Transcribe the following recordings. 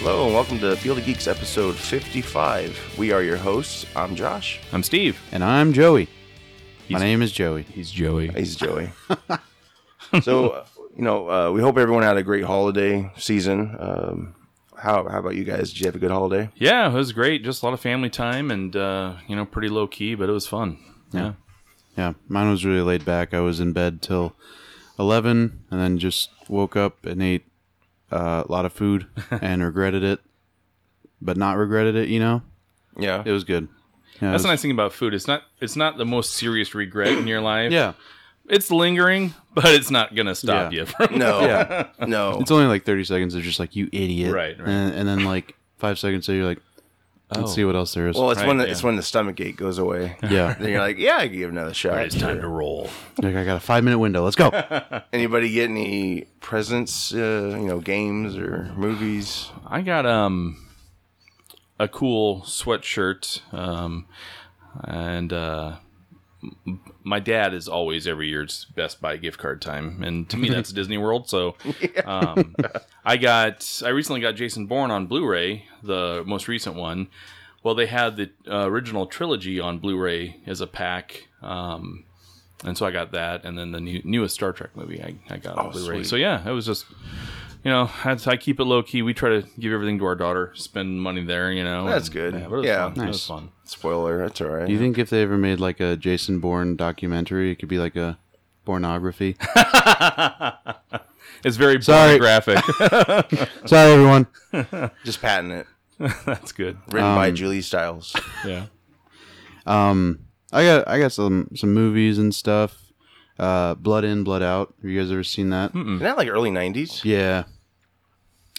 Hello and welcome to Field of Geeks episode 55. We are your hosts. I'm Josh. I'm Steve. And I'm Joey. My name is Joey. He's Joey. He's Joey. so, uh, you know, uh, we hope everyone had a great holiday season. Um, how, how about you guys? Did you have a good holiday? Yeah, it was great. Just a lot of family time and, uh, you know, pretty low key, but it was fun. Yeah. Yeah, mine was really laid back. I was in bed till 11 and then just woke up and ate uh, a lot of food and regretted it, but not regretted it, you know? Yeah. It was good. Yeah, it That's was- the nice thing about food. It's not it's not the most serious regret in your life. Yeah. It's lingering, but it's not going to stop Yeah. you from No. Yeah. No. It's only like 30 seconds of just like, you idiot. Right, Oh. right. And, and then like five seconds later, you're like, let's see what else there is. Well, it's when Right, the, it's yeah. when the stomach ache goes away. yeah. Then you're like, yeah, I can give another shot. It's time to roll. like, I got a five minute window. Let's go. Anybody get any presents? Uh, you know, games or movies? I got um a cool sweatshirt um and uh m- my dad is always every year's Best Buy gift card time, and to me that's Disney World. So, um, I got I recently got Jason Bourne on Blu-ray, the most recent one. Well, they had the uh, original trilogy on Blu-ray as a pack, um, and so I got that, and then the new, newest Star Trek movie I, I got on Oh, Blu-ray. sweet. So yeah, it was just you know that's, I keep it low key. We try to give everything to our daughter, spend money there. You know That's and- good. Yeah, but it was Yeah. fun. It was Nice. fun. Spoiler. That's all right. Do you think if they ever made like a Jason Bourne documentary, it could be like a pornography? It's very Sorry. graphic. Sorry, everyone. Just patent it. that's good. Written by Julie Stiles. Yeah. Um, I got I got some some movies and stuff. Uh, Blood In, Blood Out. Have you guys ever seen that? Isn't that like early 90s? Yeah,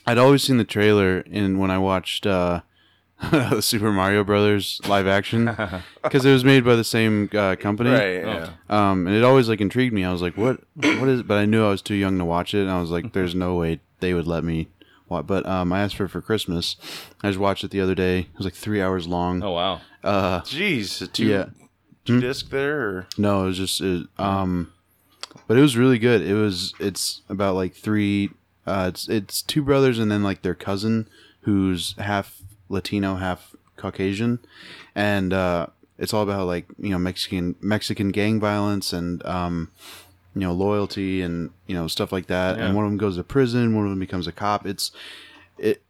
I'd always seen the trailer, and when I watched uh, the Super Mario Brothers live action, because it was made by the same uh, company, Right. Oh. Yeah. um, and it always like intrigued me. I was like, what what is? It? But I knew I was too young to watch it, and I was like, there's no way they would let me. Watch. But um, I asked for it for Christmas. I just watched it the other day. It was like three hours long. Oh wow. Jeez. A two, yeah. two disc there? Or? No, it was just it, um, but it was really good. It was it's about like three, uh, it's it's two brothers and then like their cousin who's half Latino, half Caucasian, and uh, it's all about like you know Mexican Mexican gang violence and um, you know loyalty and you know stuff like that. Yeah. And one of them goes to prison, one of them becomes a cop. It's it.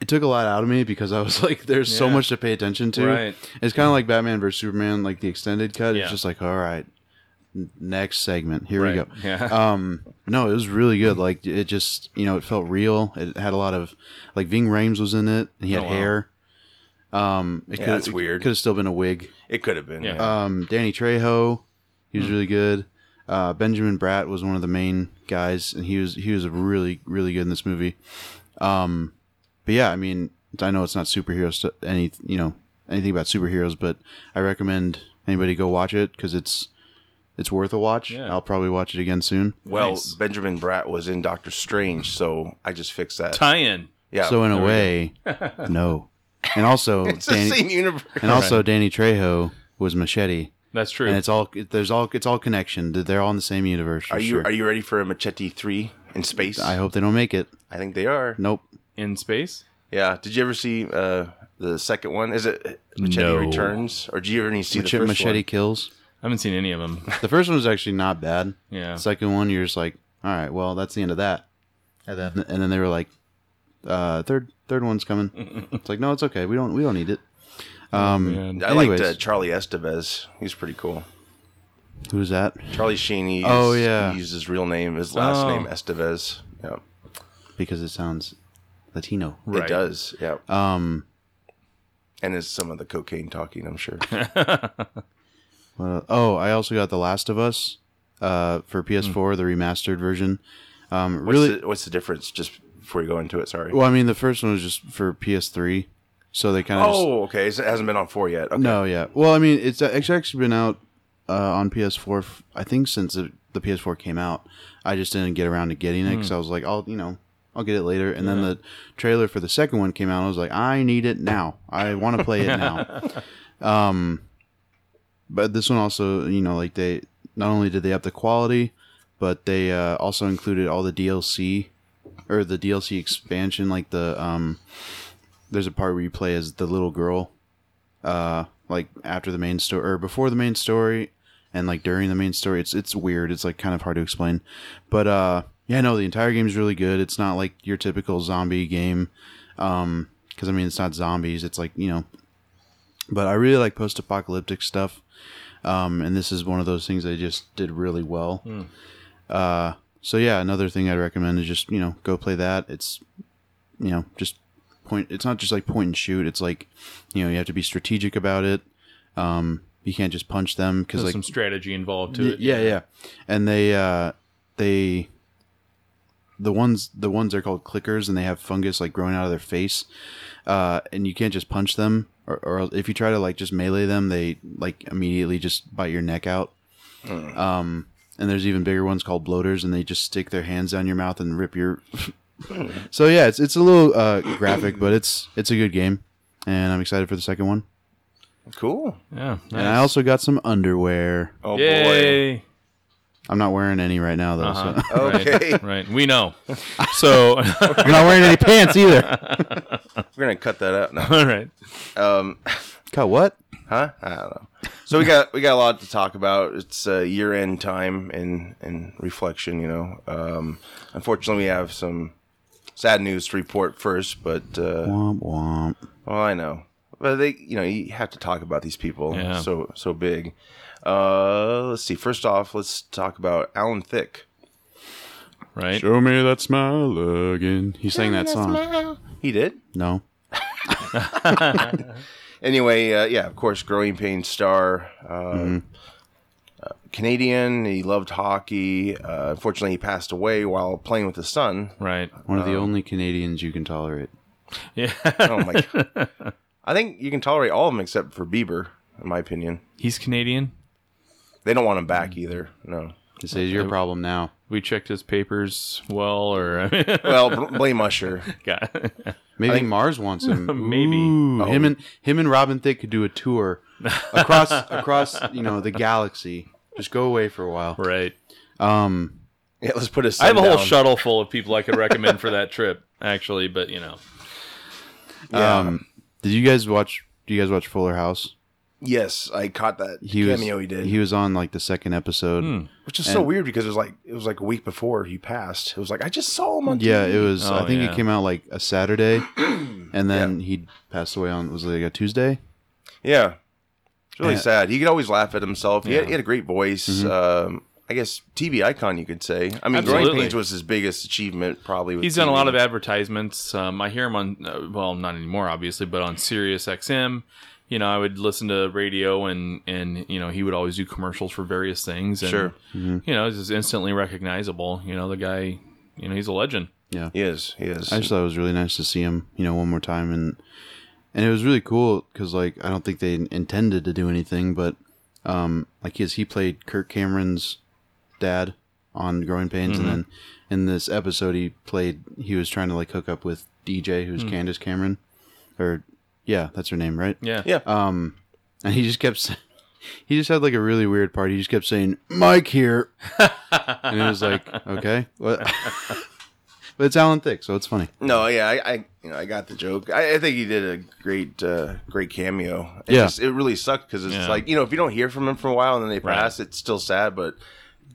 It took a lot out of me because I was like, "There's so Yeah. much to pay attention to." Right. It's kind of like Batman versus Superman, like the extended cut. Yeah. It's just like, all right, n- next segment. Here we Right. go. Yeah. Um, no, it was really good. Like it just, you know, it felt real. It had a lot of, like Ving Rhames was in it, and he had Oh, wow. hair. Um, it Yeah, that's weird. Could have still been a wig. It could have been. Yeah. Um, Danny Trejo, he Hmm. was really good. Uh, Benjamin Bratt was one of the main guys, and he was he was really really good in this movie. Um, but yeah, I mean, I know it's not superhero stu any you know anything about superheroes, but I recommend anybody go watch it because it's it's worth a watch. Yeah. I'll probably watch it again soon. Well, Nice. Benjamin Bratt was in Doctor Strange, so I just fixed that. Tie-in. yeah. so in a there we way, no. And also, it's the same Danny, universe. and also Danny Trejo was Machete, That's true. and it's all there's all it's all connection. They're all in the same universe. for Are you sure. are you ready for a Machete three in space? I hope they don't make it. I think they are. Nope. in space. Yeah. Did you ever see uh, the second one? Is it Machete No. Returns, or do you ever see Mache- the first machete kills. I haven't seen any of them. The first one was actually not bad. Yeah. The second one, you're just like, all right, well, that's the end of that. And then, and then they were like, uh, third, third one's coming. it's like, no, it's okay. We don't, we don't need it. Um, one? I liked uh, Anyways. Charlie Estevez. He's pretty cool. who's that? Charlie Sheen. He Oh, used- yeah. He used his real name. His last Oh. name Estevez. Yeah. Because it sounds Latino. Right. It does. Yeah. Um, and it's some of the cocaine talking. I'm sure. what- oh, I also got The Last of Us, uh, for PS4, the remastered version. Um, Hmm. What's really, The, what's the difference? Just before you go into it. Sorry. well, I mean, the first one was just for PS3. So they kind of just, Oh, okay. So it hasn't been on four yet. Okay. no, yeah. Well, I mean, it's actually actually been out uh, on PS4. f- I think since it, the PS4 came out, I just didn't get around to getting it because I was like, I'll you know, I'll get it later. And then the trailer for the second one came out. I was like, I need it now. I want to play it now. um, but this one also, you know, like they not only did they up the quality, but they uh, also included all the DLC or the DLC expansion, like the um. There's a part where you play as the little girl uh like after the main story or before the main story and like during the main story it's it's weird it's like kind of hard to explain but uh yeah no the entire game is really good it's not like your typical zombie game um because i mean it's not zombies it's like you know but i really like post-apocalyptic stuff um and this is one of those things they just did really well uh so yeah another thing i'd recommend is just you know go play that it's you know just point it's not just like point and shoot it's like you know you have to be strategic about it um you can't just punch them because There's some like strategy involved to it. yeah, yeah. And they uh they the ones the ones are called clickers and they have fungus like growing out of their face. Uh and you can't just punch them or, or if you try to like just melee them, they like immediately just bite your neck out. Hmm. Um and there's even bigger ones called bloaters and they just stick their hands down your mouth and rip your Hmm. So yeah, it's it's a little uh graphic, but it's it's a good game. And I'm excited for the second one. Cool. Yeah. And I also got some underwear. Oh boy. Yay. Uh, I'm not wearing any right now though, so Uh-huh. Okay. Right, right. We know. So, all You're not wearing any pants either. We're gonna cut that out. No. right. Um, Cut what? huh? I don't know. So we got we got a lot to talk about. It's uh, year end time and and reflection. You know, um, unfortunately, we have some sad news to report first. But uh, Womp womp. well, I know. But they, you know, you have to talk about these people. Yeah. So so big. Uh, let's see. First off, let's talk about Alan Thicke. Right. Show me that smile again. He sang that song. He did. No. anyway, uh, yeah, of course, growing pain star, um, Mm-hmm. uh, Canadian. He loved hockey. Uh, unfortunately, he passed away while playing with his son. Right. One of the only Canadians you can tolerate. Yeah. Oh my! God. I think you can tolerate all of them except for Bieber, in my opinion. He's Canadian. They don't want him Mm. back either. No. This is your problem now. We checked his papers well, or Well, bl- blame Usher. God. Maybe Mars wants him. Maybe. Ooh, him and him and Robin Thicke could do a tour across across you know the galaxy. Just go away for a while. right. Um, Yeah, let's put his. Son I have a whole down. shuttle full of people I could recommend for that trip, actually. But you know, Yeah. um, did you guys watch? Do you guys watch Fuller House? yes, I caught that He was cameo oh, he did, he was on like the second episode. which is so weird because it was like it was like a week before he passed. It was like I just saw him on. Yeah, it was. Oh, I think yeah. it came out like a Saturday, and then he passed away on was it like a Tuesday. Yeah. It's really Yeah. sad. He could always laugh at himself. He, had, he had a great voice. Mm-hmm. Um, I guess TV icon, you could say. I mean, Growing Absolutely. Pains was his biggest achievement, probably. With he's done a lot TV. of advertisements. Um, I hear him on, uh, well, not anymore, obviously, but on Sirius XM. You know, I would listen to radio, and and you know, he would always do commercials for various things. And, Sure. Mm-hmm. You know, it's just instantly recognizable. You know, the guy. You know, he's a legend. He is. He is. I just thought it was really nice to see him, you know, one more time, and and it was really cool because like I don't think they intended to do anything, but um, like his he played Kirk Cameron's dad on Growing Pains, Mm-hmm. and then in this episode he played he was trying to like hook up with DJ, Hmm. who's Candace Cameron, or yeah, that's her name, right? Yeah. yeah. Um, and he just kept. sa- He just had like a really weird part. He just kept saying "Mike here," and it was like, "Okay, what?" but it's Alan Thicke, so it's funny. no, yeah, I, I, you know, I got the joke. I, I think he did a great, uh, great cameo. It Yeah. just- it really sucked because it's Yeah. like you know, if you don't hear from him for a while and then they Right. pass, it's still sad, but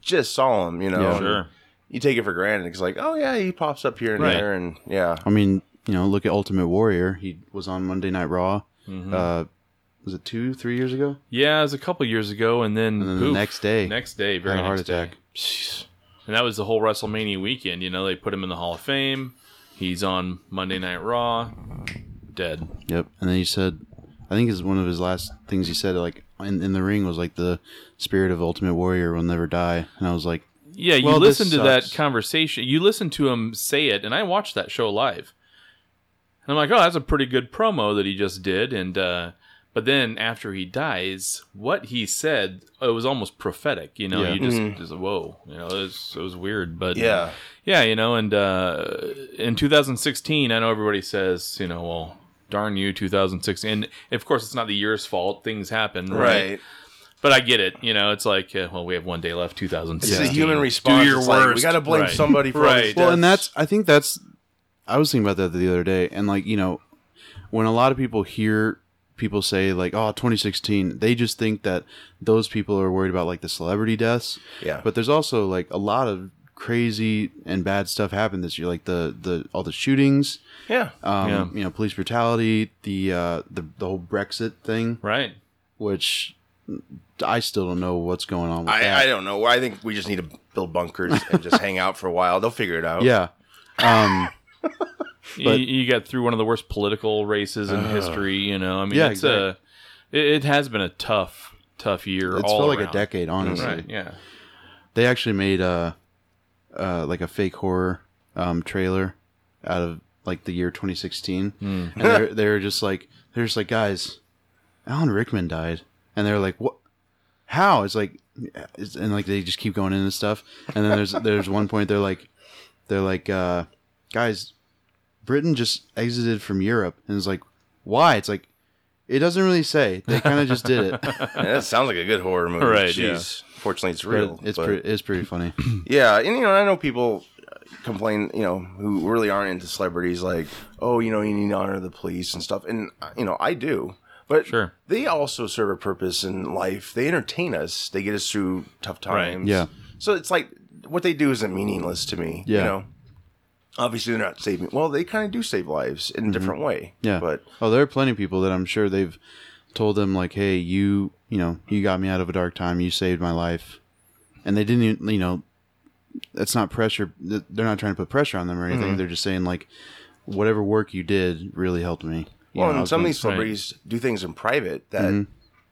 just saw him, you know. Yeah. and Sure. You take it for granted. It's like, oh yeah, he pops up here and Right. there, and yeah, I mean, you know, look at Ultimate Warrior. He was on Monday Night Raw. Mm-hmm. Uh, was it two, three years ago? Yeah, it was a couple years ago, and then, And then the poof, next day, next day, very Had a heart next day. attack. And that was the whole WrestleMania weekend. You know, they put him in the Hall of Fame. He's on Monday Night Raw. Dead. Yep. And then he said, I think is one of his last things he said, like in, in the ring, was like the spirit of Ultimate Warrior will never die. And I was like, Yeah, you Well, this listen to that sucks. conversation. You listen to him say it, and I watched that show live. And I'm like, oh, that's a pretty good promo that he just did. And uh, but then after he dies, what he said it was almost prophetic. You know, Yeah. Mm-hmm. you just, just whoa, you know, it was, it was weird. But Yeah. yeah, you know. And uh, in 2016, I know everybody says, you know, well, darn you, 2016. And of course, it's not the year's fault. Things happen, right? Right. But I get it. You know, it's like, uh, well, we have one day left. It's 2016. a human response. your It's like, we worst. got to blame Right. somebody for all Right. these Well, Well, and deaths. that's I think that's I was thinking about that the other day, and like you know, when a lot of people hear people say like oh 2016 they just think that those people are worried about like the celebrity deaths Yeah. but there's also like a lot of crazy and bad stuff happened this year like the the all the shootings yeah. um Yeah. you know police brutality the uh the, the whole brexit thing Right. which i still don't know what's going on with that I, I don't know. I think we just need to build bunkers and just hang out for a while. They'll figure it out. yeah um you, you got through one of the worst political races in history. You know, I mean, Yeah, it's a, it, it has been a tough, tough year. it's all felt like a around. decade honestly Right? Yeah. they actually made a uh, like a fake horror um, trailer out of like the year 2016, Hmm. and they're they're just like they're just like guys, Alan Rickman died, and they're like what? How? It's like it's, and like they just keep going into stuff, and then there's there's one point they're like they're like uh, guys, Britain just exited from Europe, and it's like why? It's like it doesn't really say. They kind of just did it. Yeah, that sounds like a good horror movie. Right, Jeez. Fortunately, it's real. But it's but- pre- it's pretty funny. Yeah, and you know, I know people complain, you know, who really aren't into celebrities, like, oh, you know, you need to honor the police and stuff, and uh, you know, I do, but Sure. they also serve a purpose in life. They entertain us. They get us through tough Right. times. Yeah. So it's like what they do isn't meaningless to me. You Yeah. know, obviously they're not saving. Well, they kind of do save lives in a different way. Mm-hmm. Yeah. But oh, there are plenty of people that I'm sure they've told them like, "Hey, you, you know, you got me out of a dark time. You saved my life," and they didn't, even, you know, that's not pressure. th- They're not trying to put pressure on them or anything. Mm-hmm. They're just saying like, "Whatever work you did really helped me." You well, know, I and was some of gonna- Mm-hmm. these celebrities do things in private that.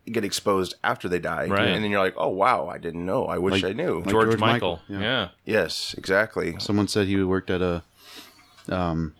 Get exposed after they die, Right. and then you're like, "Oh wow, I didn't know. I wish Like- I knew." like- George, George Michael. Yeah. Michael, yeah. yes, exactly. Someone said he worked at a, um,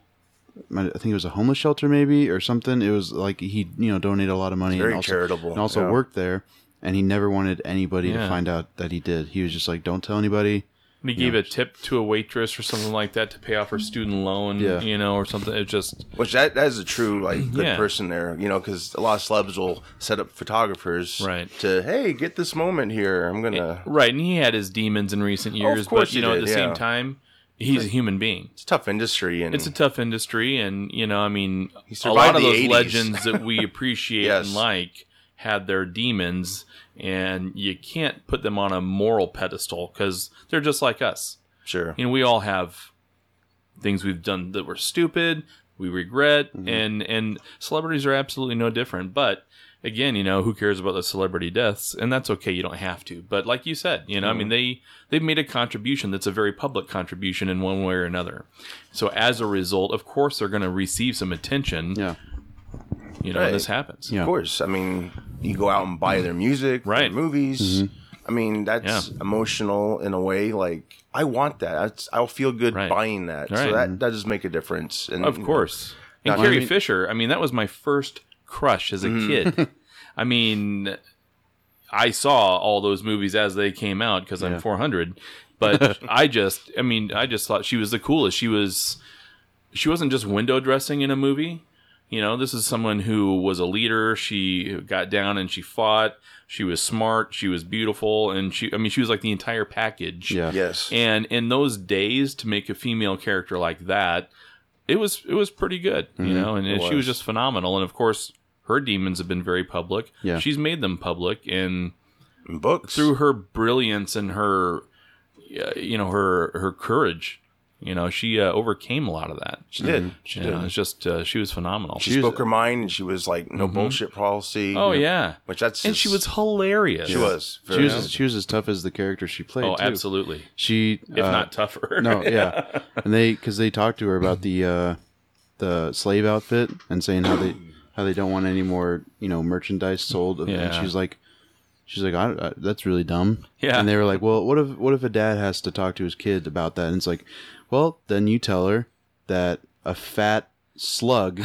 I think it was a homeless shelter maybe or something. It was like he, you know, donated a lot of money very and also, charitable, and also yeah. worked there. And he never wanted anybody Yeah. to find out that he did. He was just like, "Don't tell anybody." And he gave a tip to a waitress or something like that to pay off her student loan. Yeah. You know, or something. It just Which that that is a true like good Yeah. person there, you know, because a lot of celebs will set up photographers Right. to hey get this moment here. I'm gonna. right. And he had his demons in recent years, Uh. Oh, course but you he know, at did, the same yeah. time, he's a human being. it's a tough industry and It's a tough industry, and you know, I mean, a survived lot of the those 80s. legends that we appreciate Yes. and like had their demons, and you can't put them on a moral pedestal because they're just like us. sure. You know, we all have things we've done that were stupid, we regret, Mm-hmm. and and celebrities are absolutely no different. But again, you know, who cares about the celebrity deaths? And that's okay. You don't have to. But like you said, you know, Mm-hmm. I mean, they they've made a contribution that's a very public contribution in one way or another. So as a result, of course, they're going to receive some attention. Yeah. You know, Right. this happens. Yeah. Of course, I mean, you go out and buy their music, Right. Their movies. I mean, that's Yeah. emotional in a way. Like I want that. That's, I'll feel good Right. buying that. Right. So that that does make a difference. And Of course. Not- And Mm-hmm. Carrie I mean- Fisher, I mean, that was my first crush as a kid. I mean, I saw all those movies as they came out because I'm 400, but I just, I mean, I just thought she was the coolest. She was, she wasn't just window dressing in a movie. You know, this is someone who was a leader. She got down and she fought. She was smart. She was beautiful, and she, I mean, she was like the entire package. Yeah. Yes. And in those days, to make a female character like that, it was it was pretty good, you know. And, and she was was. just phenomenal. And of course, her demons have been very public. Yeah. she's made them public, and And books. through her brilliance and her, uh, you know, her her courage, you know, she uh, overcame a lot of that. she did. She You know, did. it's just uh, Mm-hmm. she was phenomenal. She spoke her mind, and she was like no bullshit policy. oh you know, yeah, Which that's and just- she was hilarious. she was She was, as, she was as tough as the character she played. Oh, too. absolutely. She, If not tougher. no, yeah, and they because they talked to her about the uh, the slave outfit and saying how they how they don't want any more you know merchandise sold. of- And Yeah. she's like, she's like, I, I- that's really dumb. Yeah. And they were like, well, what if what if a dad has to talk to his kid about that? And it's like, well, then you tell her that a fat slug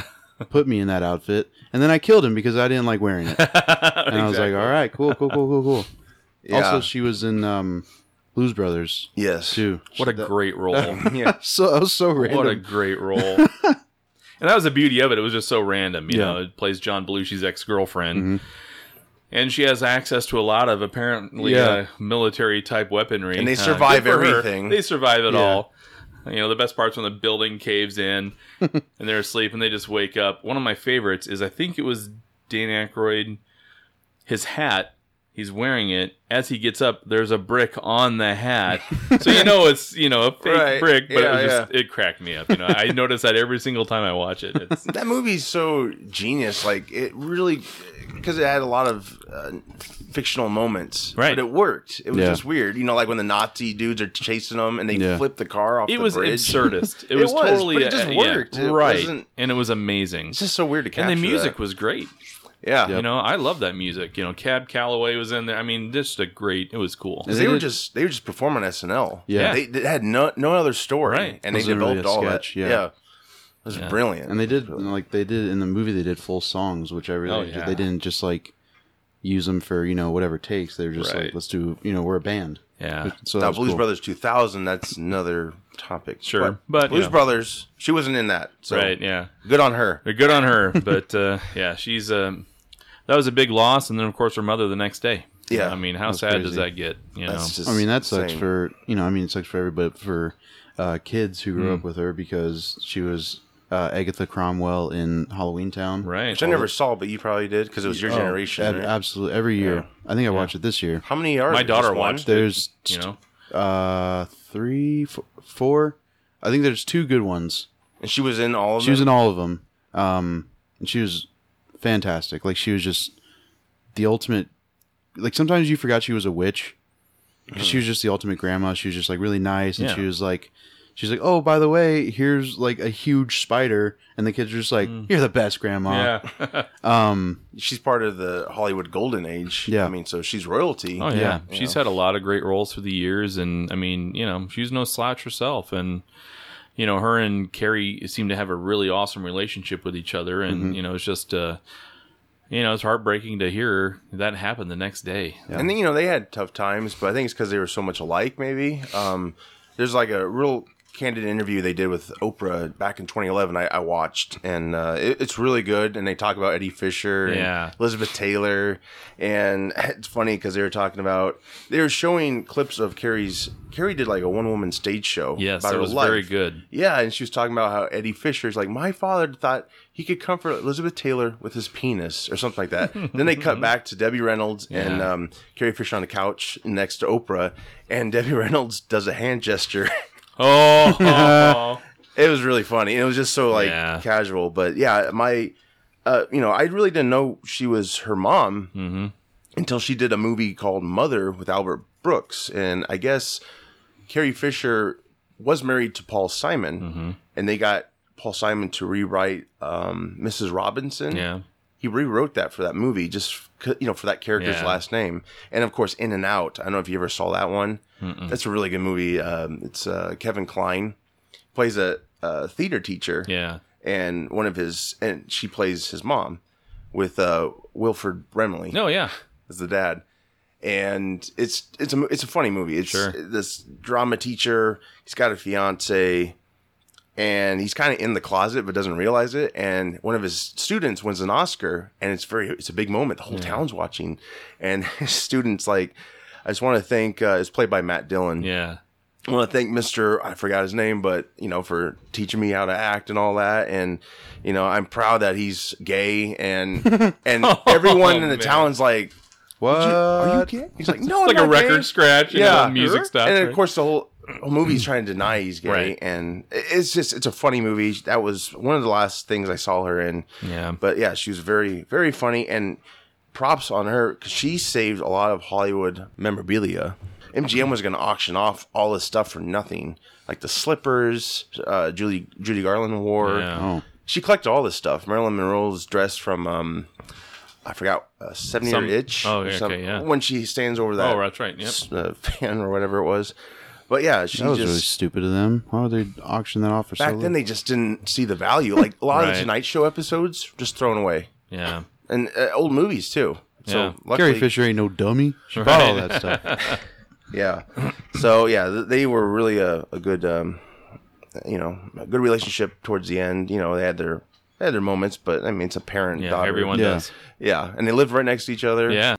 put me in that outfit, and then I killed him because I didn't like wearing it. And I was like, all right, cool, cool, cool, cool, cool. Yeah. Also, she was in um, Blues Brothers yes. too. what a That- great role. yeah. so that was so random. What a great role. and that was the beauty of it. It was just so random. You Yeah. Mm-hmm. know, it plays John Belushi's ex girlfriend. And she has access to a lot of apparently uh, Yeah. military type weaponry. And they Uh, good survive for her. everything. They survive it Yeah. all. You know, the best part's when the building caves in and they're asleep and they just wake up. One of my favorites is I think it was Dan Aykroyd. His hat, he's wearing it. As he gets up, there's a brick on the hat. so you know it's, you know, a fake Right. brick, but Yeah, it was just it cracked me up. You know, I notice that every single time I watch it. It's That movie's so genius. Like it really, because it had a lot of uh, fictional moments. Right. But it worked. It was Yeah. just weird. You know, like when the Nazi dudes are chasing them and they Yeah. flip the car off. it the was bridge. absurdist. It, It was, was, totally but it just uh, yeah, worked. It right, wasn't- and it was amazing. It's just so weird to And capture. the music that. was great. yeah. You know, I love that music. You know, Cab Calloway was in there. I mean, just a great. It was cool. 'Cause And they they were did- just they were just performing SNL. Yeah. They, they had no no other story, Right. and they Wasn't really developed a all sketch, that. yeah. It was brilliant. And they did like they did in the movie. They did full songs, which I really Oh, enjoyed. yeah. they didn't just like use them for you know whatever takes. They were just Right. like let's do you know we're a band. Yeah, So that now was Blues cool. Brothers 2000. That's another topic. Sure. But, Blues you know. Brothers, she wasn't in that. So right. Yeah, Good on her. But good on her. but uh, yeah, she's um, that was a big loss, and then of course her mother the next day. Yeah. I mean, how That's sad does crazy. that get? You know, That's just I mean that sucks insane. for you know I mean it sucks for everybody but for uh, kids who Hmm. grew up with her because she was uh, Agatha Cromwell in Halloween Town. right? Which I never saw, but you probably did because it was your Oh, generation. ab- right? Absolutely, every year. I think I watched it this year. How many are My there? daughter Just one? watched There's You know, uh three f- four. I think there's two good ones. and she was in all of She was them. in all of them. Um, and she was fantastic. Like she was just the ultimate. Like sometimes you forgot she was a witch. 'Cause She was just the ultimate grandma. She was just like really nice, and Yeah. she was like, she's like, oh by the way, here's like a huge spider, and the kids are just like, you're the best grandma. Mm. yeah, oh Um, She's part of the Hollywood Golden Age. Yeah. Oh, I mean, so she's royalty. Oh, yeah. Yeah. She's had a lot of great roles through the years, and I mean, you know, she's no slouch herself, and. You know, her and Carrie seem to have a really awesome relationship with each other, and Mm-hmm. you know, it's just, uh, you know, it's heartbreaking to hear that happen the next day. And then, you know, they had tough times, but I think it's because they were so much alike, maybe. Um, there's like a real candid interview they did with Oprah back in 2011 I, I watched, and uh, it, it's really good. And they talk about Eddie Fisher and Yeah. Elizabeth Taylor. And it's funny because they were talking about, they were showing clips of Carrie's, Carrie did like a one woman stage show. Yes, about that her was life. very good. Yeah, and she was talking about how Eddie Fisher's like, my father thought he could comfort Elizabeth Taylor with his penis or something like that. then they cut back to Debbie Reynolds and Yeah. um, Carrie Fisher on the couch next to Oprah, and Debbie Reynolds does a hand gesture. Oh, oh, it was really funny. It was just so like Yeah. casual, but yeah, my, uh, you know, I really didn't know she was her mom Mm-hmm. until she did a movie called Mother with Albert Brooks, and I guess Carrie Fisher was married to Paul Simon, Mm-hmm. and they got Paul Simon to rewrite um, Mrs. Robinson. yeah. He rewrote that for that movie, just c- you know, for that character's Yeah. last name, and of course, In and Out. I don't know if you ever saw that one. That's a really good movie. Um, it's uh, Kevin Klein plays a, a theater teacher, Yeah. and one of his and she plays his mom with uh, Wilford Brimley No, yeah. as the dad. And it's it's a mo- it's a funny movie. It's Sure. this drama teacher. He's got a fiance, and he's kind of in the closet but doesn't realize it. And one of his students wins an Oscar, and it's very it's a big moment. The whole town's watching, and his students like, I just want to thank. Uh, it's played by Matt Dillon. Yeah. I want to thank Mr. I forgot his name, but you know, for teaching me how to act and all that. And you know, I'm proud that he's gay, and and everyone in the Oh, man. town's like, what? "Are you gay?" He's like, "No, It's I'm like a not gay." record scratch. and Yeah, yeah. Music stuff. And of course, the whole, whole movie's trying to deny he's gay, Right. and it- it's just it's a funny movie. That was one of the last things I saw her in. Yeah. But yeah, she was very very funny, and props on her because she saved a lot of Hollywood memorabilia. MGM was going to auction off all this stuff for nothing, like the slippers uh, Julie Judy Garland wore. Yeah. Oh, She collected all this stuff. Marilyn Monroe's dress from um, I forgot uh, Seventy Some- Itch. oh, or okay, something, yeah. When she stands over that Oh, that's right. Yep. s- uh, fan or whatever it was. But yeah, she That was just really stupid of them. Why would they auction that off for back so then low? they just didn't see the value. Like a lot of the Right. Tonight Show episodes, just thrown away, Yeah. and uh, old movies too. So Yeah. luckily, Carrie Fisher ain't no dummy. She bought all that stuff. Yeah. So yeah, th- they were really a, a good, um, you know, a good relationship towards the end. You know, they had their they had their moments, but I mean, it's a parent Yeah. daughter. Everyone Yeah. does. Yeah, and they lived right next to each other. Yeah.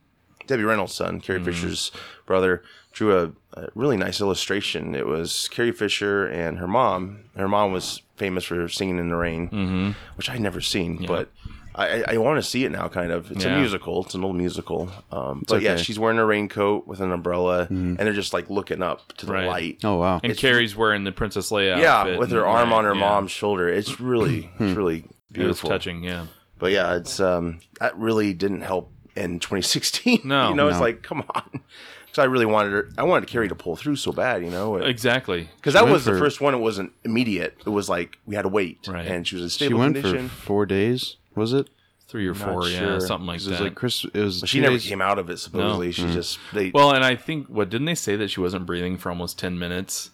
Debbie Reynolds' son, Carrie Mm-hmm. Fisher's brother, drew a, a really nice illustration. It was Carrie Fisher and her mom. Her mom was famous for singing in the rain, Mm-hmm. which I'd never seen, but I, I- I want to see it now. Kind of, it's a Yeah. musical. It's an old musical. Um, but yeah, okay. she's wearing a raincoat with an umbrella, and they're just like looking up to the Right. light. Oh wow. And Carrie's wearing the Princess Leia. Yeah, outfit with her and- arm right, on her yeah. mom's shoulder. It's really, it's really It was beautiful. touching. Yeah. But yeah, it's um that really didn't help in 2016. No. you know, it's No. like come on, because I really wanted her. I wanted Carrie to pull through so bad, you know, Exactly. because that went was the for- first one. It wasn't immediate. It was like we had to wait, Right. and she was in she stable went condition. for four days. Was it? Three or four. Yeah. sure. Something like 'Cause It was that. like Chris. It was. But she two never days- Mm. came out of it. Supposedly, she just they well, and I think what didn't they say that she wasn't breathing for almost ten minutes?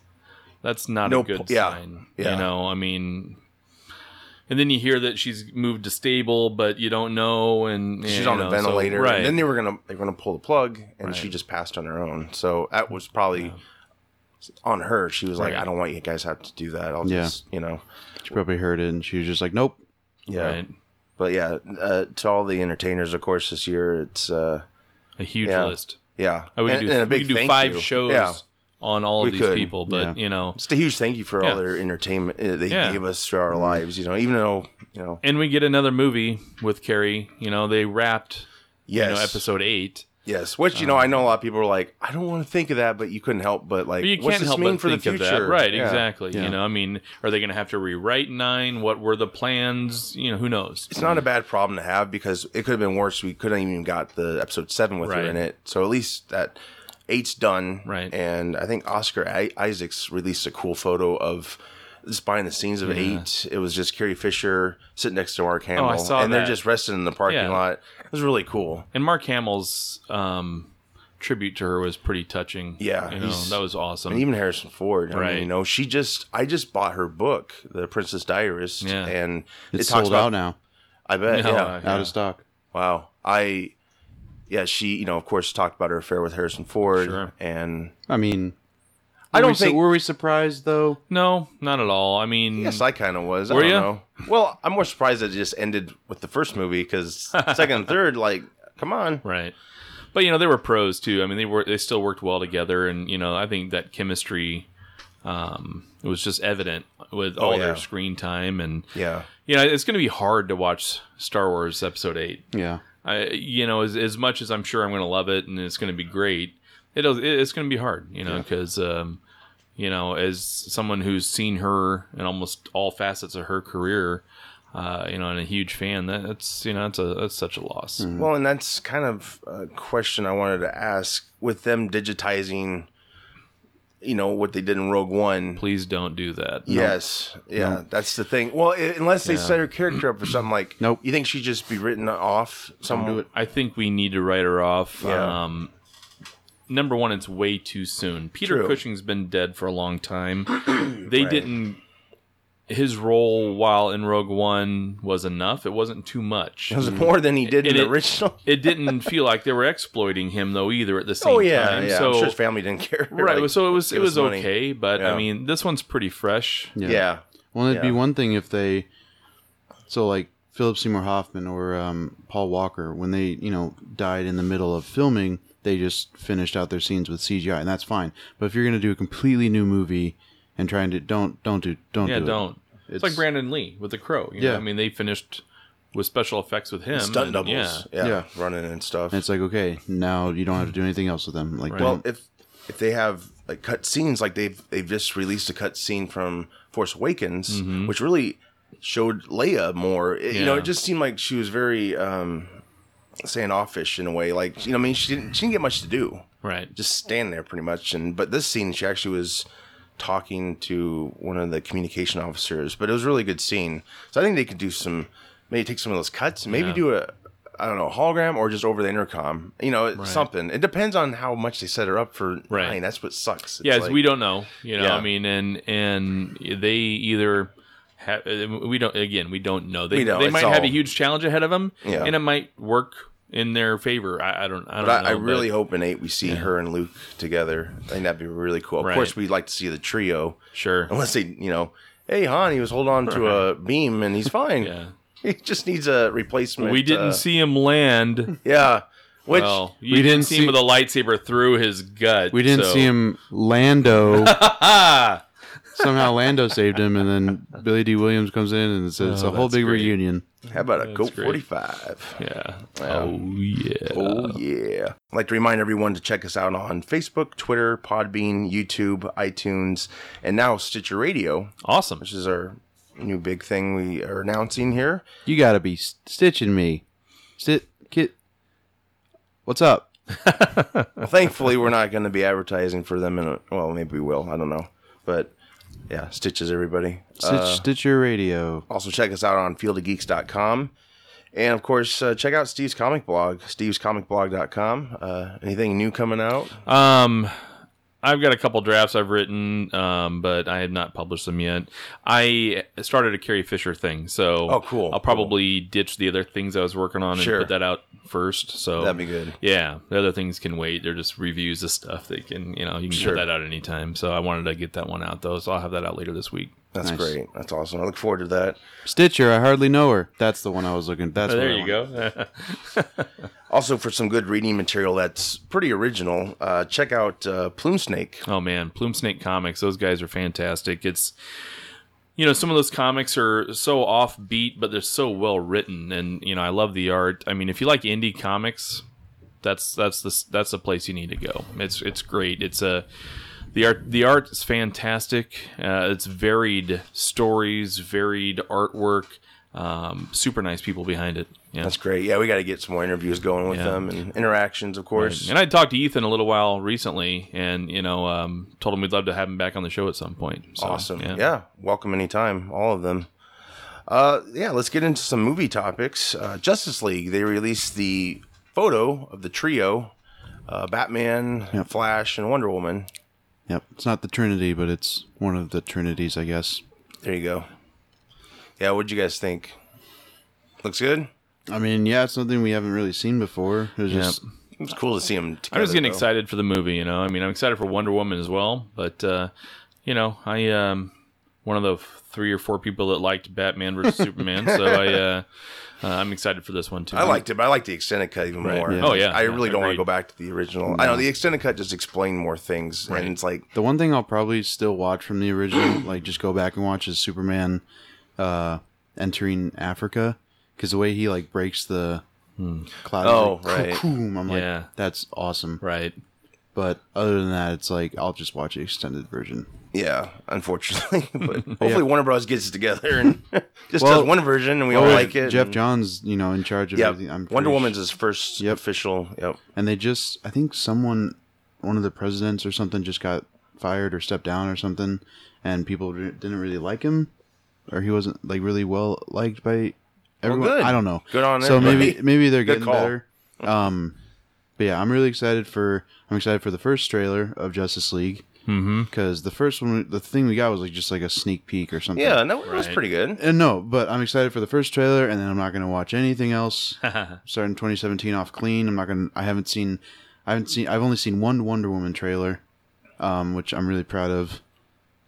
That's not No a good po- yeah, sign. yeah. You know, I mean, and then you hear that she's moved to stable, but you don't know, and she's you on know, a so- ventilator. right? And then they were gonna they were gonna pull the plug, and she just passed on her own. So that was probably on her. She was like, Right. I don't want you guys to have to do that. I'll Yeah. just you know, She probably heard it, and she was just like, "Nope." yeah. right? But yeah, uh, to all the entertainers, of course, this year it's uh, a huge Yeah. list. yeah, I would And- do, and a Oh, Uh, we big could do thank five you. shows Yeah, on all We of these could. people, but Yeah. you know, just a huge thank you for all Yeah. their entertainment uh, they Yeah. Mm-hmm. gave us through our lives. You know, even though you know, and we get another movie with Carrie. You know, they wrapped yes, you know episode Uh-huh. eight. yes, which you know, I know a lot of people are like, I don't want to think of that, but you couldn't help but like, But you what's can't this help mean but for think the of future? that, right? Yeah. Exactly. Yeah. You know, I mean, are they going to have to rewrite nine? What were the plans? You know, who knows? It's not a bad problem to have because it could have been worse. We couldn't even got the episode seven with her Right. in it. So at least that eight's done. Right. And I think Oscar I- Isaacs released a cool photo of this behind the scenes of eight. It was just Carrie Fisher sitting next to Mark Hamill. Oh, saw and they're that. just resting in the parking Yeah. lot. It was really cool. And Mark Hamill's um, tribute to her was pretty touching. Yeah, you know, he's- that was awesome. And even Harrison Ford, I mean, Right. you know, she just, I just bought her book, The Princess Diarist, Yeah. and It's it talks sold about, out now. I bet, No, yeah. I- Out of stock. Wow. I, yeah, she, you know, of course, talked about her affair with Harrison Ford. Sure. And I mean, I were don't we su- think- were we surprised though? no, not at all. I mean, yes, I kind of was. Were I don't ya? know. Well, I'm more surprised that it just ended with the first movie because second and third, like, come on. right. But you know, they were pros too. I mean, they were they still worked well together, and you know, I think that chemistry um, was just evident with all Oh, yeah. their screen time, and Yeah. you know, it's going to be hard to watch Star Wars Episode Eight. Yeah. I, you know, as, as much as I'm sure I'm going to love it and it's going to be great, it'll, it, it's going to be hard, you know, because, um, you know, as someone who's seen her in almost all facets of her career, uh, you know, and a huge fan, that, that's, you know, that's a, that's such a loss. Well, and that's kind of a question I wanted to ask with them digitizing, you know, what they did in Rogue One. Please don't do that. Yes, yeah, that's the thing. Well, i unless they set her character up for something like, Nope. You think she'd just be written off? Some do it. I think we need to write her off. Yeah. Um, number one, it's way too soon. Peter True. Cushing's been dead for a long time. they didn't. His role while in Rogue One was enough. It wasn't too much. It was more than he did in And the it- original. It didn't feel like they were exploiting him though either at the same Oh yeah, time. yeah. So I'm sure his family didn't care. right, like, so it was it give was us money. okay, but Yeah. I mean this one's pretty fresh. Yeah. Well, it'd be Yeah. one thing if they, so like Philip Seymour Hoffman or um, Paul Walker, when they you know died in the middle of filming, they just finished out their scenes with CGI, and that's fine. But if you're gonna do a completely new movie and trying to don't don't do don't Yeah, do it. don't. It's, like Brandon Lee with the Crow. You know? Yeah. I mean they finished with special effects with him. stunt and- doubles. Yeah. Yeah. yeah, Yeah. running and stuff. And it's like okay, now you don't have to do anything else with them. Like well, don't- if if they have like cut scenes, like they've they've just released a cut scene from Force Awakens, which really showed Leia more. It- You know, Yeah. it just seemed like she was very um, standoffish in a way. Like you know, I mean, she didn't she didn't get much to do. Right. just stand there pretty much. And but this scene, she actually was talking to one of the communication officers. But it was a really good scene. So I think they could do some, maybe take some of those cuts, and maybe do a I don't know, hologram or just over the intercom. You know, it- something. It depends on how much they set her up for Right. nine. That's what sucks. It's yeah, it's- like- we don't know. You know, Yeah. I mean, and and they either have we don't again we don't know. They We don't, they it's might have a all- huge challenge ahead of them, Yeah. and it might work in their favor. I, I don't. I don't But know. I, I really hope in eight we see her and Luke together. I think that'd be really cool. Of Right. course, we'd like to see the trio. sure. Unless they, you know, hey Han, he was holding on to a beam and he's fine. Yeah. He just needs a replacement. we didn't uh, see him land. Yeah, which well, you we didn't, didn't see, see- him with a lightsaber through his gut. We didn't so- see him. Lando Ah, somehow Lando saved him, and then Billy D. Williams comes in and it's, it's Oh, a whole that's big great. reunion. how about a Goat great. forty five? yeah. Oh yeah. Oh yeah! I'd like to remind everyone to check us out on Facebook, Twitter, Podbean, YouTube, iTunes, and now Stitcher Radio, Awesome. which is our new big thing we are announcing here. You gotta be st- stitching me. Sit, kid. What's up? Well, thankfully, we're not going to be advertising for them. In a, well, maybe we will. I don't know, but yeah, stitches everybody. Stitch, Uh, Stitcher Radio. Also, check us out on fieldofgeeks.com. And of course, uh, check out Steve's comic blog, stevescomicblog.com. Uh, anything new coming out? Um, I've got a couple drafts I've written, um, but I have not published them yet. I started a Carrie Fisher thing, so Oh, cool, I'll probably ditch the other things I was working on Sure. and put that out first. So That'd be good. Yeah, the other things can wait. They're just reviews of stuff. They can, you know, you can Sure. put that out anytime. So I wanted to get that one out though, so I'll have that out later this week. That's great. That's awesome. I look forward to that. Stitcher. I hardly know her. That's the one I was looking. That's Oh, there what I you go. Also, for some good reading material that's pretty original, uh, check out uh, Plume Snake. Oh man, Plume Snake Comics, those guys are fantastic. It's you know, some of those comics are so offbeat, but they're so well written and you know, I love the art. I mean, if you like indie comics, that's that's the that's the place you need to go. It's it's great. It's a the art the art is fantastic. Uh, it's varied stories, varied artwork. Um, super nice people behind it. Yeah. That's great. Yeah, we got to get some more interviews going with Yeah. them and interactions, of course. and I talked to Ethan a little while recently, and you know, um, told him we'd love to have him back on the show at some point. So, Awesome. Yeah. Welcome anytime, all of them. Uh, yeah, let's get into some movie topics. Uh, Justice League, they released the photo of the trio uh, Batman, Flash, and Wonder Woman. Yep. It's not the Trinity, but it's one of the Trinities, I guess. There you go. Yeah, what'd you guys think? Looks good? I mean, yeah, it's something we haven't really seen before. It was just It's cool to see them together. I'm just getting though. excited for the movie, you know. I mean, I'm excited for Wonder Woman as well, but uh, you know, I um one of the f- three or four people that liked Batman versus Superman, so I uh, uh I'm excited for this one too. I liked it, but I like the extended cut even more. Oh, yeah. I really don't want Yeah, to agreed. go back to the original. I know the extended cut just explained more things, and it's like the one thing I'll probably still watch from the original. like, just go back and watch is Superman uh, entering Africa because the way he like breaks the cloud. Oh, like, right. "Kukum," I'm like, Yeah. that's awesome. right. But other than that, it's like I'll just watch the extended version. yeah, unfortunately, but hopefully Warner Bros gets it together and just Well- oh, does one version, and we all like it. Jeff and- Johns, you know, in charge of yeah, everything. I'm Wonder pretty Woman's his first Yep. official. Yep, and they just i think someone one of the presidents or something just got fired or stepped down or something and people re- didn't really like him or he wasn't like really well liked by everyone good. i don't know Good on so maybe everybody. maybe they're Good getting call. better um but yeah i'm really excited for i'm excited for the first trailer of justice league Mm-hmm. because the first one the thing we got was like just like a sneak peek or something yeah, no, it was Right. pretty good. and no, but I'm excited for the first trailer, and then I'm not going to watch anything else. Starting 2017 off clean. I'm not going. to I haven't seen. I haven't seen. I've only seen one Wonder Woman trailer, um, which I'm really proud of.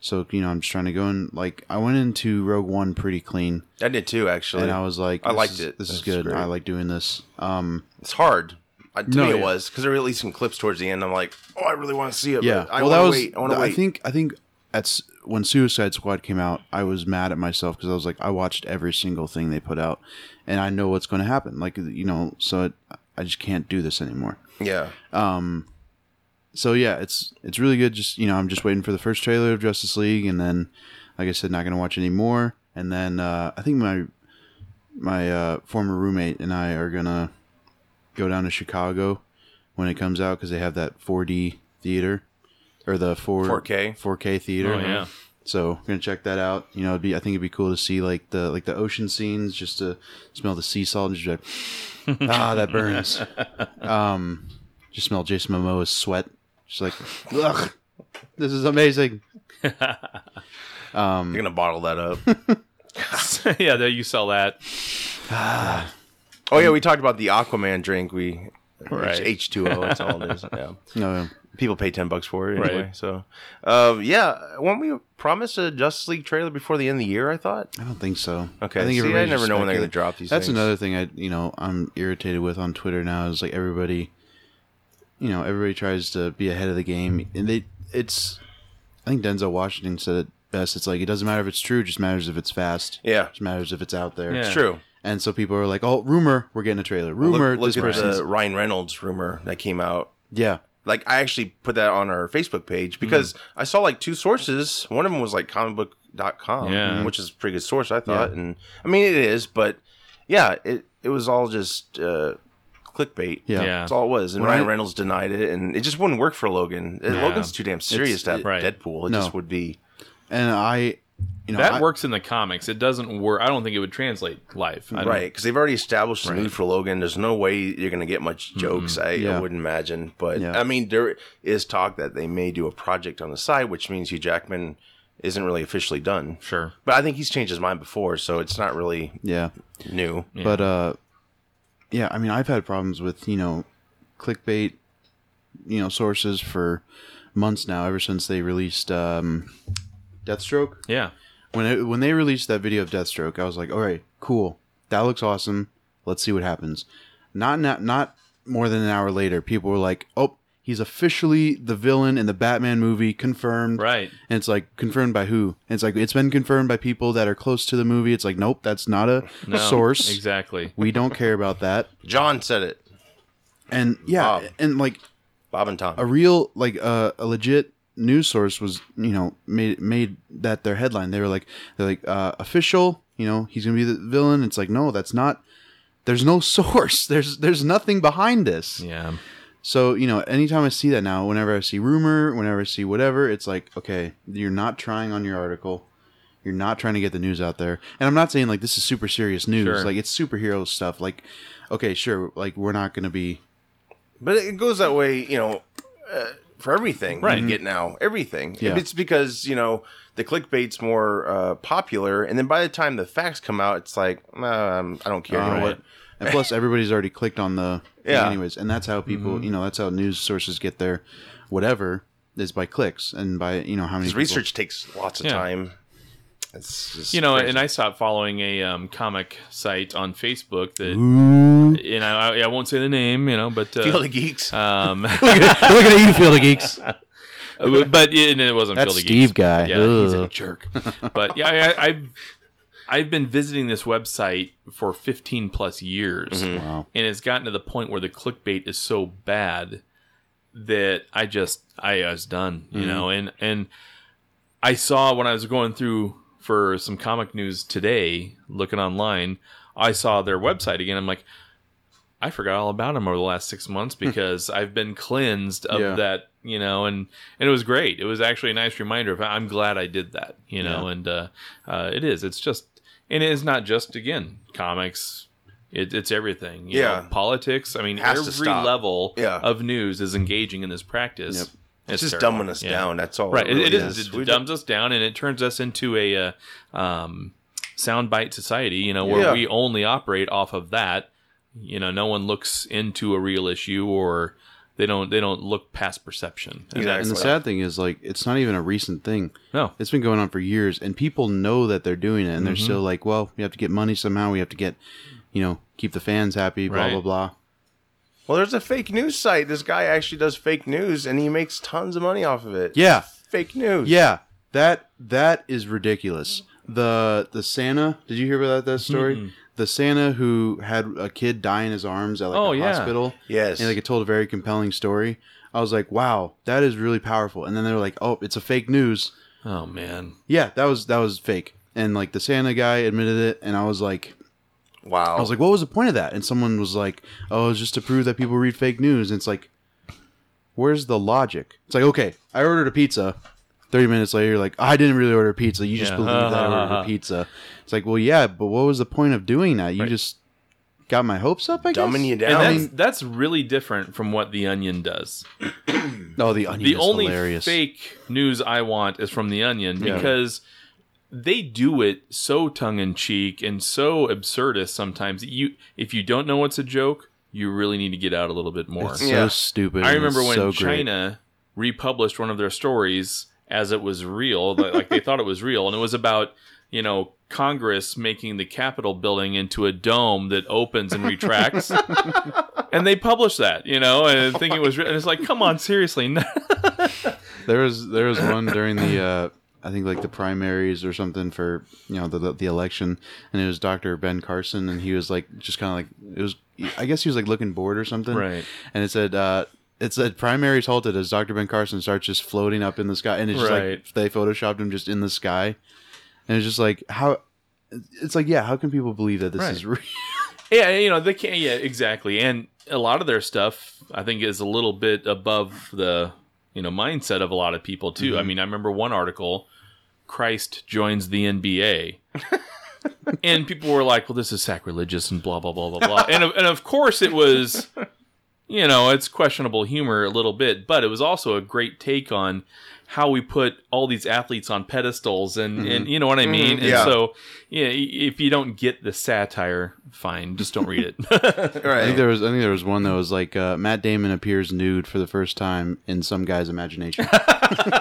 So you know, I'm just trying to go in. Like I went into Rogue One pretty clean, I did too, actually. and I was like, I this liked is- it. This is That's good. great. I like doing this. Um, it's hard. I, to No, me, it yeah. was because they're releasing clips towards the end. I'm like, oh, I really want to see it. yeah. but I well, want that to was. wait. I want to I wait. think. I think that's when Suicide Squad came out. I was mad at myself because I was like, I watched every single thing they put out, and I know what's going to happen. Like you know, so it, I just can't do this anymore. yeah, so yeah, it's it's really good. Just you know, I'm just waiting for the first trailer of Justice League, and then, like I said, not gonna watch any more. And then uh, I think my my uh, former roommate and I are gonna go down to Chicago when it comes out because they have that 4D theater or the 4, 4K. 4K theater. Oh, yeah. So we're gonna check that out. You know, it'd be I think it'd be cool to see like the like the ocean scenes, just to smell the sea salt and just be like, ah, that burns. Um, just smell Jason Momoa's sweat. Just like, ugh, this is amazing. Mm. You're gonna bottle that up. yeah, there you sell that. oh yeah, we talked about the Aquaman drink. We Right. H two O. That's all it is. Yeah. No, People pay ten bucks for it anyway. Right. So, um, yeah, weren't we promised a Justice League trailer before the end of the year? I thought. I don't think so. Okay, I think see, I everybody's never just know when they're gonna speculating. drop these That's things. another thing I you know I'm irritated with on Twitter now is like everybody, you know, everybody tries to be ahead of the game, and they it's. I think Denzel Washington said it best. It's like it doesn't matter if it's true, it just matters if it's fast. Yeah. it just matters if it's out there. Yeah. It's true. And so people are like, "Oh, rumor, we're getting a trailer. Rumor, look, this look at person's the Ryan Reynolds rumor that came out. yeah." Like I actually put that on our Facebook page because I saw like two sources. One of them was like comicbook.com, Yeah. which is a pretty good source, I thought. And I mean it is, but yeah, it it was all just uh clickbait. Yeah. Yeah. That's all it was. And When Ryan I- Reynolds denied it and it just wouldn't work for Logan. Uh, Yeah. Logan's too damn serious to have Right. Deadpool. It No. just would be And I, you know, that I- works in the comics. It doesn't work. I don't think it would translate live. I don't- Right, because they've already established the mood for Logan. There's no way you're going to get much jokes. I, I Yeah. wouldn't imagine, but Yeah. I mean, there is talk that they may do a project on the side, which means Hugh Jackman isn't really officially done. Sure. But I think he's changed his mind before, so it's not really Yeah. new. But uh yeah, I mean I've had problems with, you know, clickbait, you know, sources for months now ever since they released um Deathstroke. Yeah. When it, when they released that video of Deathstroke, I was like, "All right, cool. That looks awesome. Let's see what happens." Not not not more than an hour later, people were like, "Oh, he's officially the villain in the Batman movie confirmed." Right. And it's like confirmed by who? And it's like it's been confirmed by people that are close to the movie. It's like, "Nope, that's not a No, source." Um, Exactly. We don't care about that. John said it. And yeah, Wow. and like Bob and Tom. a real like uh, a legit news source was you know made made that their headline. They were like they're like uh, official. You know he's gonna be the villain. It's like no, that's not. There's no source. There's there's nothing behind this. Yeah. So you know, anytime I see that now, whenever I see rumor, whenever I see whatever, it's like okay, you're not trying on your article. You're not trying to get the news out there. And I'm not saying like this is super serious news. Sure. Like it's superhero stuff. Like okay, sure. Like we're not gonna be But it goes that way, you know, uh, for everything. Right. You get now everything. Yeah. It's because, you know, the clickbait's more uh, popular. And then by the time the facts come out, it's like, um, I don't care. You know Right. what? And plus, everybody's already clicked on the thing Yeah. Mm-hmm. anyways, and that's how people, you know, that's how news sources get their whatever is by clicks and by you know how many Because people- research takes lots of Yeah. time. It's just You know, crazy. and I stopped following a um, comic site on Facebook that, you know, I, I won't say the name, you know, but Field uh, of Geeks. um, Look at you, Field of Geeks. but it, and it wasn't That's Field of Steve Geeks. guy. Yeah, he's a Ugh. jerk. but yeah, I, I, I've I've been visiting this website for 15 plus years, Wow. and it's gotten to the point where the clickbait is so bad that I just I, I was done, you Mm-hmm. know. And and I saw when I was going through for some comic news today, looking online, I saw their website again. I'm like. I forgot all about him over the last six months Hmm. because I've been cleansed of Yeah. that, you know, and, and it was great. It was actually a nice reminder of I'm glad I did that, you know, and uh, uh, it is. It's just, and it is not just, again, comics. It, it's everything. you Yeah. know, politics. I mean, Has to every stop. level Yeah. of news is engaging in this practice. Yep. It's just terrible. dumbing us Yeah. down. That's all. Right. It, really it is. It We dumbs us down and it turns us into a uh, um, soundbite society, you know, where Yeah. we only operate off of that. You know, no one looks into a real issue or they don't they don't look past perception. And Exactly. And the Excellent. sad thing is, like, it's not even a recent thing. No. It's been going on for years, and people know that they're doing it, and Mm-hmm. they're still like, "Well, we have to get money somehow. We have to get, you know, keep the fans happy. Blah Right. blah blah." well, there's a fake news site. This guy actually does fake news, and he makes tons of money off of it. Yeah. Fake news. Yeah, that that is ridiculous. The the Santa, did you hear about that story? The Santa who had a kid die in his arms at like Oh, a yeah. hospital. Yes. And like it told a very compelling story. I was like, wow, that is really powerful. And then they were like, oh, it's a fake news. Oh man. Yeah, that was that was fake. And like the Santa guy admitted it, and I was like, Wow. I was like, what was the point of that? And someone was like, oh, it's just to prove that people read fake news. And it's like, where's the logic? It's like, okay, I ordered a pizza. Thirty minutes later, you're like, I didn't really order pizza. You just Yeah. believe that I ordered pizza. It's like, well, yeah, but what was the point of doing that? You just got my hopes up. I Dumbing guess. you And down. that's, that's really different from what The Onion does. No, Oh, the onion the is only hilarious. fake news I want is from The Onion because they do it so tongue in cheek and so absurdist sometimes. that You, if you don't know what's a joke, you really need to get out a little bit more. It's so Yeah. stupid. I and remember it's when so great. China republished one of their stories as it was real, like like they thought it was real, and it was about you know Congress making the Capitol building into a dome that opens and retracts, and they published that, you know, and thinking it was real. And it's like, come on, seriously, no. There was there was one during the uh, I think like the primaries or something for you know the the, the election, and it was Doctor Ben Carson, and he was like just kind of like it was I guess he was like looking bored or something, Right. And it said. Uh, it said primaries halted as Dr. Ben Carson starts just floating up in the sky, and it's just Right. like they photoshopped him just in the sky, and it's just like how, it's like yeah, how can people believe that this Right. is real? Yeah, you know, they can't. Yeah, exactly. And a lot of their stuff, I think, is a little bit above the you know mindset of a lot of people too. I mean, I remember one article: Christ joins the NBA. and people were like, "Well, this is sacrilegious," and blah blah blah blah blah. and of, and of course, it was, you know, it's questionable humor a little bit, but it was also a great take on how we put all these athletes on pedestals, and and you know what I mean. And yeah. so, Mm-hmm. yeah, i- if you don't get the satire, fine, just don't read it. I think right. there was I think there was one that was like uh, Matt Damon appears nude for the first time in some guy's imagination.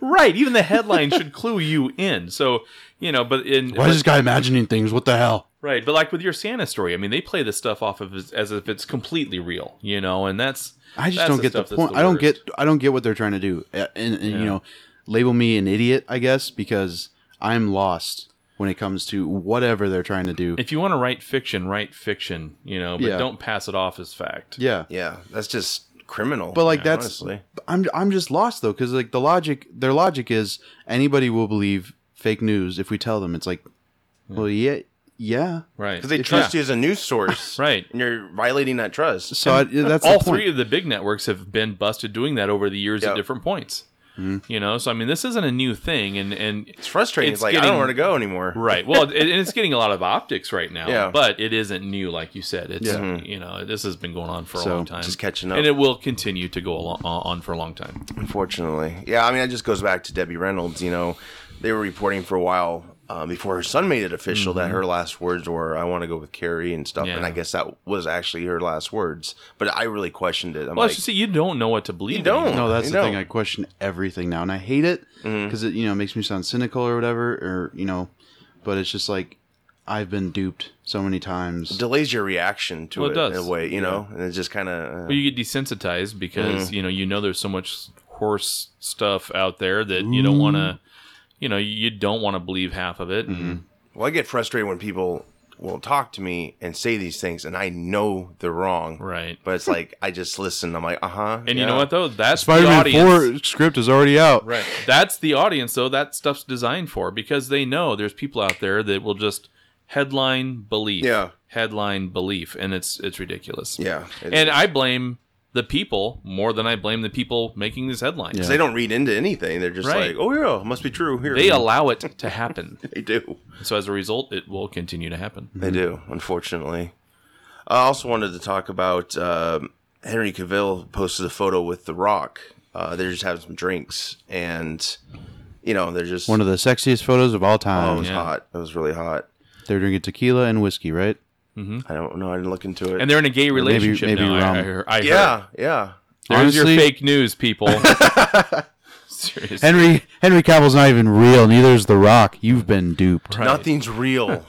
right, even the headline should clue you in. So, you know, but in Why is this guy imagining things? What the hell? Right, but like with your Santa story, I mean, they play this stuff off of as, as if it's completely real, you know, and that's I just that's don't get the stuff that's point. I don't worst. get I don't get what they're trying to do. Uh, And, and you know, label me an idiot, I guess, because I'm lost when it comes to whatever they're trying to do. If you want to write fiction, write fiction, you know, but Yeah. don't pass it off as fact. yeah. Yeah, that's just criminal. But, like, that's- honestly. I'm I'm just lost though cuz like the logic their logic is anybody will believe fake news if we tell them. It's like well, yeah, yeah. Right. because they trust you as a news source, Right. And you're violating that trust. So I, that's the All point. three of the big networks have been busted doing that over the years Yep. at different points. Mm-hmm. You know, so I mean, this isn't a new thing, and and It's frustrating. It's It's, like I getting- don't know where to go anymore. right. Well, it, and it's getting a lot of optics right now. Yeah. Mm-hmm. But it isn't new, like you said. It's Yeah. you know, this has been going on for a So, long time. just catching up. and it will continue to go along, on for a long time. Unfortunately, yeah. I mean, it just goes back to Debbie Reynolds. You know, they were reporting for a while um, before her son made it official that her last words were "I want to go with Carrie" and stuff. Mm-hmm. Yeah. And I guess that was actually her last words. But I really questioned it. I'm Well, like, it's just that you don't know what to believe. You don't. anymore. No, that's You the know. thing. I question everything now, and I hate it because it, you know, makes me sound cynical or whatever, or you know, but it's just like I've been duped so many times. delays your reaction to Well, it it, in does. a way. You know, and it just kind of. Uh, Well, you get desensitized Mm. because you know you know there's so much horse stuff out there that you Mm. don't want to. You know, you don't want to believe half of it. Mm-hmm. and- well, I get frustrated when people won't talk to me and say these things, and I know they're wrong. Right. But it's like I just listen. I'm like, uh huh. And you know what though? That's the Spider-Man audience. Four script is already out. Right. That's the audience though. That stuff's designed for because they know there's people out there that will just headline belief. Yeah. Headline belief, and it's it's ridiculous. Yeah. it And is. I blame the people more than I blame the people making these headlines. 'Cause they don't read into anything. They're just Right. like, oh yeah, must be true. Here They allow it to happen. They do. So as a result, it will continue to happen. They do. Unfortunately, I also wanted to talk about um Henry Cavill posted a photo with The Rock. Uh, they're just having some drinks, and you know they're just One of the sexiest photos of all oh, it time. was Yeah. hot. It was really hot. They're drinking tequila and whiskey, right? I don't know. I didn't look into it. And they're in a gay relationship maybe now. I- wrong. I, hear- I heard. yeah, yeah. There's your Honestly- fake news, people. Seriously. Henry Henry Cavill's not even real. Neither is The Rock. You've been duped. Right. Nothing's real.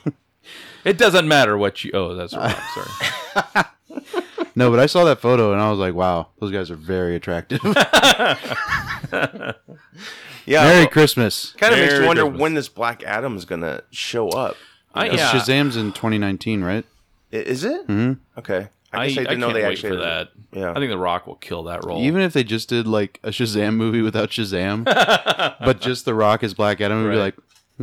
It doesn't matter what you. Oh, that's wrong. Sorry. No, but I saw that photo and I was like, wow, those guys are very attractive. Yeah. Merry Christmas. kind of makes Merry you wonder Christmas. when this Black Adam is gonna show up. I, Because yeah, Shazam's in 2019, right? I- Is it? Mm-hmm. Okay. I, I, guess can't wait for had it. that. Yeah. I think The Rock will kill that role. Even if they just did like a Shazam movie without Shazam, but just The Rock as Black Adam, we'd Right. be like,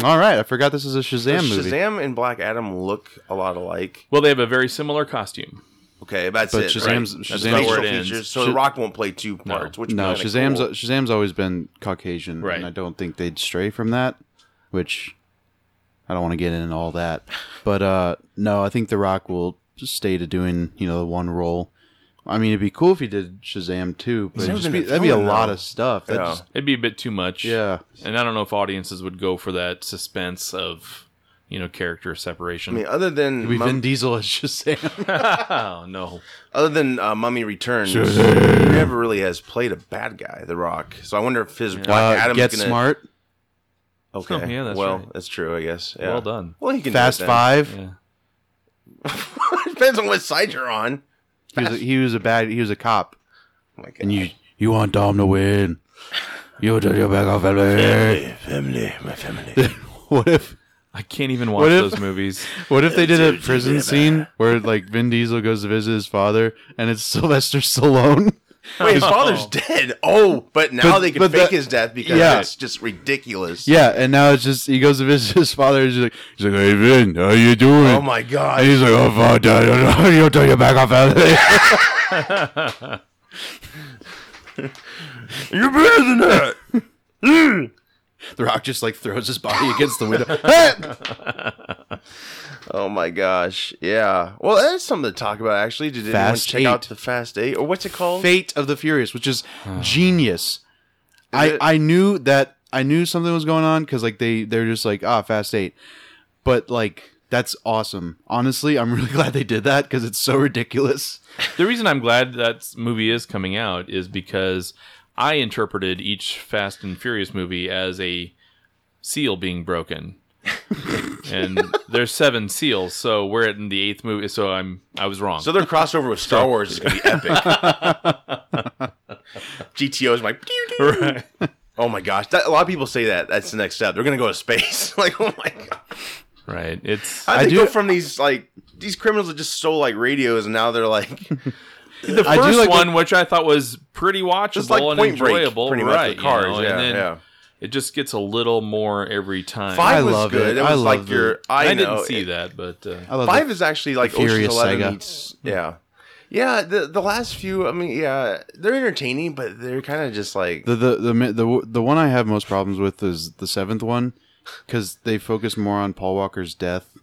all right, I forgot this is a Shazam Does movie. Shazam and Black Adam look a lot alike. well, they have a very similar costume. Okay, that's But it. Shazam's- right? Shazam's- that's facial Where it ends. features. So Sh- Rock won't play two parts. Which No, would be kinda Shazam's cool. Shazam's always been Caucasian, Right. and I don't think they'd stray from that. Which I don't want to get into all that, but uh, no, I think The Rock will just stay to doing you know the one role. I mean, it'd be cool if he did Shazam too, but He's it'd never just been be, a that'd be a villain, lot though. of stuff. That Yeah. just- It'd be a bit too much. yeah, And I don't know if audiences would go for that suspense of, you know, character separation. I mean, other it'd be than Vin Mum- Diesel as Shazam. oh no. other than uh, Mummy Returns, he never really has played a bad guy. The Rock. So I wonder if his Black uh, Adam's get gonna smart, Okay, Oh, yeah, that's well, right. that's true. I guess. Yeah. Well done. Well, he can do Fast it then. Five. Yeah. Depends on what side you're on. He was, a, he was a bad. He was a cop, Oh my God. and you you want Dom to win. You do your back off, family. Hey, family, my family. What if I can't even watch What if- those movies. What if they did a prison scene where like Vin Diesel goes to visit his father and it's Sylvester Stallone? Wait, his father's dead. Oh, but now But- they can but fake the- his death because yeah. it's just ridiculous. Yeah, and now it's just he goes to visit his father. And he's like, he's like, hey Vin, how you doing? Oh my And god. he's like, oh fuck, I don't know. you turn your back off. LA." You're better than that. the Rock just like throws his body against the window. Hey! Oh my gosh. Yeah. Well, that's something to talk about actually. Did anyone Fast check out Eight. the Fast 8 or what's it called? Fate of the Furious, which is genius. I, it- I knew that I knew something was going on because like they they're just like ah Fast Eight, but like that's awesome. Honestly, I'm really glad they did that because it's so ridiculous. the reason I'm glad that movie is coming out is because I interpreted each Fast and Furious movie as a seal being broken. and there's seven seals, so we're at in the eighth movie, so I'm I was wrong. So their crossover with Star Wars is going to be epic. GTO is like, "Pew, pew." oh my gosh. That, a lot of people say that. That's the next step. They're going to go to space. like, oh my god. right. It's I, I they do- go from these like these criminals that just stole like radios, and now they're like the first I do like one, which I thought was pretty watchable just like and Point Break, enjoyable, pretty much right? with cars. you know, yeah, and then yeah. it just gets a little more every time. Five I was love good. it. It, I was love like your. it. I, know. didn't see it- that, but uh, I love Five it. is actually like Ocean's Furious Eleven Sega. meets. Yeah, yeah. The the last few. I mean, yeah, they're entertaining, but they're kind of just like. The, the the mi- the the one I have most problems with is the seventh one because they focus more on Paul Walker's death,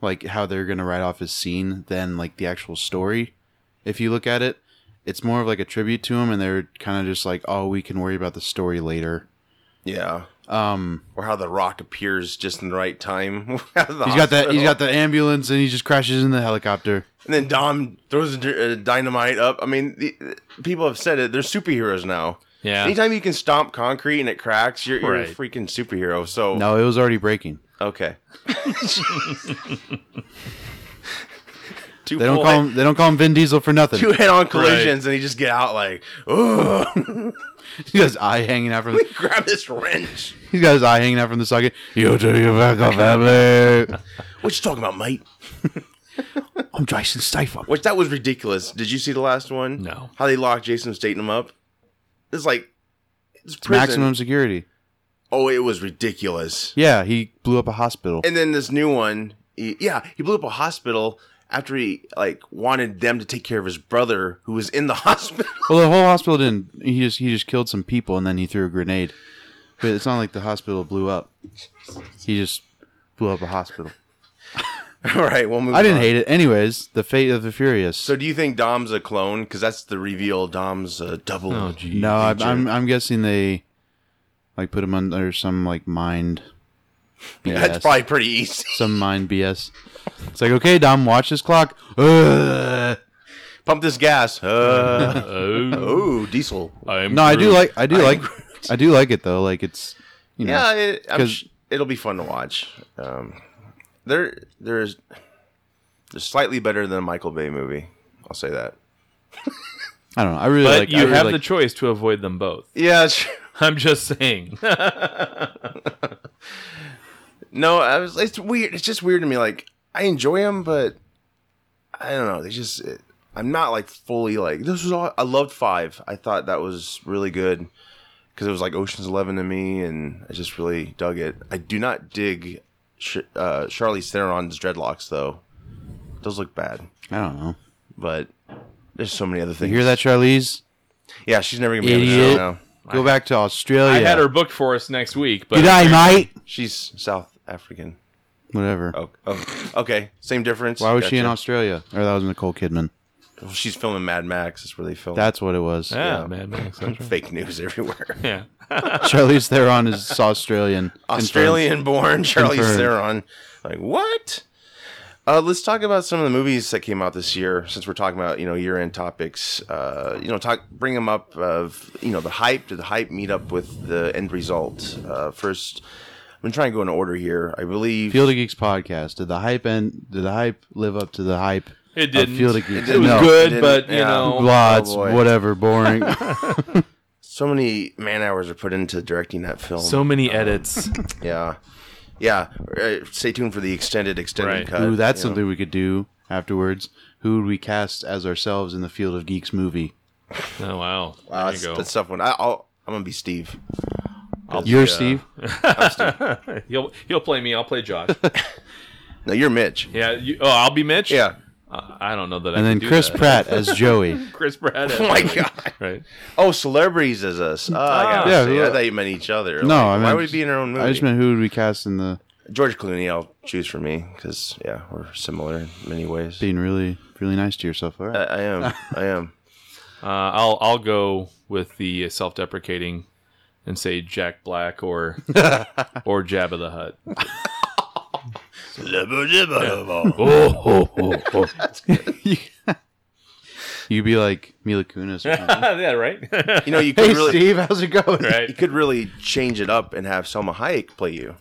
like how they're gonna write off his scene than like the actual story. If you look at it, it's more of like a tribute to him, and they're kind of just like, oh, we can worry about the story later. yeah. Um, Or how the Rock appears just in the right time. out of the he's got that. He's hospital. got the ambulance, and he just crashes in the helicopter. And then Dom throws a d- uh, dynamite up. I mean, the, the- people have said it. They're superheroes now. yeah, Anytime you can stomp concrete and it cracks, you're, you're a Right. freaking superhero. So No, it was already breaking. okay. two They don't full- call him. They don't call him Vin Diesel for nothing. two head-on collisions, and he just get out like, oh, He got his eye hanging out from. grab this wrench. He's got his eye hanging out from the socket. You do your back off, family. What you talking about, mate? I'm Jason Statham. Which that was ridiculous. Did you see the last one? No. How they locked Jason Statham up? It's like it's, prison. Maximum security. Oh, it was ridiculous. Yeah, he blew up a hospital. And then this new one, he, yeah, he blew up a hospital after he like wanted them to take care of his brother who was in the hospital. well, the whole hospital didn't. He just he just killed some people and then he threw a grenade. But it's not like the hospital blew up. He just blew up a hospital. All right, we'll move. I didn't on. hate it. Anyways, the fate of the furious. So, do you think Dom's a clone? Because that's the reveal. Dom's a double. Oh, gee. no, I, feature. I'm I'm guessing they like put him under some like mind. BS. that's probably pretty easy. some mind BS. It's like okay, Dom, watch this clock. Ugh. Pump this gas. Uh, oh, oh, diesel. I'm No, I do Groot. like I do like I do like it though. Like it's you know Yeah, it, I'm 'Cause- sh- it'll be fun to watch. Um, they're there's they're slightly better than a Michael Bay movie. I'll say that. I don't know. I really But like I you really have like- the choice to avoid them both. Yeah. sure. I'm just saying. No, I was. It's weird. It's just weird to me. Like I enjoy them, but I don't know. They just. It, I'm not like fully like this was all. I loved Five. I thought that was really good because it was like Ocean's Eleven to me, and I just really dug it. I do not dig Sh- uh, Charlize Theron's dreadlocks though. Those look bad, I don't know. but There's so many other You things. hear that, Charlize? Yeah, she's never gonna be able to Idiot. no, no. Go back to Australia. I had her booked for us next week, but Good night, mate. She's South African. Whatever. Oh, oh, okay. Same difference. Why was she in Gotcha. Oh. Australia? Or that was Nicole Kidman. Well, She's filming Mad Max. That's where they film. That's what it was. yeah, Mad Max. that's right. fake news everywhere. yeah. Charlize Theron is Australian. Australian born Charlie Confirmed. Theron. Like, what? Uh, let's talk about some of the movies that came out this year since we're talking about, you know, year end topics. Uh, you know, talk, bring them up of, you know, the hype. Did the hype meet up with the end result? Uh, first, I'm going to try and go in order here. I believe. Field of Geeks podcast. Did the hype end? Did the hype live up to the hype? It of didn't. Field of Geeks. It It, didn't. was no. good. didn't. but, you know- Blah, it's Oh, boy. whatever, boring. I So many man hours are put into directing that film. So many edits. yeah. Yeah. Uh, stay tuned for the extended, extended Right. cut. Ooh, that's you know. something we could do afterwards. Who would we cast as ourselves in the Field of Geeks movie? oh wow. Wow, there that's, you go. that's a tough one. I, I'll, I'm going to be Steve. You're uh, Steve. He'll he'll play me. I'll play Josh. No, you're Mitch. yeah. You, oh, I'll be Mitch. Yeah. Uh, I don't know that. I can And then do Chris that. Pratt as Joey. Chris Pratt. Oh, my God. Right. Oh, celebrities as us. Oh, I, Yeah, yeah, I who- thought you meant each other. No, Like, I why meant- would we be in our own movie? I just meant who would we cast in the George Clooney. I'll choose for me because yeah, we're similar in many ways. being really really nice to yourself. All right. I, I am. I am. Uh, I'll I'll go with the self-deprecating and say Jack Black or or Jabba the Hutt. Oh, You'd be like Mila Kunis. Or something. yeah. Right. You know, you could hey really, Steve, how's it going? you right. could really change it up and have Selma Hayek play you,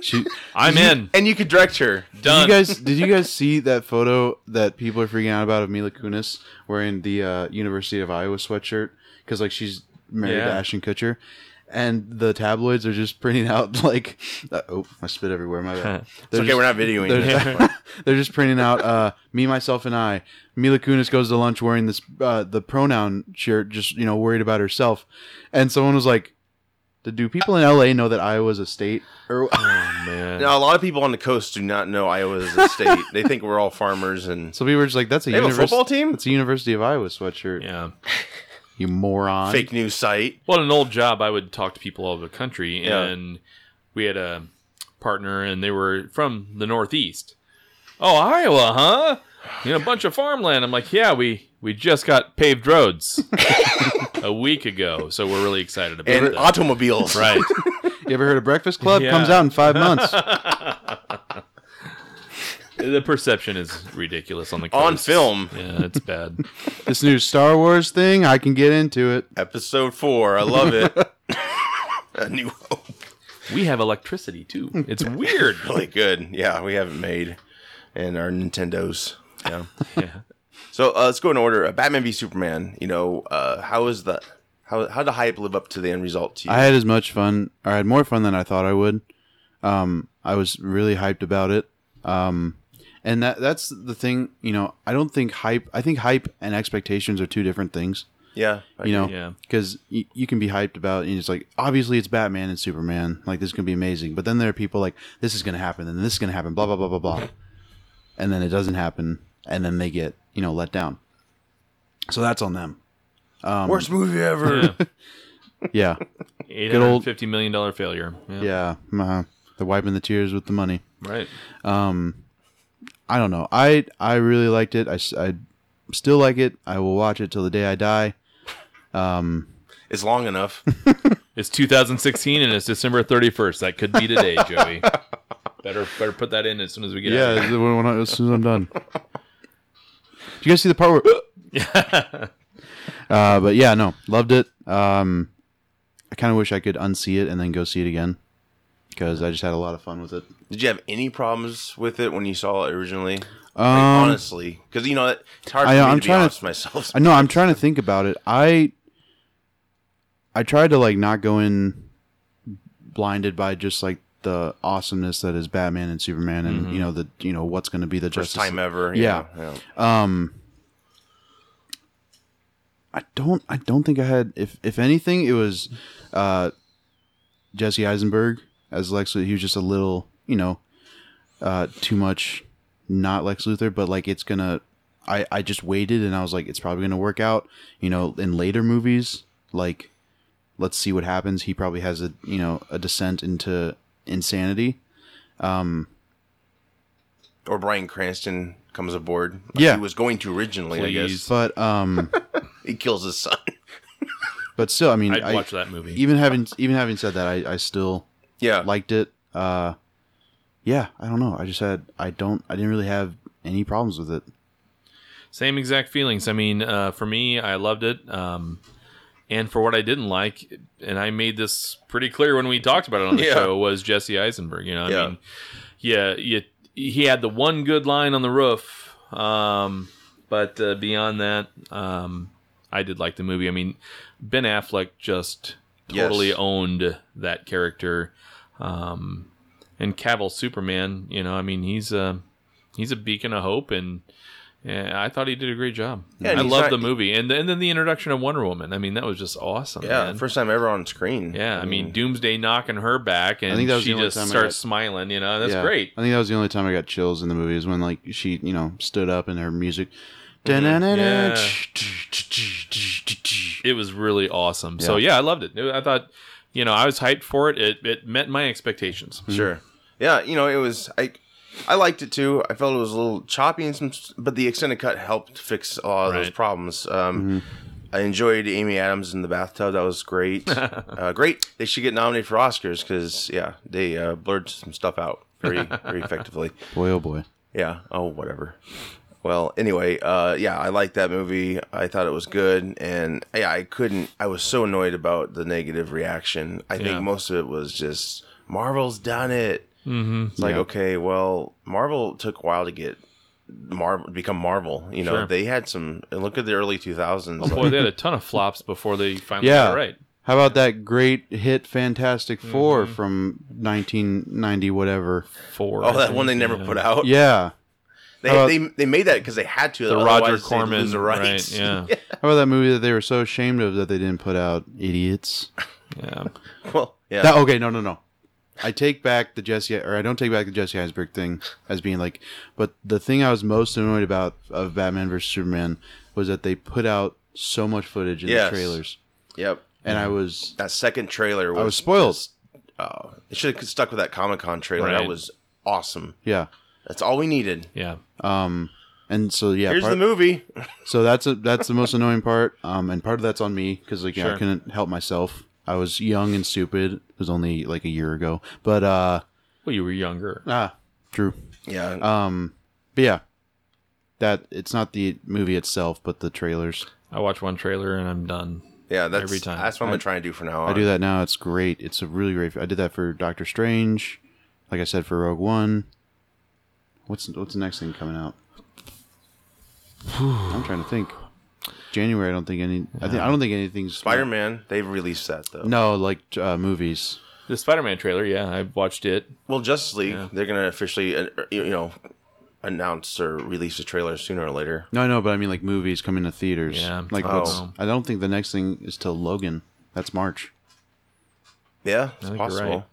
She- I'm in. and you could direct her. Did Done. you guys did you guys see that photo that people are freaking out about of Mila Kunis wearing the uh, University of Iowa sweatshirt because like she's married to Yeah. Ashton Kutcher, and the tabloids are just printing out like uh, oh I spit everywhere my bad. It's They're okay, just- we're not videoing. they're, this. just, they're just printing out uh, me, myself, and I. Mila Kunis goes to lunch wearing this uh, the pronoun shirt, just you know, worried about herself. And someone was like, "Do people in LA know that Iowa's a state?" Or Man. Now, a lot of people on the coast do not know Iowa is a state. they think we're all farmers, and so people were just like, "That's a, they have a university. football team. It's a University of Iowa sweatshirt." Yeah. You moron. Fake news site. Well, in an old job, I would talk to people all over the country, Yeah. and we had a partner, and they were from the Northeast. Oh, Iowa, huh? You know, a bunch of farmland. I'm like, yeah, we we just got paved roads a week ago, so we're really excited about And that. automobiles, right? You ever heard of Breakfast Club? Yeah. Comes out in five months. the perception is ridiculous on the coast. on film. Yeah, it's bad. this new Star Wars thing, I can get into it. Episode four. I love it. a new hope. We have electricity too. It's weird. really good. Yeah, we haven't made and our Nintendos. Yeah. Yeah. So uh, let's go in order. Uh, Batman v Superman. You know, uh, how is the how how the hype live up to the end result to you? I had as much fun, or I had more fun than I thought I would. Um, I was really hyped about it. Um, and that that's the thing, you know, I don't think hype, I think hype and expectations are two different things, yeah, I you know, yeah. because y- you can be hyped about, and it's like, obviously it's Batman and Superman, like this is going to be amazing. But then there are people like, this is going to happen, and this is going to happen, blah, blah, blah, blah, blah. and then it doesn't happen, and then they get, you know, let down. So that's on them. Um, agree. worst movie ever. Yeah. Yeah. Eight old- hundred fifty million dollar failure. Yeah. yeah. Uh, they're wiping the tears with the money. Right. I don't know. I I really liked it. I, s- I still like it. I will watch it till the day I die. It's long enough. It's 2016 and it's December 31st. That could be today, Joey. Better better put that in as soon as we get out of here. Yeah, when, when I, as soon as I'm done. Do you guys see the part where? uh, but yeah, no, loved it. Um, I kind of wish I could unsee it and then go see it again because I just had a lot of fun with it. Did you have any problems with it when you saw it originally? Like, Um, honestly, because you know it's hard for I- me I'm to be trying to- honest with myself. I know. I'm trying to think about it. I I tried to like not go in blinded by just like the awesomeness that is Batman and Superman, and you know the you know what's going to be the First Justice. time ever. Yeah. yeah. I don't. I don't think I had. If if anything, it was uh, Jesse Eisenberg as Lex. Luthor. He was just a little, you know, uh, too much. Not Lex Luthor, but like it's gonna. I I just waited and I was like, it's probably gonna work out. You know, in later movies, like let's see what happens. He probably has a you know a descent into insanity. Or Brian Cranston comes aboard. Like Yeah. he was going to originally. I guess Please. But um, he kills his son. but still, I mean, I'd I, watch that movie. even having even having said that, I I still yeah, liked it. Uh, yeah, I don't know. I just had I don't I didn't really have any problems with it. Same exact feelings. I mean, uh, for me, I loved it. Um, and for what I didn't like, and I made this pretty clear when we talked about it on the Yeah. show, was Jesse Eisenberg. You know, I Yeah. mean, yeah, you, he had the one good line on the roof. Um, but uh, beyond that, um, I did like the movie. I mean, Ben Affleck just Yes. totally owned that character. Um, and Cavill Superman, you know, I mean, he's uh, a he's a beacon of hope, and yeah, I thought he did a great job. Yeah, and I he's love not- the movie, and and then the introduction of Wonder Woman. I mean, that was just awesome. yeah. Mm. man. First time ever on screen. yeah. I mean, Doomsday knocking her back, and think that was she the only just time I starts got- smiling. You know, that's Yeah. great. I think that was the only time I got chills in the movie is when like she, you know, stood up and her music. Mm-hmm. Yeah. It was really awesome. So yeah, I loved it. It- I thought, you know, I was hyped for it. It it met my expectations. Mm. Sure. Yeah, you know, it was I I liked it too. I felt it was a little choppy and some but the extended cut helped fix a lot of those Right. problems. Um I enjoyed Amy Adams in the bathtub. That was great. uh, great. They should get nominated for Oscars because, yeah, they uh, blurred some stuff out very, very effectively. Boy, oh boy. Yeah. Oh, whatever. Well, anyway, uh, yeah, I liked that movie. I thought it was good, and yeah, I couldn't. I was so annoyed about the negative reaction. I Yeah. think most of it was just Marvel's done it. Mm-hmm. It's like Yeah. okay, well, Marvel took a while to get Marvel become Marvel. You know, Sure. they had some. and Look at the early two thousands. Oh boy, they had a ton of flops before they finally Yeah. got it right. How about that great hit Fantastic 4 Mm-hmm. from 1990 whatever? Four. I oh, that think, one they never yeah. put out. Yeah. uh, they, How about- they they made that because they had to. The otherwise Roger they'd Corman, lose the right? rights. Yeah, How about that movie that they were so ashamed of that they didn't put out? Idiots. yeah. well, yeah. That- okay, no, no, no. I take back the Jesse, or I don't take back the Jesse Eisenberg thing as being like, but the thing I was most annoyed about of Batman versus Superman was that they put out so much footage in Yes. the trailers, yep. and I was That second trailer. Was I was spoiled. Oh, it should have stuck with that Comic Con trailer. Right. That was awesome. Yeah. That's all we needed. yeah. Um. And so yeah, Here's part- the movie. so that's a, that's the most annoying part. Um, and part of that's on me because like yeah, Sure. I couldn't help myself. I was young and stupid. It was only like a year ago, but uh, Well, you were younger. ah, true. Yeah, Um, but yeah, that it's not the movie itself, but the trailers. I watch one trailer and I'm done. yeah. That's every time. That's what I'm gonna try and do for now on. I do that now. It's great. It's a really great. I did that for Doctor Strange. Like I said, for Rogue One. What's what's the next thing coming out? I'm trying to think. January. I don't think any. I think I don't think anything's Spider Man. They've released that though. No, like uh, movies. The Spider-Man trailer, yeah, I watched it. Well, Justice League. They're gonna officially, uh, you know, announce or release a trailer sooner or later. No, no, but I mean like movies coming to theaters. Yeah. Like Oh. what's, I don't think the next thing is till Logan. That's March. Yeah, it's think you're possible.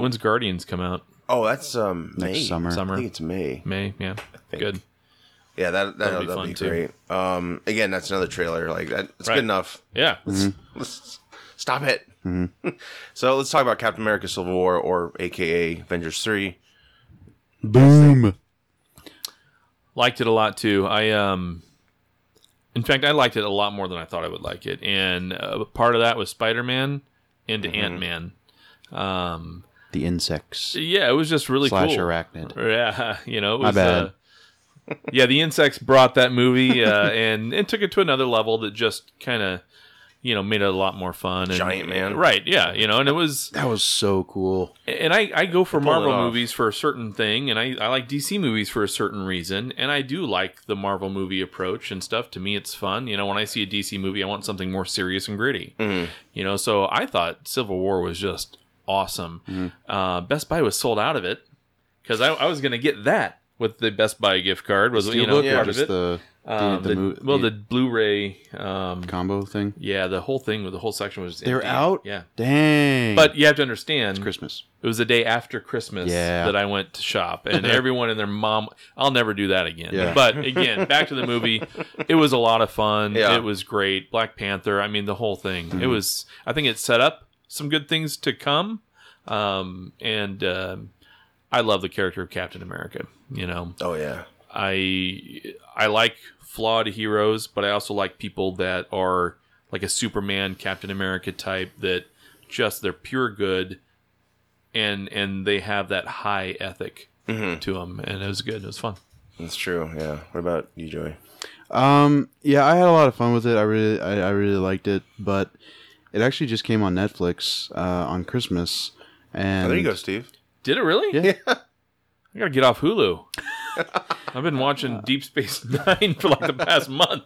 When's Guardians come out? Oh, that's um Next May. summer. I Summer, think it's May. May, yeah. think. Good. Yeah, that, that That'll that'll be be, fun, too. great. Um, again, that's another trailer like that. It's Right. good enough. Yeah. Stop it. Mm-hmm. so let's talk about Captain America: Civil War, or AKA Avengers Three. Boom. Liked it a lot too. I um in fact, I liked it a lot more than I thought I would like it. And uh, part of that was Spider-Man and Ant-Man. Um The insects yeah, it was just really slash cool. arachnid. Yeah, you know, it My was, bad. uh, yeah, the insects brought that movie uh, and and took it to another level that just kind of, you know, made it a lot more fun. And, Giant man. right? Yeah, you know, and it was, That was so cool. and I I go for pulled it Marvel off. movies for a certain thing, and I I like DC movies for a certain reason, and I do like the Marvel movie approach and stuff. To me, it's fun. You know, when I see a DC movie, I want something more serious and gritty. Mm-hmm. You know, so I thought Civil War was Mm-hmm. just awesome. Uh, Best Buy was sold out of it because I, I was going to get that with the Best Buy gift card was you know Steelbook or part of just it. the the, Um, the, the- mo- well, the the Blu-ray. Um, combo thing. yeah, the whole thing with the whole section was They're empty. out. Yeah, Dang. but you have to understand, Christmas. it was the day after Christmas Yeah. that I went to shop, and everyone and their mom. I'll never do that again. Yeah. But again, back to the movie. It was a lot of fun. Yeah. It was great. Black Panther. I mean, the whole thing. It Mm-hmm. was. I think it set up some good things to come. Um, and um I love the character of Captain America. You know, Oh yeah. I I like flawed heroes, but I also like people that are like a Superman, Captain America type that just they're pure good, and and they have that high ethic to them, and it was good. It was fun. That's true. Yeah. What about you, Joey? Um, yeah, I had a lot of fun with it. I really, I, I really liked it. But it actually just came on Netflix uh, on Christmas. And Oh, there you go, Steve. Did it really? Yeah. I gotta get off Hulu. I've been watching Deep Space Nine for like the past month.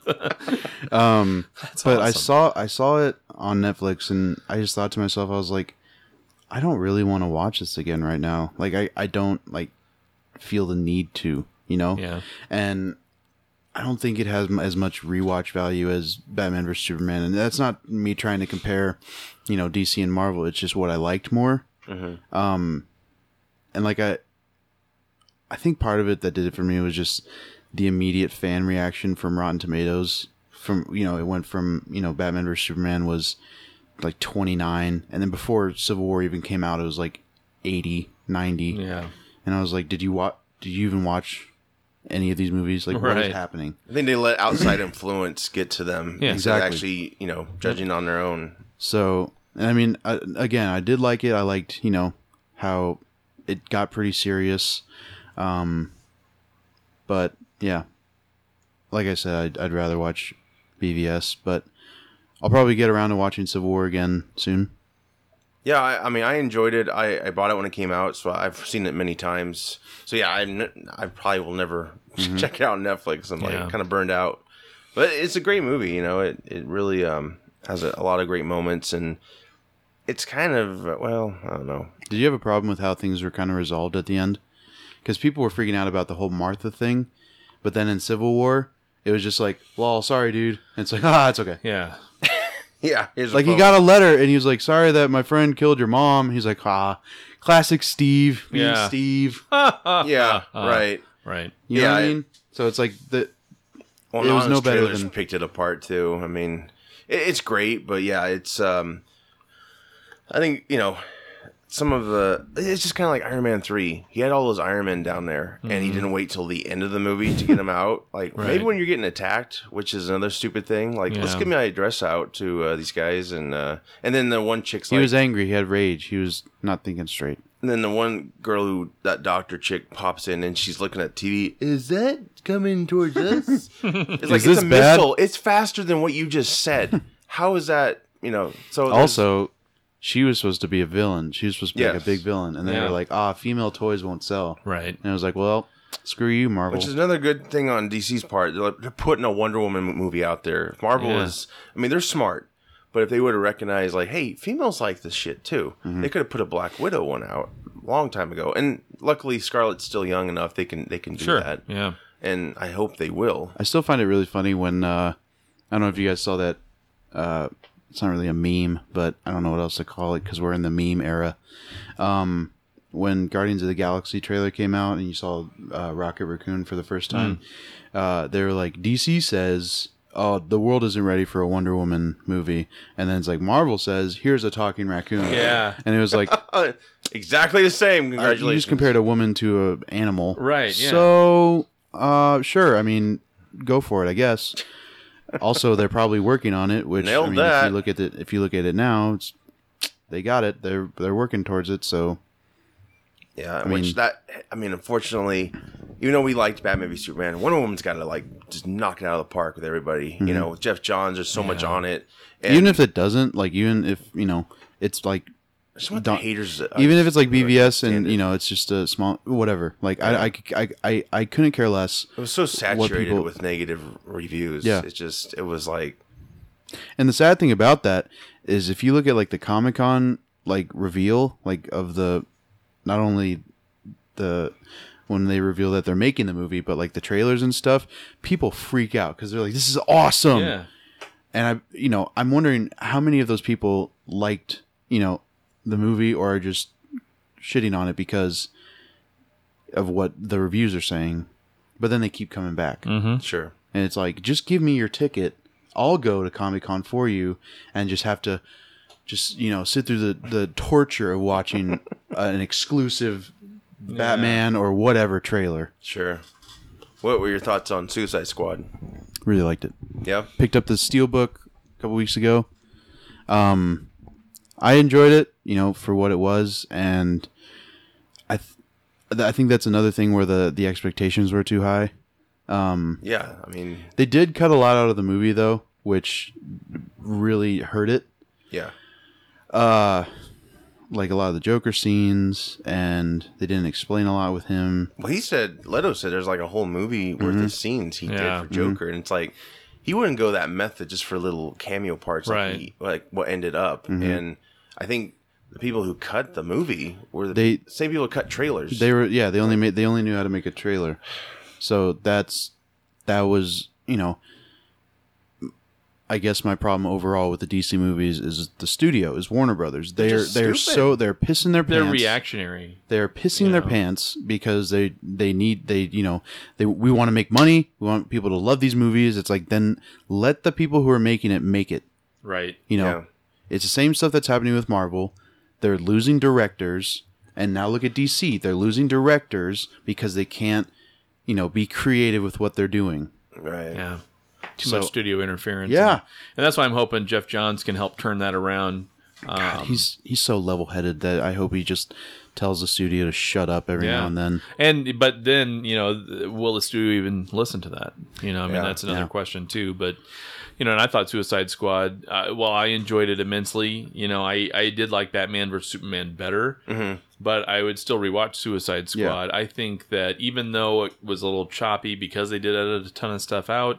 Um, but I awesome. saw I saw it on Netflix, and I just thought to myself, I was like, I don't really want to watch this again right now. Like I I don't like feel the need to, you know. Yeah. And I don't think it has m- as much rewatch value as Batman vs Superman, and that's not me trying to compare, you know, DC and Marvel. It's just what I liked more. Um, and like I, I think part of it that did it for me was just the immediate fan reaction from Rotten Tomatoes. From you know, it went from you know Batman vs Superman was like 29, and then before Civil War even came out, it was like 80, 90, Yeah. and I was like, did you watch? Did you even watch any of these movies? Like, what Right. is happening? I think they let outside influence get to them. Yeah. instead of Exactly. Actually, you know, judging on their own. So, and I mean, I, again, I did like it. I liked, you know, how it got pretty serious. Um, but yeah, like I said, I'd, I'd rather watch BVS, but I'll probably get around to watching Civil War again soon. Yeah, I, I mean, I enjoyed it. I, I bought it when it came out, so I've seen it many times. So yeah, I n- I probably will never check it out on Netflix. I'm like Yeah. kind of burned out, but it's a great movie. You know, it it really um has a, a lot of great moments, and it's kind of uh, well, I don't know. Did you have a problem with how things were kind of resolved at the end? Because people were freaking out about the whole Martha thing, but then in Civil War, it was just like, "Lol, sorry, dude." And it's like, ah, it's okay. Yeah. Yeah, here's a Like he phone. got a letter and he was like, "Sorry that my friend killed your mom." He's like, "Ah, classic Steve, being Yeah. Steve." yeah right. Right. You know Yeah, what I- I mean? So it's like the Well, It was Nolan's no better trailers than- picked it apart too. I mean, it, it's great, but yeah, it's um, I think you know some of the it's just kind of like Iron Man three. He had all those Iron Men down there, and Mm-hmm. he didn't wait till the end of the movie to get them out. Like Right. maybe when you're getting attacked, which is another stupid thing. Like let's Yeah. get my address out to uh, these guys, and uh, and then the one chick's he like, was angry. He had rage. He was not thinking straight. and then the one girl who that doctor chick pops in and she's looking at TV. Is that coming towards us? it's like this it's a bad? missile. It's faster than what you just said. How is that? You know. So there's- Also, she was supposed to be a villain. She was supposed to be like Yes. a big villain, and they Yeah. were like, "Ah, female toys won't sell." Right. And I was like, "Well, screw you, Marvel." which is another good thing on DC's part. They're, like, they're putting a Wonder Woman mo- movie out there. Marvel Yeah. is. I mean, they're smart. But if they would have recognized, like, hey, females like this shit too, Mm-hmm. they could have put a Black Widow one out a long time ago. And luckily, Scarlett's still young enough; they can they can do Sure. that. Yeah. And I hope they will. I still find it really funny when uh, I don't know if you guys saw that. Uh, it's not really a meme, but I don't know what else to call it because we're in the meme era. Um, when Guardians of the Galaxy trailer came out and you saw uh, Rocket Raccoon for the first time, uh, they were like, DC says, "Oh, the world isn't ready for a Wonder Woman movie," and then it's like Marvel says, "Here's a talking raccoon." Yeah. and it was like. Uh, exactly the same. Congratulations. You just compared a woman to an animal. Right, yeah. So, uh, sure. I mean, go for it, I guess. Also, they're probably working on it, which Nailed I mean, if that. you look at it, if you look at it now, it's they got it. They're they're working towards it. So yeah, which mean- that I mean, unfortunately, even though we liked Batman v Superman, Wonder Woman's got to like just knock it out of the park with everybody. You know, with Jeff Johns, there's so much on it. And Mm-hmm. even if it doesn't, like even if you know, it's like I just want don't- the haters, uh, even if it's like BVS and standard. you know, it's just a small whatever. Like I I c- I I, I couldn't care less. it was so saturated people- with negative reviews. Yeah. it just it was like And the sad thing about that is if you look at like the Comic Con like reveal, like of the not only the when they reveal that they're making the movie, but like the trailers and stuff, people freak out because they're like, "This is awesome!" yeah. and I, you know, I'm wondering how many of those people liked, you know, the movie or are just shitting on it because of what the reviews are saying. But then they keep coming back, Sure. and it's like, just give me your ticket. I'll go to Comic Con for you, and just have to, just you know, sit through the the torture of watching an exclusive Batman or whatever trailer. Sure. What were your thoughts on Suicide Squad? Really liked it. Yeah. picked up the steel book a couple weeks ago. Um, I enjoyed it, you know, for what it was, and I, th- th- I think that's another thing where the the expectations were too high. Yeah. I mean, They did cut a lot out of the movie though, which really hurt it. yeah. Uh, Like a lot of the Joker scenes, and they didn't explain a lot with him. Well, he said Leto said there's like a whole movie worth of scenes he Mm-hmm. Yeah. Mm-hmm. did for Joker, and it's like he wouldn't go that method just for little cameo parts, Right. Like, he, like what ended up, Mm-hmm. and I think the people who cut the movie were the They- same people who cut trailers. They were yeah, they only made they only knew how to make a trailer. So that's that was, you know, I guess my problem overall with the DC movies is the studio is Warner Brothers. They're just they're stupid. so they're pissing their They're pants. reactionary. They're pissing their pants because they they need they you know they we want to make money. We want people to love these movies. It's like then let the people who are making it make it. Right. You know, Yeah. it's the same stuff that's happening with Marvel. They're losing directors, and now look at DC. They're losing directors because they can't, you know, be creative with what they're doing. right? Yeah. Too So- much studio interference. Yeah. And, and that's why I'm hoping Jeff Johns can help turn that around. Um, He's he's so level headed that I hope he just tells the studio to shut up every Yeah. now and then. and but then you know, th- will the studio even listen to that? You know, I mean Yeah. that's another Yeah. question too. But you know, and I thought Suicide Squad. Uh, well, I enjoyed it immensely. You know, I I did like Batman versus Superman better, but I would still rewatch Suicide Mm-hmm. Yeah. Squad. I think that even though it was a little choppy because they did edit a ton of stuff out,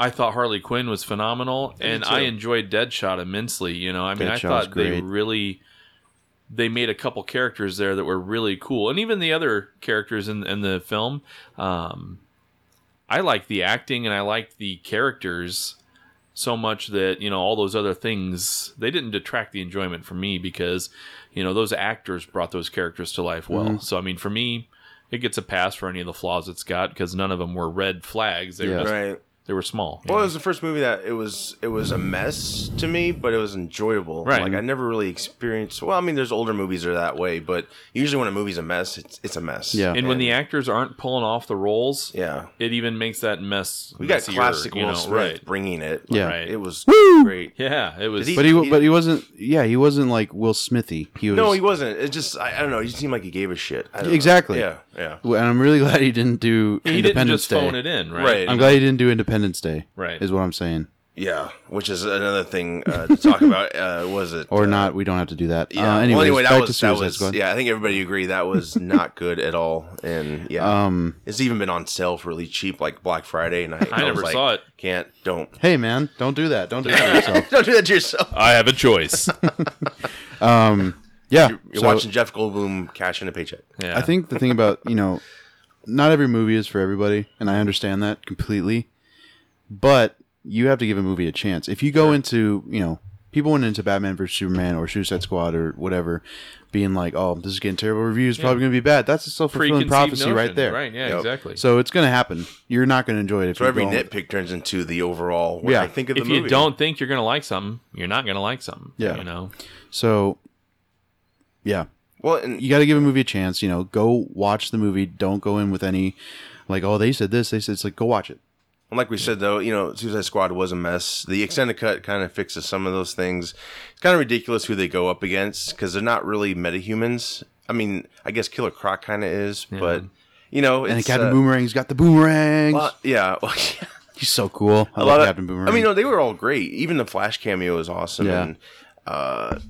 I thought Harley Quinn was phenomenal, and I enjoyed Deadshot immensely. You know, I mean, I Deadshot was thought they great. really they made a couple characters there that were really cool, and even the other characters in in the film. Um, I liked the acting and I liked the characters so much that you know all those other things they didn't detract the enjoyment from me because you know those actors brought those characters to life well. Mm-hmm. So I mean, for me. It gets a pass for any of the flaws it's got because none of them were red flags. They were Yeah. just Right. they were small. Well, it was the first movie that it was it was a mess to me, but it was enjoyable. Right. Like I never really experienced. Well, I mean, there's older movies that are that way, but usually when a movie's a mess, it's it's a mess. Yeah. and when the actors aren't pulling off the roles, yeah. it even makes that mess. We got messier, classic Will you know, Smith right? bringing it. Yeah. Right. it was Woo! great. Yeah, it was. Did But he wa- but he wasn't yeah he wasn't like Will Smithy. He was No, he wasn't. It just I, I don't know. He seemed like he gave a shit. I don't know. Exactly. Yeah, yeah. and I'm really glad he didn't do he didn't Independence just phone Day. it in, right? Right. I'm glad he didn't do Independence Day. Right. is what I'm saying. Yeah, which is another thing uh, to talk about. Uh, was it Or not? We don't have to do that. Yeah. Uh, Well, anyways, anyway, back that to was that Suicide was. Squad. Yeah, I think everybody agreed that was not good at all. And yeah, Um, it's even been on sale for really cheap, like Black Friday. And I, I, never was like, saw it. Can't don't hey man, don't do that. Don't do that to yourself. don't do that to yourself. I have a choice. Yeah, You're so watching Jeff Goldblum cash in a paycheck. yeah. I think the thing about you know, not every movie is for everybody, and I understand that completely. But you have to give a movie a chance. If you go into you know, people went into Batman vs Superman or Suicide Squad or whatever, being like, "Oh, this is getting terrible reviews. Probably going to be bad." That's a self fulfilling preconceived prophecy notion, right there. Right. Yeah. Yep. Exactly. So it's going to happen. You're not going to enjoy it if So you every go- nitpick turns into the overall. What Yeah. I think of the if movie. you don't think you're gonna like something, you're not gonna like something. Yeah. You know. So, yeah, well, and you got to give a movie a chance. You know, go watch the movie. Don't go in with any like, "Oh, they said this. They said it's like go watch it." And like we said though, you know, Suicide Squad was a mess. The extended cut kind of fixes some of those things. It's kind of ridiculous who they go up against because they're not really metahumans. I mean, I guess Killer Croc kind of is, but you know, it's, And Captain uh, Boomerang's got the boomerangs. uh, yeah, He's so cool. I a love lot of. Captain Boomerang. I mean, no, they were all great. Even the Flash cameo is awesome. Yeah. And, uh,